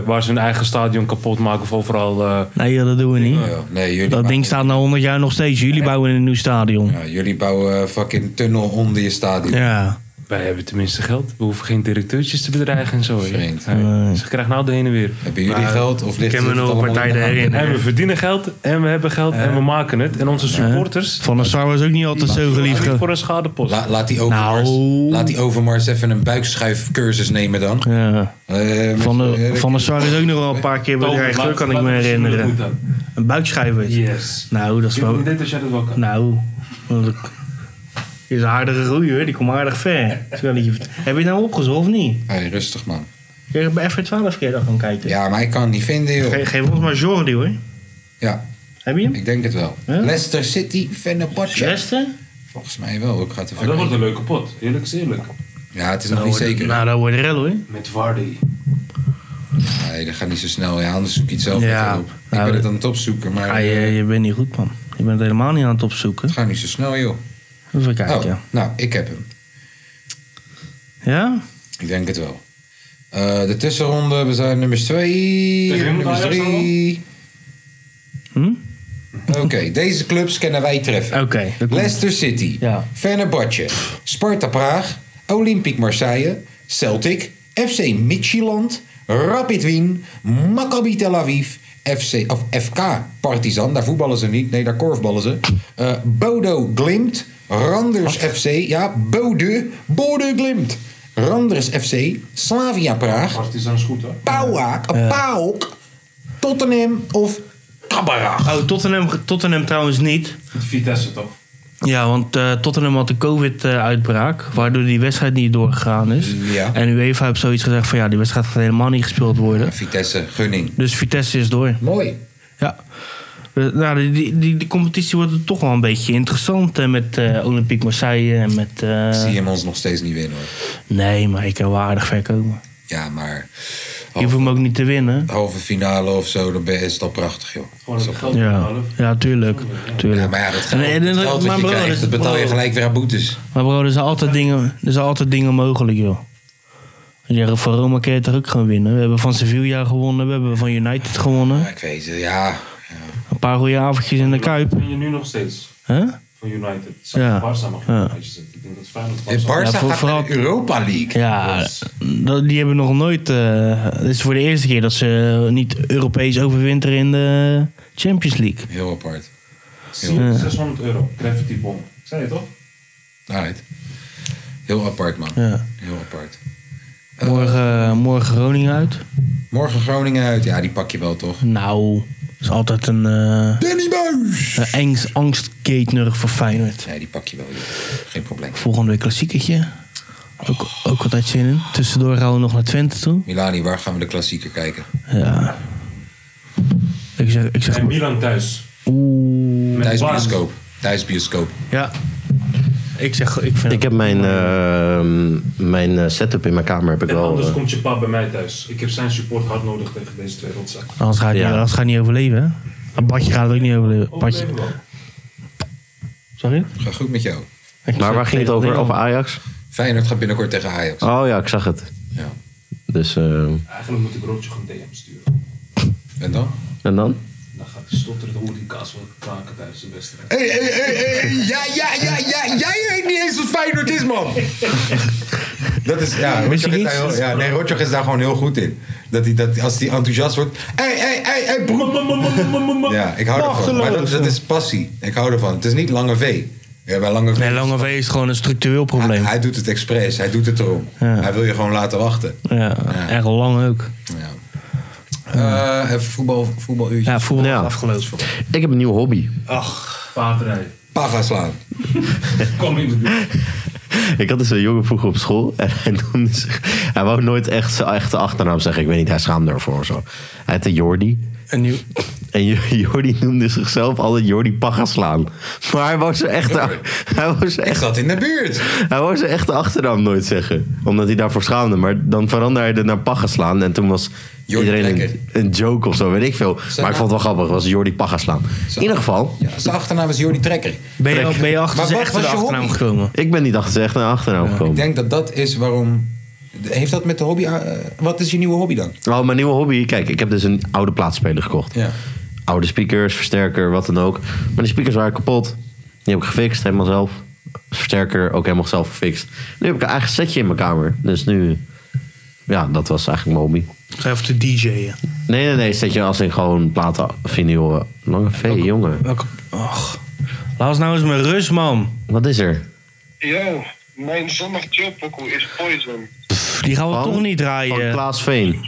Speaker 7: waar ze hun eigen stadion kapot maken of overal. eh,
Speaker 1: Nee, joh, dat doen we niet.
Speaker 2: Oh, Nee, jullie
Speaker 1: dat ding staat na 100 jaar nog steeds. Jullie bouwen een nieuw stadion.
Speaker 2: Ja, jullie bouwen eh, fucking tunnel onder je stadion.
Speaker 1: Ja.
Speaker 7: Wij hebben tenminste geld. We hoeven geen directeurtjes te bedreigen en zo. hè. Nee. Ze krijgen nou de heen en weer.
Speaker 2: Hebben jullie
Speaker 7: Maar
Speaker 2: geld of ligt
Speaker 7: ik ken
Speaker 2: het
Speaker 7: me nog
Speaker 2: allemaal
Speaker 7: partij
Speaker 2: in de hand?
Speaker 7: daarin? En we verdienen geld en we hebben geld en we maken het. En onze supporters.
Speaker 1: Van der Sar was ook niet altijd zo geliefd.
Speaker 7: Niet voor een schadepost.
Speaker 2: La- laat, die
Speaker 1: Nou.
Speaker 2: overmars, laat die Overmars even een buikschuifcursus nemen dan.
Speaker 1: Ja.
Speaker 2: Eh,
Speaker 1: Van
Speaker 2: met-
Speaker 1: de,
Speaker 2: eh,
Speaker 1: van de Sar is ook nog wel een paar keer
Speaker 2: Toon,
Speaker 1: bedreigd, hoor,
Speaker 2: laat-
Speaker 1: kan ik
Speaker 2: laat
Speaker 1: me
Speaker 2: het zien hoe het moet
Speaker 1: herinneren.
Speaker 2: dan.
Speaker 1: Een buikschuiver.
Speaker 7: Yes.
Speaker 1: Nou, dat is wel...
Speaker 7: Ik denk dat jij dat wel kan.
Speaker 1: Nou, dat is een aardige groei hoor, die komt aardig ver. Is wel niet- Heb je het nou opgezocht of niet?
Speaker 2: Hey, rustig man.
Speaker 1: Je hebt bij F12 keer dan gaan kijken.
Speaker 2: Ja, maar ik kan het niet vinden joh.
Speaker 1: Ge- geef ons maar Jordi hoor.
Speaker 2: Ja.
Speaker 1: Heb je hem?
Speaker 2: Ik denk het wel. Leicester City, Fenerbahce.
Speaker 1: Leicester?
Speaker 2: Volgens mij wel. Ik ga het even
Speaker 7: Oh, dat wordt
Speaker 2: kijken.
Speaker 7: een leuke pot. Eerlijk is eerlijk.
Speaker 2: Ja, het is nog niet zeker.
Speaker 1: Nou, dat wordt rel hoor.
Speaker 7: Met Vardy.
Speaker 2: Nee, dat gaat niet zo snel. Ja, anders zoek je het zelf
Speaker 1: Ja.
Speaker 2: even op. Ik
Speaker 1: Nou,
Speaker 2: ben het aan het opzoeken, maar...
Speaker 1: Ah, je, je bent niet goed man. Je bent helemaal niet aan het opzoeken.
Speaker 2: Ga niet zo snel joh.
Speaker 1: Even kijken.
Speaker 2: Oh, nou, ik heb hem.
Speaker 1: Ja?
Speaker 2: Ik denk het wel. Eh, de tussenronde, we zijn nummer 2,
Speaker 7: Tegen wie moet
Speaker 2: nummer
Speaker 7: Ajax
Speaker 2: 3. Hm? Oké, deze clubs kennen wij treffen.
Speaker 1: Oké, dat komt.
Speaker 2: Leicester City, Fenerbahce, Sparta Praag, Olympique Marseille, Celtic, FC Midtjylland, Rapid Wien, Maccabi Tel Aviv, FC, of FK Partizan, daar voetballen ze niet, nee, daar korfballen ze. Eh, Bodo Glimt, Randers FC, ja, Bode, Bode Glimt, Randers FC, Slavia Praag,
Speaker 7: Partizan is goed hoor.
Speaker 2: Pauwak, Pauk, Tottenham of Tabarra.
Speaker 1: Oh, Tottenham, Tottenham trouwens niet.
Speaker 7: Vitesse toch?
Speaker 1: Ja, want eh, Tottenham had een COVID-uitbraak, eh, waardoor die wedstrijd niet doorgegaan is.
Speaker 2: Ja.
Speaker 1: En UEFA heeft zoiets gezegd van ja, die wedstrijd gaat helemaal niet gespeeld worden.
Speaker 2: Vitesse, gunning.
Speaker 1: Dus Vitesse is door.
Speaker 2: Mooi.
Speaker 1: Ja. Eh, Nou, die, die, die, die competitie wordt toch wel een beetje interessant eh, met eh, Olympique Marseille en met... eh,
Speaker 2: Zie hem ons nog steeds niet winnen hoor.
Speaker 1: Nee, maar ik kan wel aardig ver
Speaker 2: Oh.
Speaker 1: komen.
Speaker 2: Ja, maar
Speaker 1: Je hoeft hem ook niet te winnen.
Speaker 2: halve finale of zo, dan ben- is het al prachtig joh. Zo.
Speaker 1: Ja, ja tuurlijk. tuurlijk.
Speaker 2: Ja, maar ja, dat geld,
Speaker 1: En- en- en-
Speaker 2: dat geld
Speaker 1: maar
Speaker 2: wat je
Speaker 1: bro, dat
Speaker 2: krijgt,
Speaker 1: is-
Speaker 2: dat betaal je
Speaker 1: bro.
Speaker 2: gelijk weer aan boetes.
Speaker 1: Maar bro, er zijn altijd dingen, er zijn altijd dingen mogelijk, joh. Ja, van Roma kun je toch ook gaan winnen. We hebben van Sevilla gewonnen, we hebben van United gewonnen.
Speaker 2: Ik weet het, ja.
Speaker 1: Een paar goede avondjes in de Kuip.
Speaker 7: Ben je nu nog steeds
Speaker 1: Huh?
Speaker 7: van United? Zou
Speaker 1: Ja.
Speaker 7: Barca mag je
Speaker 1: Ja.
Speaker 7: een beetje zitten. Ik denk dat Feyenoord Barca-
Speaker 1: Ja, voor-
Speaker 2: Europa League.
Speaker 1: Ja, dat- die hebben nog nooit... eh, Het is voor de eerste keer dat ze niet Europees overwinteren in de Champions League.
Speaker 2: Heel apart. Heel,
Speaker 7: Zie- 600 euro. Gravity Bomb. Ik zei het toch?
Speaker 2: Alright. heel apart man.
Speaker 1: Ja.
Speaker 2: Heel apart.
Speaker 1: Morgen, eh, morgen Groningen uit.
Speaker 2: Morgen Groningen uit. Ja, die pak je wel toch?
Speaker 1: Nou, dat is altijd een... eh,
Speaker 2: Danny Buis!
Speaker 1: een angst, angstgatener voor Feyenoord.
Speaker 2: Nee, die pak je wel. joh. Geen probleem.
Speaker 1: Volgende week klassieketje. Ook, ook altijd zin in. Tussendoor gaan we nog naar Twente toe.
Speaker 2: Milani, waar gaan we de klassieker kijken?
Speaker 1: Ja. Ik zeg, ik zeg
Speaker 7: En Milan thuis.
Speaker 1: oeh.
Speaker 2: Thuisbioscoop. Thuisbioscoop.
Speaker 1: Ja. Ik zeg, ik vind
Speaker 3: Ik heb mijn, eh, mijn eh, setup in mijn kamer heb ik
Speaker 7: En
Speaker 3: wel.
Speaker 7: anders
Speaker 3: eh,
Speaker 7: komt je pa bij mij thuis. Ik heb zijn support hard nodig tegen deze twee rotzakken.
Speaker 1: Anders ga je
Speaker 3: Ja.
Speaker 1: niet, anders ga je niet overleven, hè?
Speaker 7: Oh,
Speaker 1: Een badje gaat het ook niet overleven. Badje.
Speaker 7: Overleven wel.
Speaker 1: Sorry?
Speaker 2: Gaat goed met jou.
Speaker 3: Maar waar ging het over? Over Ajax?
Speaker 2: Feyenoord gaat binnenkort tegen Ajax.
Speaker 3: Oh ja, ik zag het.
Speaker 2: Ja.
Speaker 3: Dus, eh,
Speaker 5: Eigenlijk moet ik broodje gewoon DM sturen.
Speaker 2: En dan?
Speaker 3: en dan?
Speaker 5: Dan gaat hij stotteren, dan hoort hij kaas wel kraken tijdens de wedstrijd.
Speaker 2: Hey, hey, hey, hey, hey, ja, ja, ja, ja, jij weet niet eens wat Feyenoord is, man. Dat is, ja, Rotjoch is, daar heel- ja nee, Rotjoch is daar gewoon heel goed in. Dat hij, dat, als hij enthousiast wordt. Hey, hey, hey, hey, broer. Ja, ik hou ervan. Maar dat, dat is passie. Ik hou ervan. Het is niet Lange V. Ja, bij Lange V. Nee,
Speaker 1: Lange V is gewoon een structureel probleem.
Speaker 2: Hij, hij doet het expres. Hij doet het erom. Hij wil je gewoon laten wachten.
Speaker 1: Ja, erg lang ook.
Speaker 2: Eh, even voetbal, voetbaluurtje.
Speaker 1: Ja, voetbal
Speaker 3: Ja.
Speaker 1: afgelopen.
Speaker 3: Ik heb een nieuwe hobby.
Speaker 1: Ach,
Speaker 5: paardrijden.
Speaker 2: Paga slaan.
Speaker 5: Kom in de buurt.
Speaker 3: Ik had dus een jongen vroeger op school. En hij, noemde zich, hij wou nooit echt zijn echte achternaam zeggen. Ik weet niet, hij schaamde ervoor of zo. Hij heette Jordi.
Speaker 1: En,
Speaker 3: Jo- Jordi noemde zichzelf altijd Jordi Pagaslaan. Maar hij wou zijn echte... Hij wou zijn echt
Speaker 2: zat in de buurt.
Speaker 3: Hij wou zijn echte achternaam nooit zeggen. Omdat hij daarvoor schaamde. Maar dan veranderde hij het naar Pagaslaan. En toen was iedereen een, een joke of zo. Weet ik veel. Maar ik vond het wel grappig. was Jordi Pagaslaan. In ieder geval...
Speaker 2: Ja, zijn achternaam is Jordi Trekker.
Speaker 1: Ben je, ben je achter
Speaker 2: Maar
Speaker 1: zijn
Speaker 2: wat
Speaker 1: echte
Speaker 2: was je
Speaker 1: achternaam
Speaker 2: hobby?
Speaker 1: gekomen?
Speaker 3: Ik ben niet achter zijn echte achternaam
Speaker 2: Ik
Speaker 3: gekomen.
Speaker 2: denk dat dat is waarom... Heeft dat met de hobby... eh, wat is je nieuwe hobby dan?
Speaker 3: Oh, mijn nieuwe hobby. Kijk, ik heb dus een oude plaatspeler gekocht.
Speaker 2: Ja.
Speaker 3: Oude speakers, versterker, wat dan ook. Maar die speakers waren kapot. Die heb ik gefixt, helemaal zelf. Versterker, ook helemaal zelf gefixt. Nu heb ik een eigen setje in mijn kamer. Dus nu... Ja, dat was eigenlijk mijn hobby.
Speaker 1: Ga even te DJ'en.
Speaker 3: Nee, nee, nee. Setje als in gewoon platen, vinyl. eh, Lange V, jongen.
Speaker 1: Welke, och. Laat ons nou eens mijn rust, man.
Speaker 3: Wat is er?
Speaker 6: Yo, mijn zondag chillpokoe is Poison.
Speaker 1: Die gaan we toch niet draaien. Van
Speaker 3: Klaas Veen.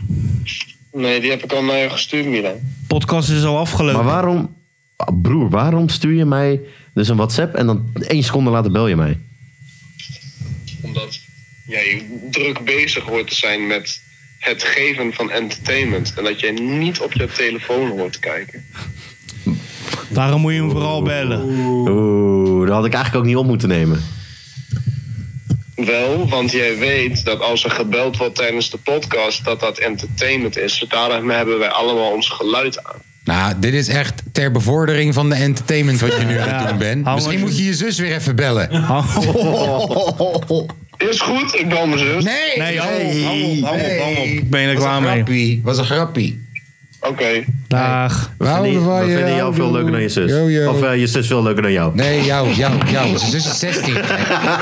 Speaker 6: Nee, die heb ik al naar je gestuurd, Milan.
Speaker 1: Podcast is al afgelopen.
Speaker 3: Maar waarom... ah, Broer, waarom stuur je mij dus een WhatsApp... en dan één seconde later bel je mij?
Speaker 6: Omdat jij druk bezig hoort te zijn met het geven van entertainment. En dat jij niet op je telefoon hoort te kijken.
Speaker 1: Daarom moet je hem vooral bellen.
Speaker 3: Oeh, dat had ik eigenlijk ook niet op moeten nemen.
Speaker 6: Wel, want jij weet dat als er gebeld wordt tijdens de podcast, dat dat entertainment is. Daarom hebben wij allemaal ons geluid aan.
Speaker 2: Nou, dit is echt ter bevordering van de entertainment wat je nu aan het doen bent. Misschien moet je je zus weer even bellen.
Speaker 6: Is goed, ik bel mijn zus.
Speaker 2: Nee,
Speaker 1: Nee, hou op, hou op, hou op, hou op. Ik ben er
Speaker 2: Was
Speaker 1: klaar
Speaker 2: een
Speaker 1: mee.
Speaker 2: grappie, Was een grappie.
Speaker 6: Oké.
Speaker 1: Dag.
Speaker 3: We vinden, we vinden jou veel leuker dan je zus. Of eh, je zus veel leuker dan jou.
Speaker 2: Nee, jou, jou, jou. Zijn zus is 16.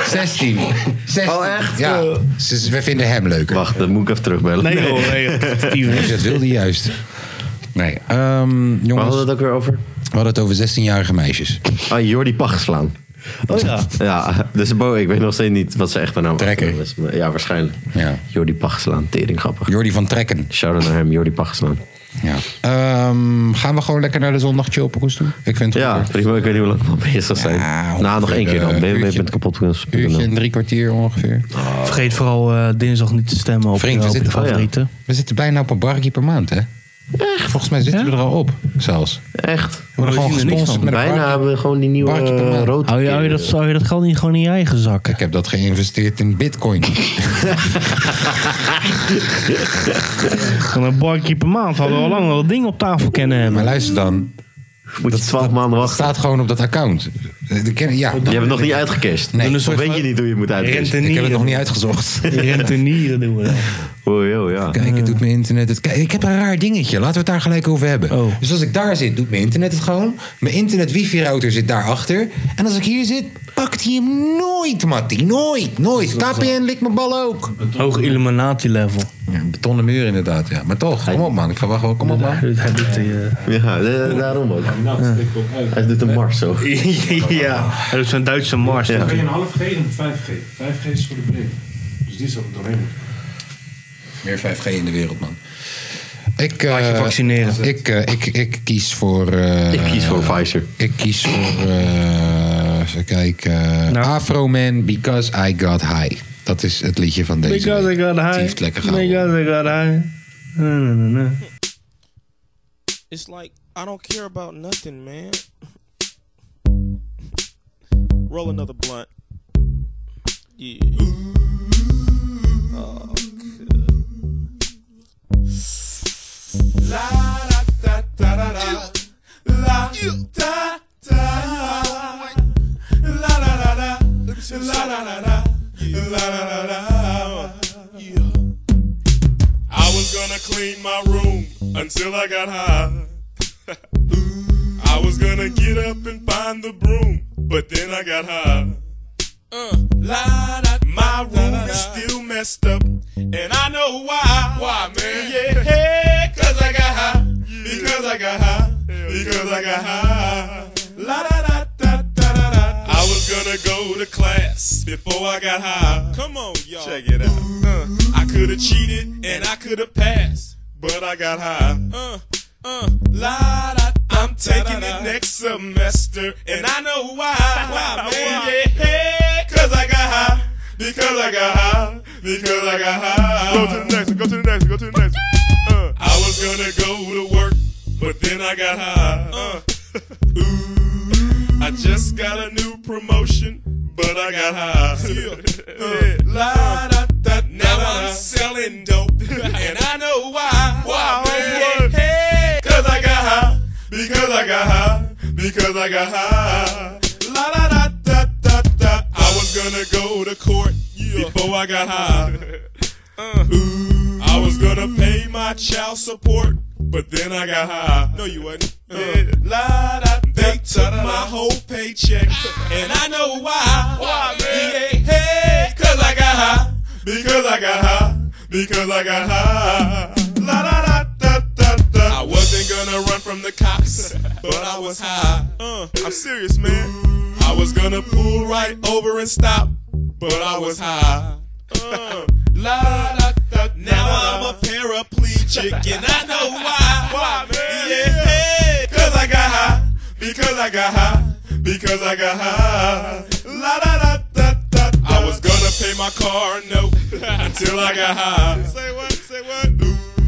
Speaker 2: 16. 16. Oh, echt? Ja. Ze is- we vinden hem leuker.
Speaker 3: Wacht, dan moet ik even terugbellen.
Speaker 2: Nee, joh, nee, dat wilde hij juist. Nee, ehm, jongens. We hadden
Speaker 3: het ook weer over? We
Speaker 2: hadden het over 16-jarige meisjes.
Speaker 3: Ah, Jordi Pagaslaan.
Speaker 2: Oh ja.
Speaker 3: Ja, dus Bo, ik weet nog steeds niet wat ze echt naam Trekker. is. maar Ja, waarschijnlijk.
Speaker 2: Ja.
Speaker 3: Jordi Pagaslaan, tering grappig.
Speaker 2: Jordi van Trekken.
Speaker 3: Shout-out naar hem, Jordi Pagaslaan.
Speaker 2: Ja. Ehm, gaan we gewoon lekker naar de zondag chillpokoes toe? Ik vind het
Speaker 3: Ja, prima. Ik weet niet hoe lang we al bezig zijn. nou, nog één keer dan.
Speaker 2: Uurtje
Speaker 3: www.kapot.nl
Speaker 2: en drie kwartier ongeveer.
Speaker 1: Vergeet vooral eh, dinsdag niet te stemmen op
Speaker 2: Vriend,
Speaker 1: eh,
Speaker 2: we
Speaker 1: op je
Speaker 2: zitten,
Speaker 1: favorieten.
Speaker 2: we zitten bijna op een barkie per maand, hè? Volgens mij zitten we er al op, zelfs.
Speaker 3: Echt?
Speaker 2: We worden gewoon gesponsord met een
Speaker 3: Bijna
Speaker 2: barkie.
Speaker 3: hebben we gewoon die nieuwe
Speaker 2: Barkie per
Speaker 3: eh,
Speaker 2: maand.
Speaker 3: rood.
Speaker 1: Hou je, hou je dat, hou je dat geld niet gewoon in je eigen zak?
Speaker 2: Ik heb dat geïnvesteerd in bitcoin.
Speaker 1: Gewoon een barkeeper per maand hadden we al lang wel een ding op tafel kennen hebben.
Speaker 2: Maar luister dan.
Speaker 3: Moet je 12 maanden wachten.
Speaker 2: staat gewoon op dat account. Eh, de ken- ja.
Speaker 3: Je hebt het nog niet uitgecashed.
Speaker 2: Nee.
Speaker 3: Dan weet je niet hoe je moet uitcashen.
Speaker 2: Rentenieren. Ik heb het nog niet uitgezocht.
Speaker 1: Rentenieren doen we dat.
Speaker 3: Oh, joh, ja.
Speaker 2: Kijk, het doet mijn internet het. Kijk, ik heb een raar dingetje. Laten we het daar gelijk over hebben. Dus als ik daar zit, doet mijn internet het gewoon. Mijn internet wifi router zit daarachter. En als ik hier zit, pakt hij hem nooit, Mattie. Nooit, nooit. Stap je en lik mijn bal ook.
Speaker 1: Hoog Illuminati level.
Speaker 2: Ja, een betonnen muur inderdaad, ja. Maar toch, kom op man. Ik verwacht wel, kom op man.
Speaker 3: Ja, eh, daarom ook.
Speaker 7: Nou,
Speaker 3: Hij doet een mars zo.
Speaker 1: ja, dat is een Duitse mars.
Speaker 5: Dan
Speaker 1: Ja.
Speaker 5: ben je een half G en een 5G. 5G is voor de breedte. Dus die zou er doorheen moeten.
Speaker 2: Meer 5G in de wereld, man. Ik,
Speaker 5: Laat je
Speaker 2: eh,
Speaker 5: vaccineren.
Speaker 2: Ik, eh, ik, ik kies voor... eh,
Speaker 3: Ik kies voor Pfizer.
Speaker 2: Ik kies voor... eh even kijken. eh,
Speaker 1: Nou.
Speaker 2: Afro Man, Because I Got High. Dat is het liedje van deze
Speaker 1: Because I got high.
Speaker 2: heeft lekker gehouden.
Speaker 1: Because I got high. Na, na, na, na.
Speaker 13: It's like I don't care about nothing, man. Roll another blunt. Yeah. Oh,
Speaker 12: La da da da. La da da da. Let me see
Speaker 8: gonna clean my room until I got high. I was gonna get up and find the broom, but then I got high. Uh. My room is still messed up, and I know why. Why, man? Yeah, cause I got high. Because I got high. Because I got high. La da da da da da. I was gonna go to class before I got high. Come on, y'all. Check it out. Uh, I could have cheated and I could have passed, but I got high. Uh, uh, la da. I'm taking it next semester, and I know why. Why, man? Yeah, cause I got high. Because I got high. Because I got high. Go to the next. Go to the next. Go to the next. Uh, I was gonna go to work, but then I got high. Uh, ooh, I just got a new promotion, but I got high. Uh, la, da, da, now I'm selling dope, and I know why. Why, man? Hey, cause I got high. Because I got high. Because I got high. La da da da da da. I was gonna go to court before I got high. Ooh, Uh. I was gonna pay my child support, but then I got high. No, you wasn't. La da. They took my whole paycheck, and I know why. Ah. Why, man? Yeah, hey, cause I got high. Because I got high. Because I got high. La da da da da. I wasn't gonna run from the cops, but I was high. Uh, I'm serious, man. I was gonna pull right over and stop, but I was high. Uh, la, da, da, now I'm a paraplegic and I know why. Why, man? Yeah, cause I got high. Because I got high. Because I got high. La da da da da. I was gonna pay my car note until I got high. Say what? Say what?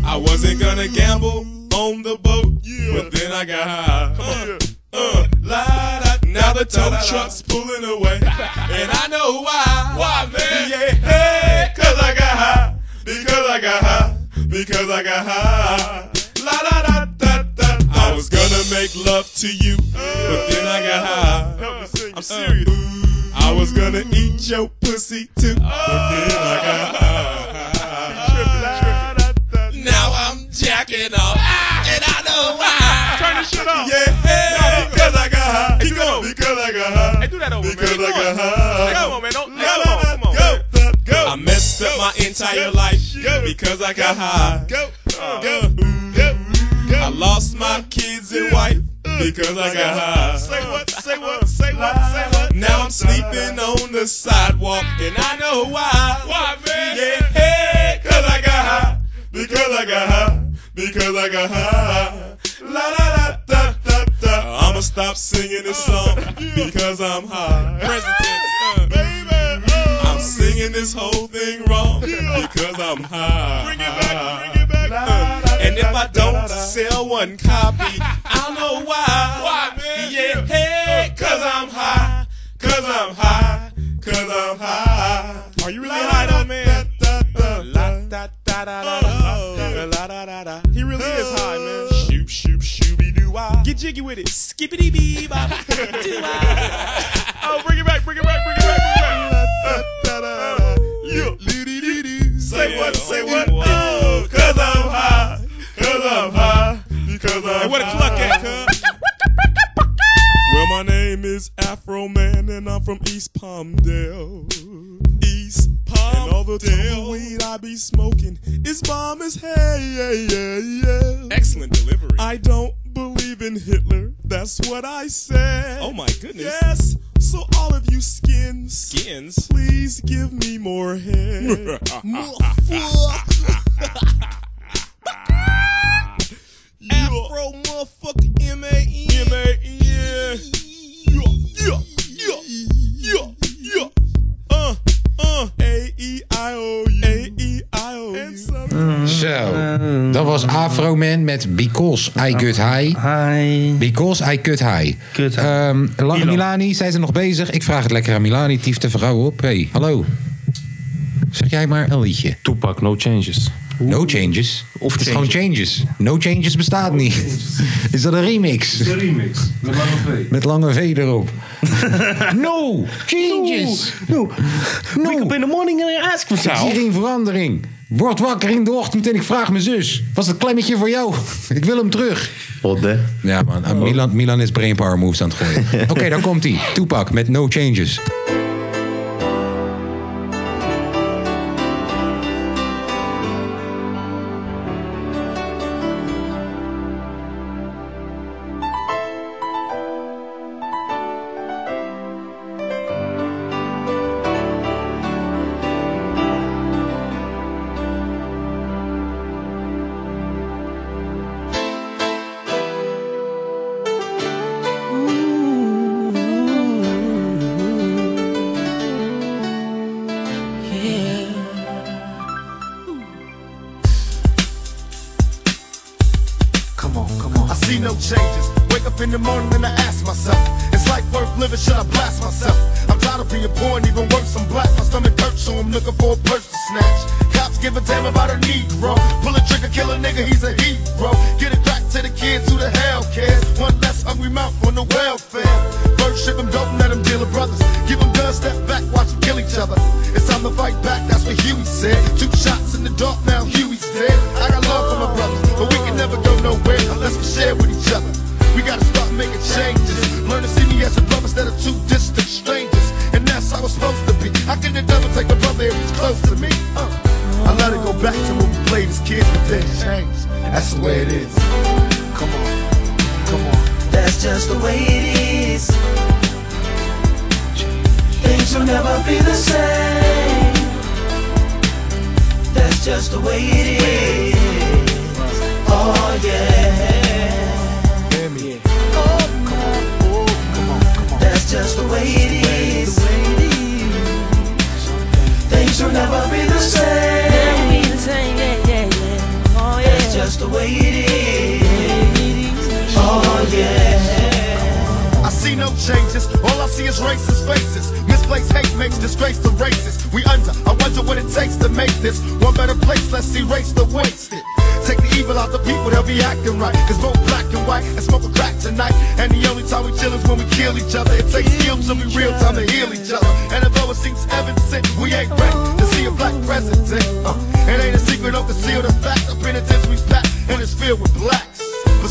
Speaker 8: I wasn't gonna gamble on the boat, but then I got high. Uh, uh, la, da, now the tow truck's pulling away, and I know why. Why, man? Yeah, hey, cause I got high, because I got high, because I got high. La da da da da. da. I was gonna make love to you, but then I got high. I'm serious. I was gonna eat your pussy too, but then I got high. Now I'm jacking off, and I know why. Turn this shit off. Yeah, hey, because I got high. Keep going. Because I got high. Hey, do that over, because man. I got high. Come on, man. Don't, come on, come on. Go, go. I messed up my entire life because I got high. Go, go, go, go. I lost my kids and wife because I got high. Say what? Say what? Say what? Say what? Now I'm sleeping on the sidewalk, and I know why. Why, man? Yeah, hey, because I got high. Because I got high. Because I got high. La la da da da da. I'ma stop singing this song because I'm high. Uh, President, uh, baby, I'm singing this whole thing wrong because I'm high. Bring it back, bring it back. and if I don't sell one copy, I know why. Why, man? Yeah, hey, cause I'm high. Cause I'm high. Cause I'm high. Are you really high though, man? He really is high, man. Shoop, shoop, shooby doo wah. Get jiggy with it. Skippity bee bop. Oh, bring it back, bring it back, bring it back, bring it back. Say what, say what? Oh, cause I'm high. Cause I'm high. Because I'm high. Hey, what a cluck at, cuz? Well, my name is Afro Man, and I'm from East Palmdale. East Palmdale. And all the tumbleweed weed I be smoking is bomb as hell. Yeah, yeah, yeah. Excellent delivery. I don't believe in Hitler. That's what I said. Oh my goodness. Yes. So all of you skins, skins, please give me more head. Motherfucker. Afro motherfucker M A E M A E yeah yeah yeah yeah yeah uh uh A E I O U A E I O U
Speaker 2: Zo, dat was Afro Man met Because I Cut High. Because I Cut High. Ehm, La- Milani, zij zijn nog bezig. Ik vraag het lekker aan Milani, tief de vrouw op. Hey, hallo. Zeg jij maar een liedje.
Speaker 7: Toepak, no changes.
Speaker 2: No changes? Of het is gewoon changes. No changes bestaat niet. Is dat een remix?
Speaker 5: is de remix. De lange V.
Speaker 2: Met lange V erop. no! Changes! No! no. Wake up in the morning and ask
Speaker 5: yourself.
Speaker 2: Ik zie geen verandering. Word wakker in de ochtend en ik vraag mijn zus. Was dat klemmetje voor jou? Ik wil hem terug.
Speaker 3: Hot, hè?
Speaker 2: Ja, man. Uh, Milan, Milan is brain power moves aan het gooien. Oké, dan komt hij. Tupac met No Changes.
Speaker 14: Come on, come on. I see no changes. Wake up in the morning and I ask myself, is life worth living? Should I blast myself? I'm tired of being poor and even worse, I'm black. My stomach hurts, so I'm looking for a purse to snatch. Cops give a damn about a Negro. Pull a trigger, kill a nigga, he's a hero. Get it back to the kids who the hell cares. One less hungry mouth on the welfare. First ship them, don't let them deal with brothers. Give them guns, step back, watch them kill each other. It's time to fight back, that's what Huey said. Two shots in the dark, now Huey's dead. I got love for my brothers, but we can never go nowhere unless we share with each other. We gotta start making changes. Learn to see me as a brother instead of two distant strangers. And that's how it's supposed to be. How can the devil take a brother if he's close to me? Uh. I let it go back to when we played as kids, but things changed. That's the way it is. Come on, come on. That's just the way it is.
Speaker 15: Things will never be the same. That's just the way it is. Oh yeah. Oh, come on, oh, come on, come on. That's just the way it is. Things will never be the same.
Speaker 10: Never be the same, yeah, yeah, yeah. Oh yeah.
Speaker 15: That's just the way it is. Oh yeah.
Speaker 14: I see no changes, all I see is racist faces. Misplaced hate makes disgrace to races. We under, I wonder what it takes to make this one better place. Let's erase the wasted. Take the evil out the people, they'll be acting right. Cause vote black and white and smoke a crack tonight. And the only time we chill is when we kill each other. It takes skill to be real time to heal each other. And although it seems evident, we ain't ready to see a black president. Uh, it ain't a secret, don't conceal the fact. The penitentiary's packed and it's filled with blacks. But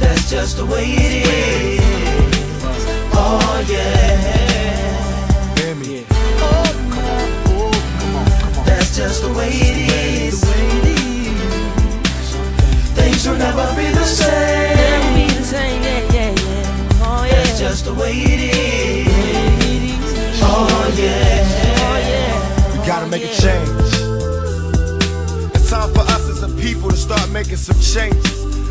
Speaker 15: That's just the way it is. Oh yeah. Oh, come on, oh, come on, come on. That's just the way it is. Things will never be the same.
Speaker 10: Never be the same, yeah, yeah, yeah. Oh yeah.
Speaker 15: That's just the way it is. Oh yeah.
Speaker 14: We gotta make a change. It's time for us as a people to start making some changes.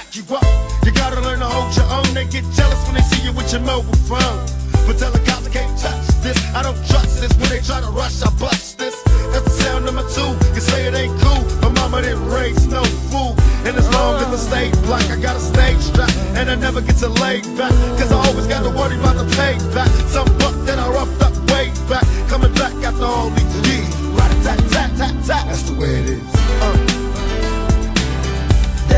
Speaker 14: you up. You gotta learn to hold your own. They get jealous when they see you with your mobile phone. But tell the cops I can't touch this. I don't trust this. When they try to rush, I bust this. That's the sound number two. You say it ain't cool. My mama didn't raise no fool. And as long as I stay black, I got a stage strap. And I never get to lay back. Cause I always gotta worry about the payback. Some buck that I roughed up way back. Coming back after all these years. Right, tat, tat, tat, tat. That's the way it is.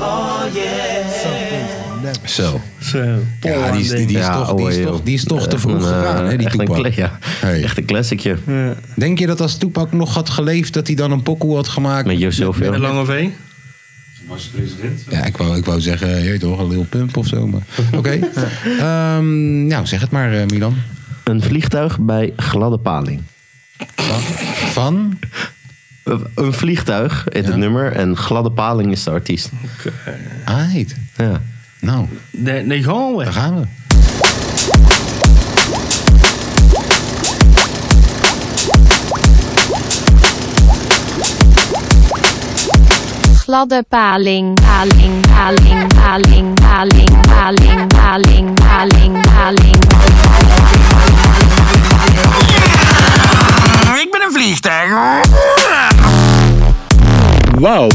Speaker 15: Oh yeah.
Speaker 2: Zo.
Speaker 1: Zo.
Speaker 2: Ja, die is, die, is toch, die, is toch, die is
Speaker 3: Eh,
Speaker 2: toch te vroeg gegaan, hè, die
Speaker 3: oh, echt
Speaker 2: Tupac.
Speaker 3: Een, cla- ja, echt een classicje.
Speaker 2: Denk je dat als Tupac nog had geleefd, dat hij dan een pokoe had gemaakt?
Speaker 3: Met Joseph, ja. Met Lange
Speaker 1: V?
Speaker 7: Was president?
Speaker 2: Ja, ik wou, ik wou zeggen, je weet toch, een Lil Pump of zo. maar- Oké. Ehm, nou, zeg het maar, eh, Milan.
Speaker 3: Een vliegtuig bij gladde paling.
Speaker 2: Van?
Speaker 3: Een vliegtuig, heet het nummer. En gladde paling is de artiest.
Speaker 2: Ah, heet.
Speaker 3: Ja.
Speaker 2: Nou.
Speaker 1: Nee, nee, gewoon weg.
Speaker 2: Daar gaan we.
Speaker 10: Gladde paling, paling, paling, paling, paling, paling, paling, paling, paling.
Speaker 16: Ik ben een vliegtuig. Wauw.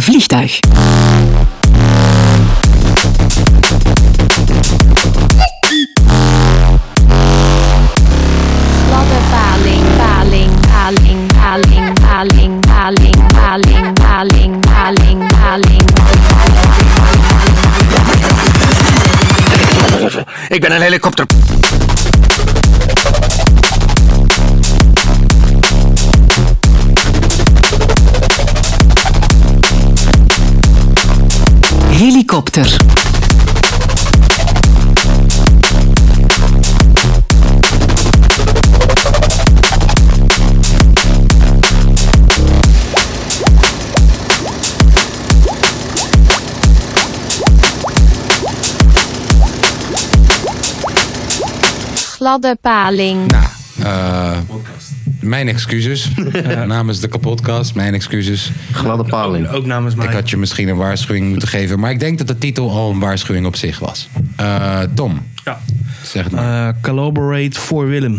Speaker 17: Vliegtuig.
Speaker 10: Gladde paling, paling, paling, paling, paling, paling, paling, paling, paling, paling.
Speaker 16: Ik ben een helikopter.
Speaker 17: Helikopter.
Speaker 10: Gladde paling.
Speaker 2: Eh, mijn excuses. Eh, namens de kapotcast, mijn excuses.
Speaker 3: Gladde paling.
Speaker 2: Ook, namens mij. Ik had je misschien een waarschuwing moeten geven. Maar ik denk dat de titel al een waarschuwing op zich was. Eh, Tom.
Speaker 1: Ja.
Speaker 2: Zeg het maar.
Speaker 1: Eh, collaborate voor Willem.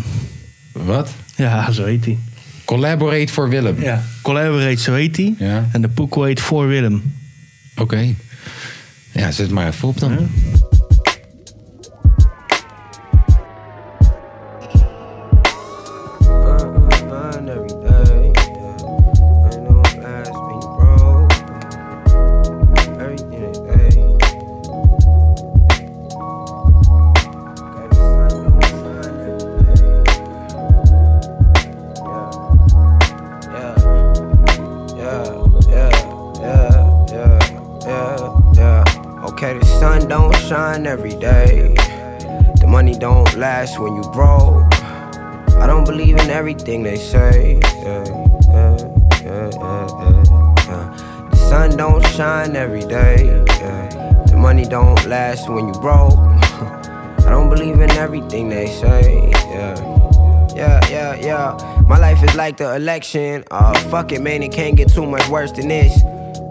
Speaker 3: Eh,
Speaker 2: Wat?
Speaker 1: Ja, zo heet hij.
Speaker 2: Collaborate voor Willem.
Speaker 1: Ja. Collaborate, zo heet hij. En de poeko heet voor Willem.
Speaker 2: Oké. Ja, zet maar even op dan.
Speaker 8: mine every day. Yeah. I know I'm ass being broke. Everything is A. Yeah, yeah, yeah, yeah. Okay, the sun don't shine every day. The money don't last when you broke. I don't believe in everything they say. Yeah, yeah, yeah, yeah, yeah, yeah. The sun don't shine every day. Yeah. The money don't last when you broke. I don't believe in everything they say. Yeah, yeah, yeah, yeah. My life is like the election. Uh, fuck it, man, it can't get too much worse than this.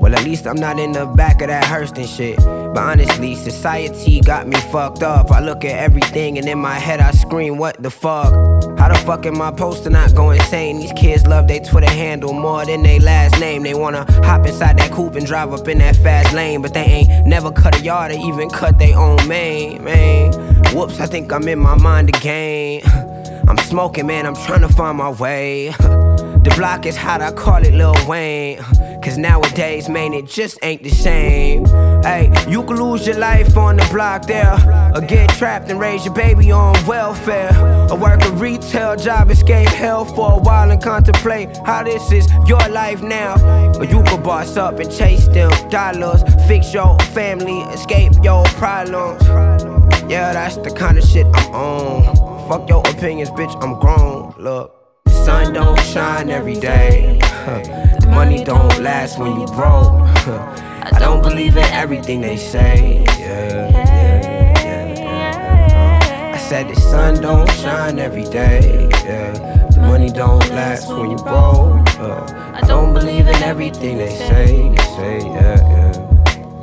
Speaker 8: Well, at least I'm not in the back of that Hearst and shit. But honestly, society got me fucked up. I look at everything and in my head I scream, what the fuck? How the fuck am I supposed to not go insane? These kids love their Twitter handle more than they last name. They wanna hop inside that coupe and drive up in that fast lane. But they ain't never cut a yard or even cut their own main, man. Whoops, I think I'm in my mind again. I'm smoking, man, I'm trying to find my way. The block is hot, I call it Lil Wayne. Cause nowadays, man, it just ain't the same. Hey, you can lose your life on the block there. Or get trapped and raise your baby on welfare. Or work a retail job, escape hell for a while and contemplate how this is your life now. Or you could boss up and chase them dollars. Fix your family, escape your problems. Yeah, that's the kind of shit I'm on. Fuck your opinions, bitch, I'm grown. Look. The sun don't shine every day. The money don't last when you broke. I don't believe in everything they say. Yeah, yeah, yeah, yeah. I said the sun don't shine every day. Yeah. The money don't last when you broke. Uh, I don't believe in everything they say. Say yeah, yeah.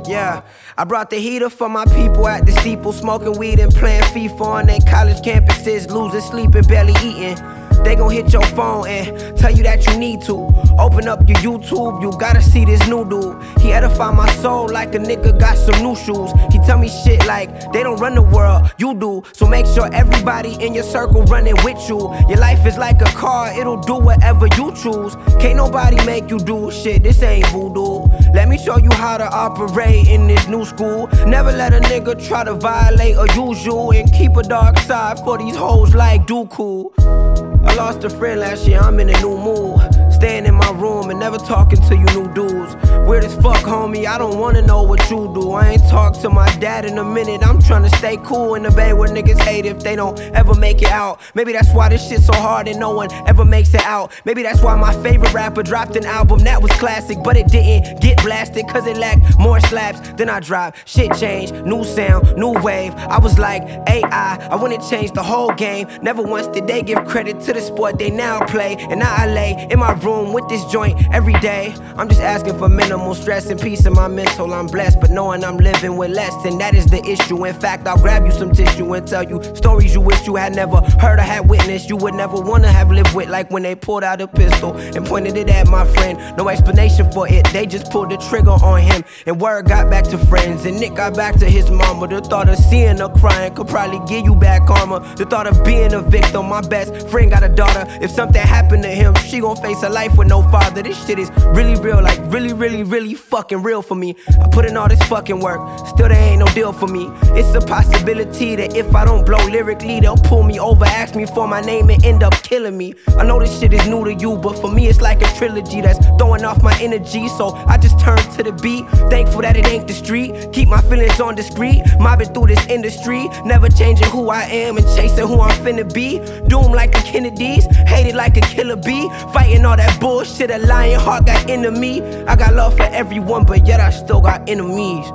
Speaker 8: Yeah, I brought the heater for my people at the steeple, smoking weed and playing FIFA on their college campuses, losing sleep and barely eating. They gon' hit your phone and tell you that you need to. Open up your YouTube, you gotta see this new dude. He edify my soul like a nigga got some new shoes. He tell me shit like they don't run the world, you do. So make sure everybody in your circle running with you. Your life is like a car, it'll do whatever you choose. Can't nobody make you do shit, this ain't voodoo. Let me show you how to operate in this new school. Never let a nigga try to violate a usual and keep a dark side for these hoes like Dooku. I lost a friend last year, I'm in a new mood. Staying in my room and never talking to you new dudes. Weird as fuck, homie, I don't wanna know what you do. I ain't talked to my dad in a minute, I'm trying to stay cool in the bay where niggas hate if they don't ever make it out. Maybe that's why this shit's so hard and no one ever makes it out. Maybe that's why my favorite rapper dropped an album that was classic, but it didn't get blasted cause it lacked more slaps than I dropped. Shit changed, new sound, new wave. I was like AI, I wanna change the whole game. Never once did they give credit to the sport they now play. And now I lay in my room with this joint every day. I'm just asking for minimal stress and peace in my mental. I'm blessed, but knowing I'm living with less, and that is the issue. In fact, I'll grab you some tissue and tell you stories you wish you had never heard or had witnessed. You would never wanna have lived with, like when they pulled out a pistol and pointed it at my friend. No explanation for it, they just pulled the trigger on him. And word got back to friends, and Nick got back to his mama. The thought of seeing her crying could probably give you back armor. The thought of being a victim, my best friend got a daughter. If something happened to him, she gon' face a life with no father. This shit is really real, like really, really, really fucking real for me. I put in all this fucking work, still there ain't no deal for me. It's a possibility that if I don't blow lyrically, they'll pull me over, ask me for my name, and end up killing me. I know this shit is new to you, but for me, it's like a trilogy that's throwing off my energy. So I just turn to the beat, thankful that it ain't the street. Keep my feelings on discreet, mobbing through this industry, never changing who I am and chasing who I'm finna be. Doom like the Kennedys, hated like a killer bee, fighting all that bullshit. A lion heart got enemy. I got love for everyone, but yet I still got enemies.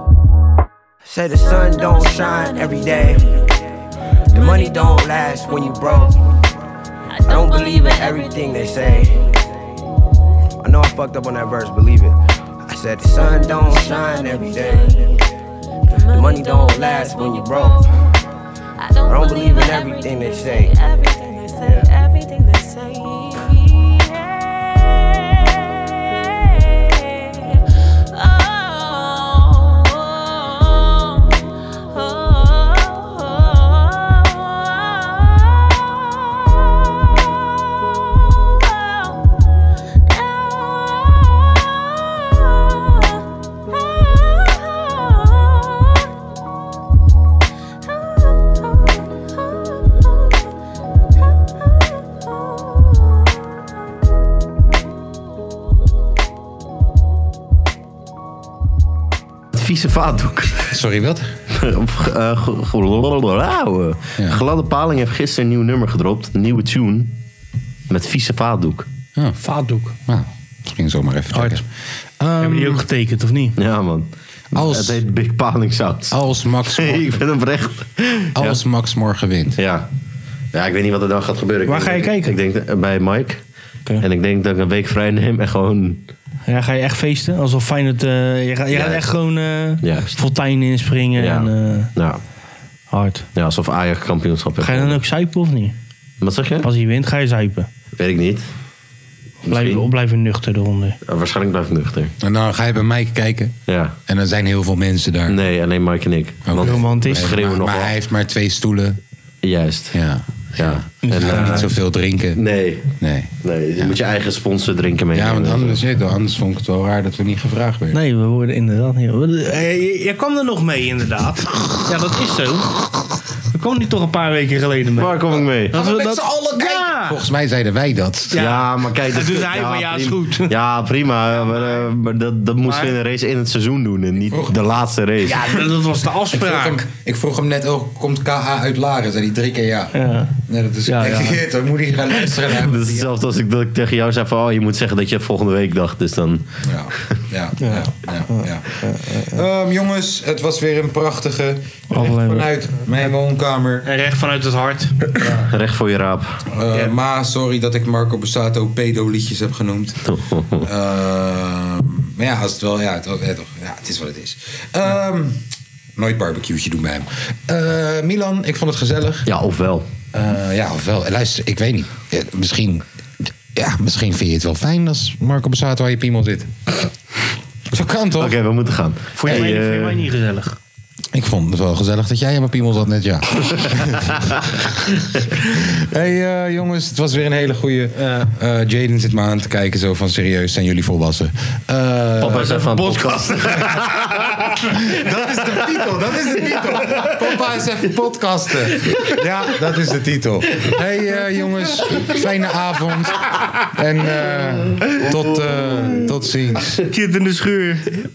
Speaker 8: Say the sun don't shine every day. The money don't last when you broke. I don't believe in everything they say. I know I fucked up on that verse, believe it. I said the sun don't shine every day. The money don't last when you broke. I don't believe in everything they say.
Speaker 10: Everything they say, everything they say. Oh, oh,
Speaker 3: Vieze vaatdoek.
Speaker 2: Sorry, wat?
Speaker 3: eh, Gladde Paling heeft gisteren een nieuw nummer gedropt. Een nieuwe tune. Met vieze vaatdoek.
Speaker 2: Ja, vaatdoek. Nou, misschien zomaar even Hard.
Speaker 1: Hebben die ook getekend of niet?
Speaker 3: Ja, man.
Speaker 2: Als,
Speaker 3: Het heet Big Paling Sound.
Speaker 2: Als Max morgen,
Speaker 3: ik ben oprecht.
Speaker 2: Als Max morgen wint.
Speaker 3: Ja. Ja, ik weet niet wat er dan gaat gebeuren. Ik
Speaker 1: Waar
Speaker 3: denk-
Speaker 1: ga je kijken?
Speaker 3: Ik denk eh, bij Mike. En ik denk dat ik een week vrij neem en gewoon...
Speaker 1: Ja, ga je echt feesten? Alsof Feyenoord... eh je gaat, je
Speaker 3: Ja.
Speaker 1: gaat echt gewoon eh
Speaker 3: Juist.
Speaker 1: fonteinen inspringen.
Speaker 3: Ja.
Speaker 1: En, eh,
Speaker 3: Ja.
Speaker 1: Hard.
Speaker 3: Ja, alsof Ajax kampioenschap heeft.
Speaker 1: ga je dan ook zuipen of niet?
Speaker 3: Wat zeg je?
Speaker 1: Als hij wint, ga je zuipen.
Speaker 3: Weet ik niet.
Speaker 1: Blijven, blijven nuchter eronder.
Speaker 3: Eh, Waarschijnlijk blijf ik nuchter.
Speaker 2: En dan ga je bij Mike kijken.
Speaker 3: Ja.
Speaker 2: En er zijn heel veel mensen daar.
Speaker 3: Nee, alleen Mike en ik. Want
Speaker 1: Romantisch.
Speaker 3: we Schreeuwen
Speaker 2: maar,
Speaker 3: nog
Speaker 2: maar hij heeft maar twee stoelen.
Speaker 3: Juist.
Speaker 2: Ja.
Speaker 3: Ja.
Speaker 2: En
Speaker 3: En, eh,
Speaker 2: niet zoveel drinken.
Speaker 3: Nee.
Speaker 2: Nee.
Speaker 3: Nee, je moet je eigen sponsor drinken mee.
Speaker 2: Ja, want anders, weet je wel, anders vond ik het wel raar dat we niet gevraagd werden.
Speaker 1: Nee, we worden inderdaad niet... Eh, Je, je kwam er nog mee, inderdaad. Ja, dat is zo. We kwam die toch een paar weken geleden mee.
Speaker 3: Waar kom ik mee?
Speaker 1: Dat we met z'n allen Ja!
Speaker 2: Volgens mij zeiden wij dat.
Speaker 3: Ja, maar kijk...
Speaker 1: En
Speaker 3: dat-
Speaker 1: toen zei hij van, ja, is
Speaker 3: prima.
Speaker 1: goed.
Speaker 3: Ja, prima. Maar, eh, maar dat, dat moesten we in een race in het seizoen doen. En niet de laatste race.
Speaker 1: dat was de
Speaker 2: Ik vroeg hem, ik vroeg hem net ook, komt KH uit Laren? Zei hij drie keer ja. Nee, dat is echt shit, dan moet hij gaan luisteren. naar hem.
Speaker 3: Dat is hetzelfde als ik, dat ik tegen jou zei van... Oh, je moet zeggen dat je volgende week dacht. Dus dan...
Speaker 2: Ja, ja, ja, ja. ja. Ehm, jongens, het was weer een prachtige. Recht vanuit mijn woonkamer.
Speaker 1: En recht vanuit het hart.
Speaker 3: Recht voor je raap.
Speaker 2: Eh, Ma, sorry dat ik Marco Bussato pedo-liedjes heb genoemd. Ehm, maar ja, als het wel, ja, het, ja, toch, ja, het is wat het is. Ehm, nooit barbecue'tje doen bij hem. Eh, Milan, ik vond het gezellig.
Speaker 3: Ja, ofwel.
Speaker 2: Eh, ja, ofwel. eh, Luister, ik weet niet. Eh, misschien, ja, misschien vind je het wel fijn als Marco Bassato aan je piemel zit. Zo kan toch? Oké,
Speaker 3: we moeten gaan. eh,
Speaker 2: Voor jij
Speaker 1: niet gezellig?
Speaker 2: Ik vond het wel gezellig dat jij aan mijn piemel zat net, ja. hey eh, jongens, het was weer een hele goede. Eh, Jaden zit me aan te kijken, zo van serieus, zijn jullie volwassen? Eh,
Speaker 3: Papa is even aan het
Speaker 2: dat is de titel, dat is de titel. Papa is even podcasten. Ja, dat is de titel. Hey eh, jongens, fijne avond. En eh, tot, eh, tot ziens.
Speaker 1: Kind in de schuur.